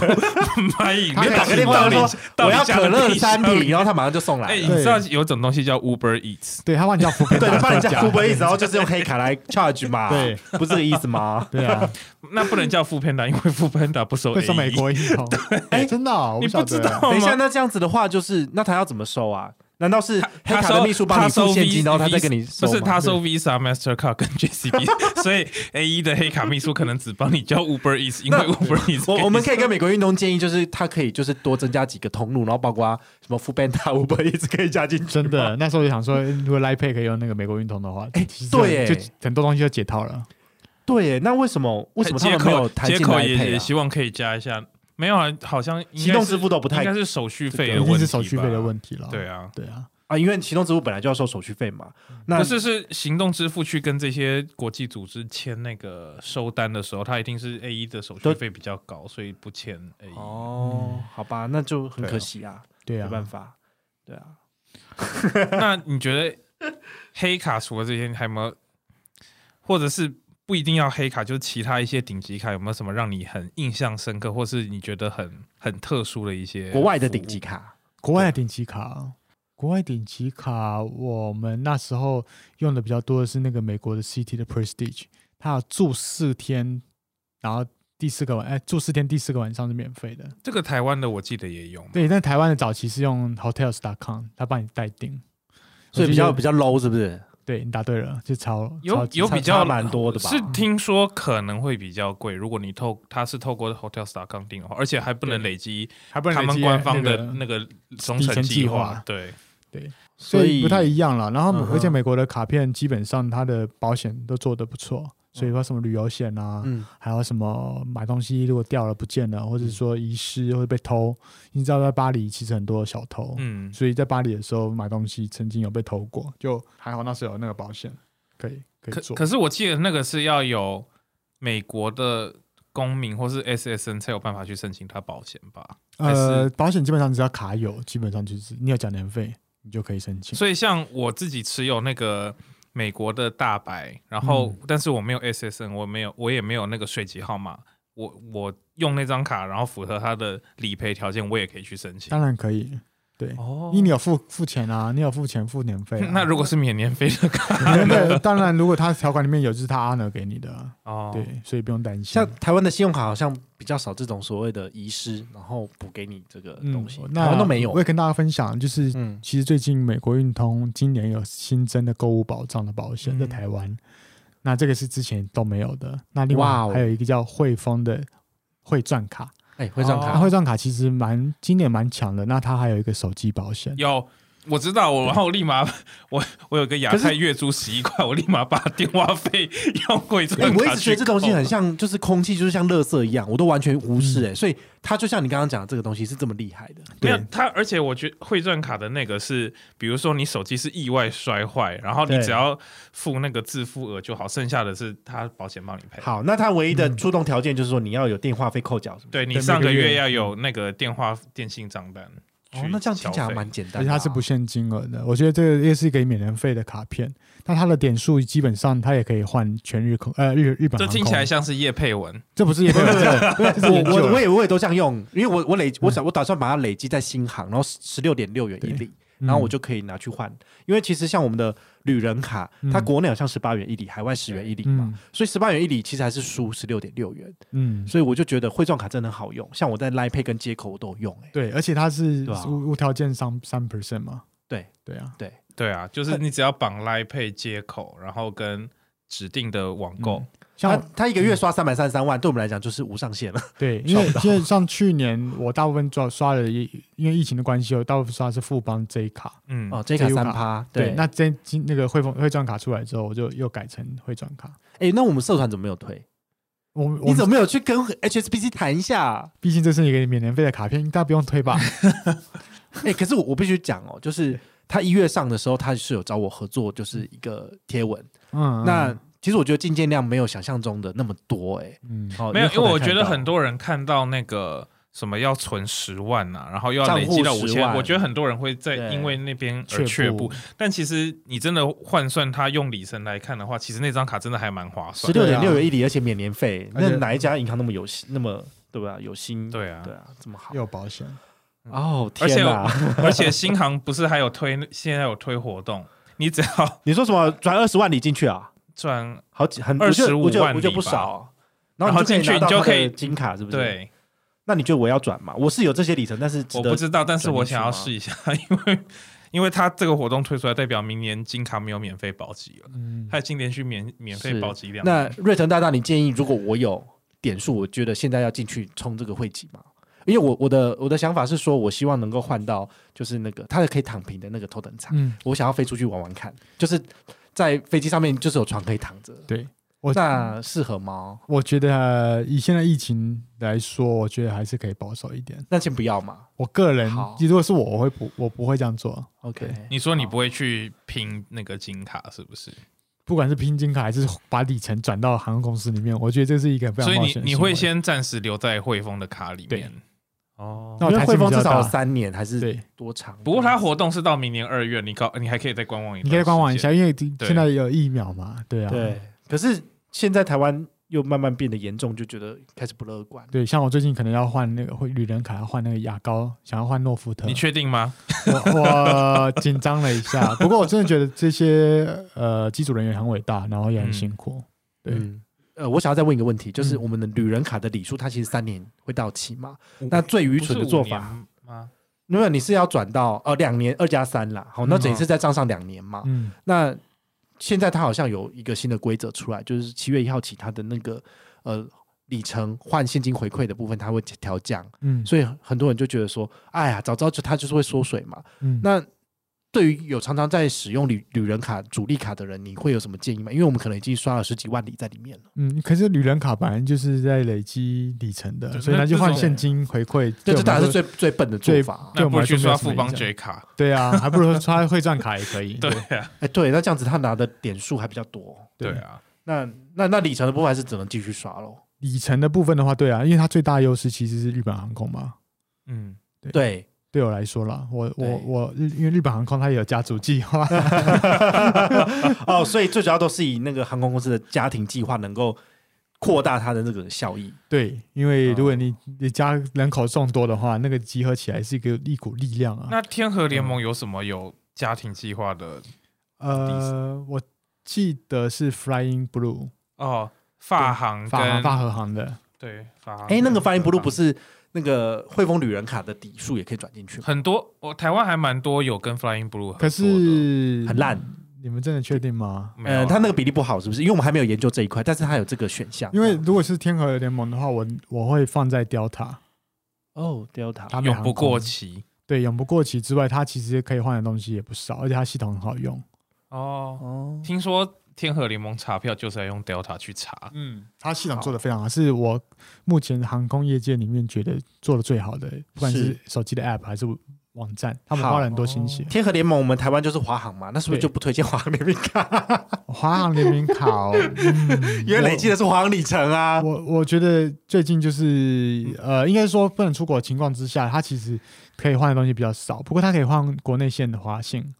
[SPEAKER 1] 买饮
[SPEAKER 3] 他
[SPEAKER 1] 料，
[SPEAKER 3] 打个电
[SPEAKER 1] 到
[SPEAKER 3] 话
[SPEAKER 1] 你
[SPEAKER 3] 说
[SPEAKER 1] 到
[SPEAKER 3] 我要
[SPEAKER 1] 你家
[SPEAKER 3] 可乐
[SPEAKER 1] 冰
[SPEAKER 3] 三
[SPEAKER 1] 箱
[SPEAKER 3] 瓶，
[SPEAKER 1] 里
[SPEAKER 3] 然后他马上就送来
[SPEAKER 1] 哎，你
[SPEAKER 3] 了。
[SPEAKER 1] 知道有种东西叫 Uber Eats，
[SPEAKER 4] 对他帮你叫福
[SPEAKER 3] 对，就帮人家
[SPEAKER 4] 加
[SPEAKER 3] u b e 然后就是用黑卡来 charge 嘛，
[SPEAKER 4] 对，
[SPEAKER 3] 不是这个意思吗？
[SPEAKER 4] 对啊，
[SPEAKER 1] 那不能叫 f o o Panda，因为 f o o Panda 不收
[SPEAKER 4] 会送
[SPEAKER 1] AE
[SPEAKER 4] 美国一通，哎，真的哦，我
[SPEAKER 1] 你
[SPEAKER 4] 晓
[SPEAKER 1] 不
[SPEAKER 4] 得
[SPEAKER 1] 知道吗？
[SPEAKER 3] 等一下，那这样子的话，就是那他要怎么收啊？难道是黑
[SPEAKER 1] 他
[SPEAKER 3] 卡
[SPEAKER 1] 收
[SPEAKER 3] 的秘书帮你
[SPEAKER 1] 收
[SPEAKER 3] 付现
[SPEAKER 1] V-
[SPEAKER 3] 金，然后他再跟你
[SPEAKER 1] Visa-
[SPEAKER 3] 收吗？
[SPEAKER 1] 不是他收 Visa、Mastercard 跟 JCB，所以 A 一的黑卡秘书可能只帮你交 Uber Eats，因为
[SPEAKER 3] 那
[SPEAKER 1] Uber Eats
[SPEAKER 3] 我我们可以
[SPEAKER 1] 给
[SPEAKER 3] 跟美国运动建议，就是他可以就是多增加几个通路，然后包括什么副 b a n d a Uber 一直可以加进去。
[SPEAKER 4] 真的，那时候就想说，如果 Line Pay 可以用那个美国运通的话，
[SPEAKER 3] 哎
[SPEAKER 4] 其实就
[SPEAKER 3] 对耶
[SPEAKER 4] 就很多东西就解套了。
[SPEAKER 3] 对耶，那为什么为什么他
[SPEAKER 1] 接
[SPEAKER 3] 们没
[SPEAKER 1] 口
[SPEAKER 3] 有弹
[SPEAKER 1] 接
[SPEAKER 3] 性
[SPEAKER 1] 口
[SPEAKER 3] 来
[SPEAKER 1] 也
[SPEAKER 3] 配
[SPEAKER 1] 也
[SPEAKER 3] 啊？
[SPEAKER 1] 希望可以加一下，没有啊，好像应该是
[SPEAKER 3] 启动支付都不
[SPEAKER 1] 应
[SPEAKER 3] 太
[SPEAKER 1] 该是手续费的
[SPEAKER 4] 一
[SPEAKER 1] 问
[SPEAKER 4] 定
[SPEAKER 1] 题，
[SPEAKER 4] 是手续费的问题了。
[SPEAKER 1] 题。对，啊，
[SPEAKER 4] 对啊，
[SPEAKER 3] 啊，因为启动支付本来就要收手续费嘛。
[SPEAKER 4] 嗯
[SPEAKER 3] 那
[SPEAKER 1] 不是是行动支付去跟这些国际组织签那个收单的时候，他一定是 A 一的手续
[SPEAKER 3] 都
[SPEAKER 1] 费比较高，所以不签 A E 一。
[SPEAKER 3] 哦，好吧，那就很
[SPEAKER 4] 对啊
[SPEAKER 3] 可惜啊，
[SPEAKER 4] 对啊
[SPEAKER 3] 没，办法。对啊，
[SPEAKER 1] 那你觉得黑卡除了这些，你还有没有，或者是不一定要黑卡，就是其他一些顶级卡，有没有什么让你很印象深刻，或是你觉得很很特殊的一
[SPEAKER 4] 啊
[SPEAKER 1] 些
[SPEAKER 3] 国外的顶级卡
[SPEAKER 4] 国外的顶级卡，国外顶级卡，我们那时候用的比较多的是那个美国的 CT 的 Prestige，它有住四天，然后第四个晚，哎，住四天，第四个晚上是免费的。
[SPEAKER 1] 这个台湾的我记得也有嘛，
[SPEAKER 4] 对，但台湾的早期是用 Hotels.com，它帮你代订，
[SPEAKER 3] 所以比较比
[SPEAKER 4] 较
[SPEAKER 3] 较 low 是不是？
[SPEAKER 4] 对你答对了，就超
[SPEAKER 1] 有
[SPEAKER 4] 超级
[SPEAKER 1] 有
[SPEAKER 4] 超
[SPEAKER 1] 比较
[SPEAKER 3] 差蛮多的吧
[SPEAKER 1] 是听说可能会比较贵，如果你透它是透过 Hotels.com 订的话，而且还不能
[SPEAKER 4] 对
[SPEAKER 1] 累积
[SPEAKER 4] 还不能
[SPEAKER 1] 他
[SPEAKER 4] 累
[SPEAKER 1] 们
[SPEAKER 4] 积
[SPEAKER 1] 官方
[SPEAKER 4] 那
[SPEAKER 1] 的
[SPEAKER 4] 个
[SPEAKER 1] 那个总
[SPEAKER 4] 里
[SPEAKER 1] 成
[SPEAKER 4] 程
[SPEAKER 1] 计
[SPEAKER 4] 计
[SPEAKER 1] 划
[SPEAKER 4] 划。哦
[SPEAKER 1] 对，
[SPEAKER 4] 所以不太一样了。然后
[SPEAKER 3] 嗯，哼
[SPEAKER 4] 而且美国的卡片基本上它的保险都做得不错，所以说什么旅游险啊，
[SPEAKER 3] 嗯，
[SPEAKER 4] 还有什么买东西如果掉了不见了，或者
[SPEAKER 1] 嗯
[SPEAKER 4] 说遗失或者被偷，你知道在巴黎其实很多小偷，
[SPEAKER 1] 嗯，
[SPEAKER 4] 所以在巴黎的时候买东西曾经有被偷过，就还好那时候有那个保险可以可以
[SPEAKER 1] 可
[SPEAKER 4] 做。
[SPEAKER 1] 可是我记得那个是要有美国的公民或是 SSN 才有办法去申请它保险吧？还
[SPEAKER 4] 呃
[SPEAKER 1] 是，
[SPEAKER 4] 保险基本上只要卡有，基本上就是你有缴年费，你就可以申请。
[SPEAKER 1] 所以像我自己持有那个美国的大白，然后、
[SPEAKER 3] 嗯
[SPEAKER 1] 但是我没有 SSN，我没有我也没有那个税籍号码，我我用那张卡，然后符合它的理赔条件，我也可以去申请。
[SPEAKER 4] 当然可以，对，
[SPEAKER 1] 哦
[SPEAKER 4] 因为你有付付钱啊，你有付钱付年费 啊、
[SPEAKER 1] 那如果是免年费 的卡
[SPEAKER 4] 对 当然，如果他条款里面有，就是他阿呢给你的啊，
[SPEAKER 1] 哦，
[SPEAKER 4] 对，所以不用担心。
[SPEAKER 3] 像台湾的信用卡好像比较少这种所谓的遗失，然后补给你这个东西，
[SPEAKER 4] 嗯那
[SPEAKER 3] 台湾都没有
[SPEAKER 4] 我。也跟大家分享，就是
[SPEAKER 3] 嗯，
[SPEAKER 4] 其实最近美国运通今年有新增的购物保障的保险
[SPEAKER 1] 嗯
[SPEAKER 4] 在台湾，那这个是之前都没有的。那另
[SPEAKER 3] 哇
[SPEAKER 4] 外
[SPEAKER 3] 哦
[SPEAKER 4] 还有一个叫汇丰的汇赚卡，
[SPEAKER 3] 哎、会上
[SPEAKER 4] 那
[SPEAKER 3] 卡，
[SPEAKER 4] 汇赚卡其实蛮今年蛮强的。那它还有一个手机保险，
[SPEAKER 1] 有。我知道，我然后我立马， 我我有个亚太月租十一块，我立马把电话费 用贵这
[SPEAKER 3] 哎、
[SPEAKER 1] 个卡
[SPEAKER 3] 我一直觉
[SPEAKER 1] 去
[SPEAKER 3] 得这东西
[SPEAKER 1] 扣
[SPEAKER 3] 很像，就是空气，就是像垃圾一样，我都完全无视、
[SPEAKER 4] 嗯
[SPEAKER 3] 哎、所以它就像你刚刚讲的这个东西是这么厉害的，
[SPEAKER 1] 没有
[SPEAKER 4] 对
[SPEAKER 1] 它，而且我觉得汇赚卡的那个是，比如说你手机是意外摔坏，然后你
[SPEAKER 4] 对
[SPEAKER 1] 只要付那个自付额就好，剩下的是他保险帮你赔。
[SPEAKER 3] 好，那它唯一的触动条件就是说你要有电话费扣缴，是不是？
[SPEAKER 1] 对你
[SPEAKER 4] 对
[SPEAKER 1] 上
[SPEAKER 4] 每个
[SPEAKER 1] 个月
[SPEAKER 4] 月
[SPEAKER 1] 要有那个电话电信账单去
[SPEAKER 3] 哦，那这样听起来
[SPEAKER 1] 缴
[SPEAKER 3] 还
[SPEAKER 1] 费
[SPEAKER 3] 蛮简单的啊、
[SPEAKER 4] 而且它是不限金额的。我觉得这个也是一个免年费的卡片，那它的点数基本上它也可以换全日空呃日日本
[SPEAKER 1] 这
[SPEAKER 4] 航空。
[SPEAKER 1] 听起来像是叶佩文，
[SPEAKER 4] 这不是也没有这个这是研
[SPEAKER 3] 我
[SPEAKER 4] 究的
[SPEAKER 3] 我我也我也都这样用，因为我我累我想我打算把它累积在新航，然后十六点六元一里，
[SPEAKER 4] 嗯
[SPEAKER 3] 然后我就可以拿去换。因为其实像我们的旅人卡，
[SPEAKER 4] 嗯
[SPEAKER 3] 它国内好像十八元一里，海外十元一里嘛，
[SPEAKER 4] 嗯
[SPEAKER 3] 所以十八元一里其实还是输十六点六元，
[SPEAKER 4] 嗯。
[SPEAKER 3] 所以我就觉得汇赚卡真的很好用，像我在 Line Pay 跟接口我都有用、欸，
[SPEAKER 4] 对，而且它是
[SPEAKER 3] 对啊
[SPEAKER 4] 无无条件三三 percent 嘛。
[SPEAKER 3] 对
[SPEAKER 4] 对啊，
[SPEAKER 1] 对啊，就是你只要绑 Line Pay 接口，然后跟指定的网购，
[SPEAKER 4] 嗯像
[SPEAKER 3] 它
[SPEAKER 4] 我
[SPEAKER 3] 它一个月刷三百三十三万，对我们来讲就是无上限了。
[SPEAKER 4] 对，因为
[SPEAKER 3] 爽到
[SPEAKER 4] 因为像去年我大部分刷刷了一，因为疫情的关系，我大部分刷的是富邦 J 卡。
[SPEAKER 1] 嗯，
[SPEAKER 3] 哦，这一卡
[SPEAKER 4] 这一
[SPEAKER 3] 三
[SPEAKER 4] 卡
[SPEAKER 3] 趴，
[SPEAKER 4] 对，
[SPEAKER 3] 对。
[SPEAKER 4] 那这今那个汇丰汇赚卡出来之后，我就又改成汇赚卡。
[SPEAKER 3] 哎，那我们社团怎么没有推？
[SPEAKER 4] 我们我
[SPEAKER 3] 你
[SPEAKER 4] 们
[SPEAKER 3] 怎么没有去跟 HSBC 谈一下啊？
[SPEAKER 4] 毕竟这是一个免年费的卡片，大家不用 推吧？
[SPEAKER 3] 哎、可是我我必须讲哦，就是他一月上的时候，他是有找我合作，就是一个贴文。
[SPEAKER 4] 嗯，嗯
[SPEAKER 3] 那其实我觉得进件量没有想象中的那么多、哎、
[SPEAKER 4] 嗯，
[SPEAKER 3] 哦，
[SPEAKER 1] 没有，因为我觉得
[SPEAKER 3] 后
[SPEAKER 1] 很
[SPEAKER 3] 台看到
[SPEAKER 1] 多人看到那个什么要存十万呐、然后又要
[SPEAKER 3] 账
[SPEAKER 1] 累
[SPEAKER 3] 户
[SPEAKER 1] 积到五
[SPEAKER 3] 10
[SPEAKER 1] 千，
[SPEAKER 3] 万
[SPEAKER 1] 我觉得很多人会在
[SPEAKER 3] 对
[SPEAKER 1] 因为那边而
[SPEAKER 4] 却
[SPEAKER 1] 却步
[SPEAKER 4] 步。
[SPEAKER 1] 但其实你真的换算它用里程来看的话，其实那张卡真的还蛮划
[SPEAKER 3] 十
[SPEAKER 1] 算。
[SPEAKER 3] 六
[SPEAKER 4] 对
[SPEAKER 3] 点
[SPEAKER 4] 啊
[SPEAKER 3] 六元一里，而且免年费，
[SPEAKER 4] 而且
[SPEAKER 3] 那哪一家银行那么有心，那么对吧？有心
[SPEAKER 1] 对啊
[SPEAKER 3] 对，啊，这么好
[SPEAKER 4] 又有保 险，
[SPEAKER 3] 哦，
[SPEAKER 1] 而且
[SPEAKER 3] 天哪！
[SPEAKER 1] 而且新航不是还有推，现在有推活动，你只要
[SPEAKER 3] 你说什么转二十万里进去啊？
[SPEAKER 1] 赚
[SPEAKER 3] 好几很
[SPEAKER 1] 25
[SPEAKER 3] 我觉得
[SPEAKER 1] 万
[SPEAKER 3] 我觉得
[SPEAKER 1] 里
[SPEAKER 3] 不
[SPEAKER 1] 吧
[SPEAKER 3] 少啊。
[SPEAKER 1] 然
[SPEAKER 3] 后
[SPEAKER 1] 后
[SPEAKER 3] 你就
[SPEAKER 1] 进去
[SPEAKER 3] 可以拿到
[SPEAKER 1] 你就
[SPEAKER 3] 他的
[SPEAKER 1] 可以
[SPEAKER 3] 金卡，是不是？。
[SPEAKER 1] 对，
[SPEAKER 3] 那你觉得我要转吗？我是有这些里程，但是值
[SPEAKER 1] 我
[SPEAKER 3] 得
[SPEAKER 1] 不知道，但是
[SPEAKER 3] 转
[SPEAKER 1] 我
[SPEAKER 3] 进去
[SPEAKER 1] 想要
[SPEAKER 3] 吗
[SPEAKER 1] 试一下， 因为因为它这个活动推出来，代表明年金卡没有免费保级了，
[SPEAKER 4] 嗯，
[SPEAKER 1] 它已经连续免免费
[SPEAKER 3] 是
[SPEAKER 1] 保级两
[SPEAKER 3] 那
[SPEAKER 1] 年。
[SPEAKER 3] 瑞腾大大，你建议如果我有点数，我觉得现在要进去冲这个会籍吗？因为我我的我的想法是说，我希望能够换到就是那个它可以躺平的那个头等舱，
[SPEAKER 4] 嗯，
[SPEAKER 3] 我想要飞出去玩玩看，就是在飞机上面就是有床可以躺着。
[SPEAKER 4] 对我
[SPEAKER 3] 那适合吗？
[SPEAKER 4] 我觉得呃以现在疫情来说，我觉得还是可以保守一点。
[SPEAKER 3] 那先不要嘛。
[SPEAKER 4] 我个人
[SPEAKER 3] 好，
[SPEAKER 4] 如果是我，我会不，我不会这样做。
[SPEAKER 3] OK，
[SPEAKER 1] 你说你不会去拼那个金卡是不是？
[SPEAKER 4] 不管是拼金卡还是把里程转到航空公司里面，我觉得这是一个非
[SPEAKER 1] 所
[SPEAKER 4] 常
[SPEAKER 1] 以
[SPEAKER 4] 冒
[SPEAKER 1] 你
[SPEAKER 4] 险的
[SPEAKER 1] 你
[SPEAKER 4] 行为
[SPEAKER 1] 会，先暂时留在汇丰的卡里面。哦
[SPEAKER 4] 那我
[SPEAKER 3] 因为
[SPEAKER 4] 弹性
[SPEAKER 3] 汇丰
[SPEAKER 4] 比
[SPEAKER 3] 至
[SPEAKER 4] 较
[SPEAKER 3] 少有
[SPEAKER 4] 大
[SPEAKER 3] 三年还是
[SPEAKER 4] 对，
[SPEAKER 3] 多长？
[SPEAKER 1] 不过它活动是到明年二月，你搞你还可以再观望一，
[SPEAKER 4] 你可以观望一下，。因为现在有疫苗嘛，对啊，
[SPEAKER 3] 对，可是现在台湾又慢慢变得严重，就觉得开始不乐观。
[SPEAKER 4] 对像我最近可能要换那个会旅人卡，要换那个牙膏，想要换诺芙特，
[SPEAKER 1] 你确定吗？
[SPEAKER 4] 我我紧张了一下，不过我真的觉得这些呃机组人员很伟大，然后也很辛苦，对
[SPEAKER 3] 嗯，呃，我想要再问一个问题，就是
[SPEAKER 4] 嗯
[SPEAKER 3] 我们的旅人卡的礼数，它其实三年会到期嘛？
[SPEAKER 4] 五
[SPEAKER 3] 那最愚
[SPEAKER 1] 愚
[SPEAKER 3] 蠢的做法，
[SPEAKER 1] 吗？
[SPEAKER 3] 如果你是要转到呃两年二加三啦，好，那等于是在账上两年嘛。
[SPEAKER 4] 嗯，
[SPEAKER 3] 那现在它好像有一个新的规则出来，就是七月一号起，它的那个呃里程换现金回馈的部分，它会调降，
[SPEAKER 4] 嗯
[SPEAKER 3] 所以很多人就觉得说，哎呀，早知道就它就是会缩水嘛。
[SPEAKER 4] 嗯
[SPEAKER 3] 那对于有常常在使用旅旅人卡主力卡的人，你会有什么建议吗？因为我们可能已经刷了十几万里在里面了。
[SPEAKER 4] 嗯，可是旅人卡本来就是在累积里程的，
[SPEAKER 1] 对
[SPEAKER 4] 所以
[SPEAKER 1] 那
[SPEAKER 4] 他就换
[SPEAKER 1] 这种
[SPEAKER 4] 现金回馈，
[SPEAKER 3] 对，这
[SPEAKER 4] 我们
[SPEAKER 3] 当然
[SPEAKER 4] 说
[SPEAKER 3] 是最最笨的做
[SPEAKER 4] 最
[SPEAKER 3] 法啊。
[SPEAKER 4] 对
[SPEAKER 1] 那
[SPEAKER 4] 我
[SPEAKER 1] 不如
[SPEAKER 4] 们来
[SPEAKER 1] 去
[SPEAKER 4] 说
[SPEAKER 1] 刷
[SPEAKER 4] 没什么
[SPEAKER 1] 富
[SPEAKER 4] 影
[SPEAKER 1] 邦
[SPEAKER 4] 响
[SPEAKER 1] J 卡。
[SPEAKER 4] 对啊，还不如刷会赚卡也 可以。
[SPEAKER 1] 对啊，
[SPEAKER 3] 哎，对，那这样子他拿的点数还比较多，
[SPEAKER 1] 对
[SPEAKER 4] 对
[SPEAKER 1] 啊，
[SPEAKER 3] 那那那里程的部分还是只能继续刷喽。
[SPEAKER 4] 里程的部分的话，对啊，因为它最大优势其实是日本航空嘛。
[SPEAKER 1] 嗯，
[SPEAKER 3] 对，
[SPEAKER 4] 对我来说啦，我
[SPEAKER 3] 对
[SPEAKER 4] 我我，日因为日本航空它也有家族计划，
[SPEAKER 3] 哦，所以最主要都是以那个航空公司的家庭计划能够扩大它的那个效益。
[SPEAKER 4] 对，因为如果
[SPEAKER 3] 嗯
[SPEAKER 4] 你你家人口众多的话，那个集合起来是一个一股力量啊。
[SPEAKER 1] 那天河联盟有什么有家庭计划的？
[SPEAKER 4] 呃，我记得是 Flying Blue
[SPEAKER 1] 哦，发行
[SPEAKER 4] 法航
[SPEAKER 1] 跟
[SPEAKER 4] 法和航的，
[SPEAKER 1] 对发行，
[SPEAKER 3] 哎，那个发音不
[SPEAKER 1] blue
[SPEAKER 3] 录不是那个汇丰旅人卡的底数也可以转进去吗？
[SPEAKER 1] 很多，我台湾还蛮多有跟 Flying Blue 合作的
[SPEAKER 4] 可是
[SPEAKER 3] 很烂，
[SPEAKER 4] 你们真的确定吗？
[SPEAKER 1] 没有啊
[SPEAKER 3] 呃，它那个比例不好，是不是？因为我们还没有研究这一块，但是它有这个选项。
[SPEAKER 4] 因为如果是天河联盟的话，我我会放在 Delta，
[SPEAKER 3] 哦，Delta，
[SPEAKER 4] 达美
[SPEAKER 1] 永
[SPEAKER 4] 航
[SPEAKER 1] 不
[SPEAKER 4] 空
[SPEAKER 1] 过期
[SPEAKER 4] 对，永不过期之外，它其实可以换的东西也不少，而且它系统很好用。
[SPEAKER 1] 哦。
[SPEAKER 3] 哦，
[SPEAKER 1] 听说天河联盟查票就是要用 Delta 去查，
[SPEAKER 4] 嗯，它系统做的非常好，是我目前航空业界里面觉得做的最好的，不管是
[SPEAKER 3] 是
[SPEAKER 4] 手机的 App 还是网站，他们
[SPEAKER 3] 好
[SPEAKER 4] 花了很多心血。
[SPEAKER 3] 天河联盟，我们台湾就是华航嘛，那是不是
[SPEAKER 4] 对
[SPEAKER 3] 就不推荐华航联名卡？
[SPEAKER 1] 哦
[SPEAKER 4] 华航联名卡 哦，嗯
[SPEAKER 3] 因为累积的是华航里程啊。
[SPEAKER 4] 我我觉得最近就是呃，应该说不能出国的情况之下，它其实可以换的东西比较少，不过它可以换国内线的华信。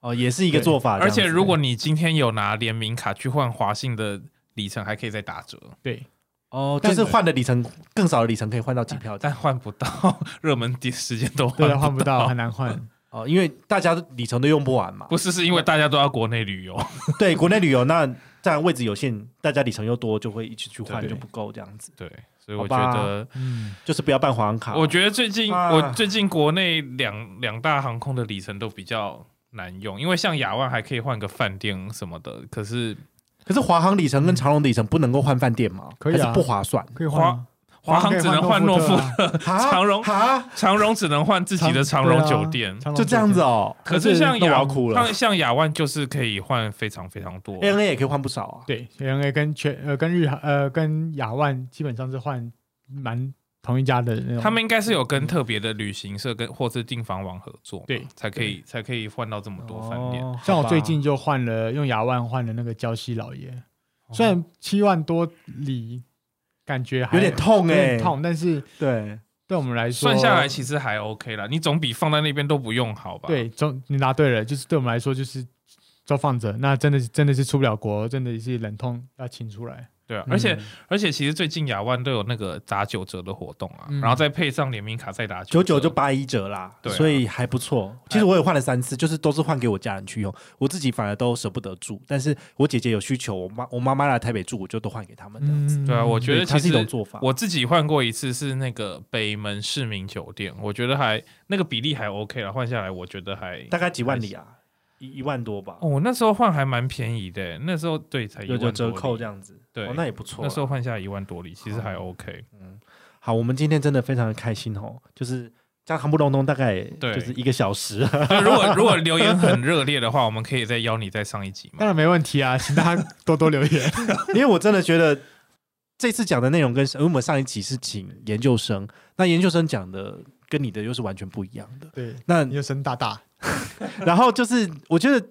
[SPEAKER 3] 哦，也是一个做法。
[SPEAKER 1] 而
[SPEAKER 3] 这
[SPEAKER 1] 且
[SPEAKER 3] 样子
[SPEAKER 1] 如果你今天有拿联名卡去换华信的里程，还可以再打折，
[SPEAKER 4] 对，
[SPEAKER 3] 哦，就是换的里程更少的里程可以换到机票，
[SPEAKER 1] 但换不到热门点时间都
[SPEAKER 4] 对，啊
[SPEAKER 1] 换
[SPEAKER 4] 换
[SPEAKER 1] 不
[SPEAKER 4] 不到，
[SPEAKER 1] 到
[SPEAKER 4] 很。难换。
[SPEAKER 3] 哦，因为大家里程都用不完嘛。
[SPEAKER 1] 不是，是因为大家都要国内旅游，
[SPEAKER 3] 对，国内旅游那这样位置有限，大家里程又多，就会一起去换，
[SPEAKER 1] 对
[SPEAKER 3] 就不够这样子。
[SPEAKER 1] 对，所以我
[SPEAKER 3] 好
[SPEAKER 1] 觉
[SPEAKER 3] 吧
[SPEAKER 1] 得，
[SPEAKER 4] 嗯，
[SPEAKER 3] 就是不要办华航卡。
[SPEAKER 1] 我觉得最近
[SPEAKER 3] 啊
[SPEAKER 1] 我最近国内两两大航空的里程都比较难用，因为像亚万还可以换个饭店什么的，可是
[SPEAKER 3] 可是华航里程跟长荣里程不能够换饭店吗？
[SPEAKER 4] 可以啊
[SPEAKER 3] 还是不划 算。
[SPEAKER 4] 可以换啊。
[SPEAKER 1] 华航只能换诺
[SPEAKER 4] 可以
[SPEAKER 1] 富
[SPEAKER 4] 换特啊
[SPEAKER 1] 长荣
[SPEAKER 3] 啊，
[SPEAKER 1] 长荣只能换自己的长荣酒店。
[SPEAKER 4] 啊长荣
[SPEAKER 3] 就这样子哦。
[SPEAKER 1] 可是像
[SPEAKER 3] 那我
[SPEAKER 1] 亚
[SPEAKER 3] 要哭了 哎
[SPEAKER 1] 像像亚万就是可以换非常非常多，
[SPEAKER 3] ANA 也可以换不少啊。
[SPEAKER 4] 对，ANA 跟全呃跟日航呃跟亚万基本上是换蛮同一家的那种。
[SPEAKER 1] 他们应该是有跟特别的旅行社跟或是订房网合作，
[SPEAKER 4] 对，
[SPEAKER 1] 才可以才可以换到这么多饭店。
[SPEAKER 3] 哦
[SPEAKER 4] 像我
[SPEAKER 3] 好吧
[SPEAKER 4] 最近就换了用亚万换了那个胶西老爷，
[SPEAKER 1] 哦
[SPEAKER 4] 虽然七万多里感觉还
[SPEAKER 3] 有点痛
[SPEAKER 4] 有
[SPEAKER 3] 哎，
[SPEAKER 4] 点。痛，嗯但是
[SPEAKER 3] 对，
[SPEAKER 4] 对我们来说
[SPEAKER 1] 欸算下来其实还 OK 啦，你总比放在那边都不用好吧？
[SPEAKER 4] 对，总你答对了，就是对我们来说就是都放着，那真的是真的是出不了国，真的是忍痛要请出来。
[SPEAKER 1] 对啊，
[SPEAKER 4] 嗯
[SPEAKER 1] 而且而且其实最近亚万都有那个打九折的活动啊，
[SPEAKER 4] 嗯
[SPEAKER 1] 然后再配上联名卡再打折
[SPEAKER 3] 九九就八一折啦，
[SPEAKER 1] 对啊
[SPEAKER 3] 所以还不错。其实我也换了三次，就是都是换给我家人去用，我自己反而都舍不得住。但是我姐姐有需求，我妈我妈妈来台北住，我就都换给他们这样
[SPEAKER 4] 嗯
[SPEAKER 3] 子。
[SPEAKER 1] 对啊，我觉得
[SPEAKER 3] 对
[SPEAKER 1] 其
[SPEAKER 3] 它是一
[SPEAKER 1] 实
[SPEAKER 3] 种做法。
[SPEAKER 1] 我自己换过一次是那个北门市民酒店，我觉得还那个比例还 OK 了，换下来我觉得还
[SPEAKER 3] 大概几万里啊，一一万多吧，
[SPEAKER 1] 哦，我那时候换还蛮便宜的，那时候对才一
[SPEAKER 3] 有
[SPEAKER 1] 万多
[SPEAKER 3] 有折扣
[SPEAKER 1] 里
[SPEAKER 3] 这样子。
[SPEAKER 1] 对
[SPEAKER 3] 哦那也不错哦
[SPEAKER 1] 那
[SPEAKER 3] 啦。
[SPEAKER 1] 时候换下一万多里，其实还 OK。
[SPEAKER 3] 好，我们今天真的非常的开心哦，就是这样夯不隆咚，大概
[SPEAKER 1] 对
[SPEAKER 3] 就是一个小时。啊
[SPEAKER 1] 那如果如果留言很热烈的话，我们可以再邀你再上一集
[SPEAKER 4] 当
[SPEAKER 1] 嘛。
[SPEAKER 4] 然没问题啊，请大家多多 留言。
[SPEAKER 3] 因为我真的觉得这次讲的内容跟呃因为我们上一期是请研究生，那研究生讲的跟你的又是完全不一样的。
[SPEAKER 4] 对，
[SPEAKER 3] 那
[SPEAKER 4] 你就声大 大，
[SPEAKER 3] 然后就是，我觉得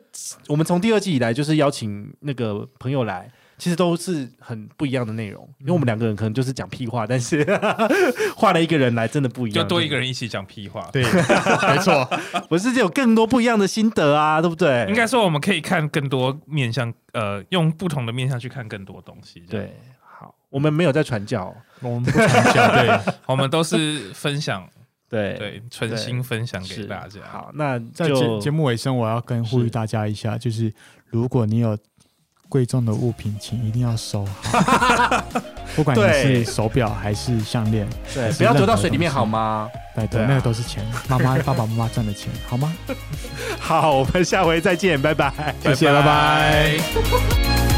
[SPEAKER 3] 我们从第二季以来，就是邀请那个朋友来，其实都是很不一样的内容。因为我们两个人可能就是讲屁话，但是 换了一个人来，真的不一样，
[SPEAKER 1] 就多一个人一起讲屁话，
[SPEAKER 4] 对，没错，
[SPEAKER 3] 对，我是有更多不一样的心得啊，对不对？
[SPEAKER 1] 应该说我们可以看更多面向，呃，用不同的面向去看更多东西。这样，
[SPEAKER 3] 对。好，我们没有在传教，
[SPEAKER 4] 我们不传教，对，
[SPEAKER 1] 我们都是分享，
[SPEAKER 3] 对，
[SPEAKER 1] 对，存心分享给
[SPEAKER 3] 是
[SPEAKER 1] 大家。
[SPEAKER 3] 好，那
[SPEAKER 4] 在节
[SPEAKER 3] 就
[SPEAKER 4] 节目尾声，我要跟呼吁
[SPEAKER 3] 是
[SPEAKER 4] 大家一下，就是如果你有贵重的物品，请一定要收好， 不管你
[SPEAKER 3] 对
[SPEAKER 4] 是手表还是项链，
[SPEAKER 3] 对，不要丢到水里面好吗？
[SPEAKER 4] 拜托，
[SPEAKER 3] 对啊
[SPEAKER 4] 那个都是钱，妈妈、爸爸妈妈赚的钱，好吗？
[SPEAKER 3] 好，我们下回再见，拜拜。
[SPEAKER 4] 谢谢拜拜。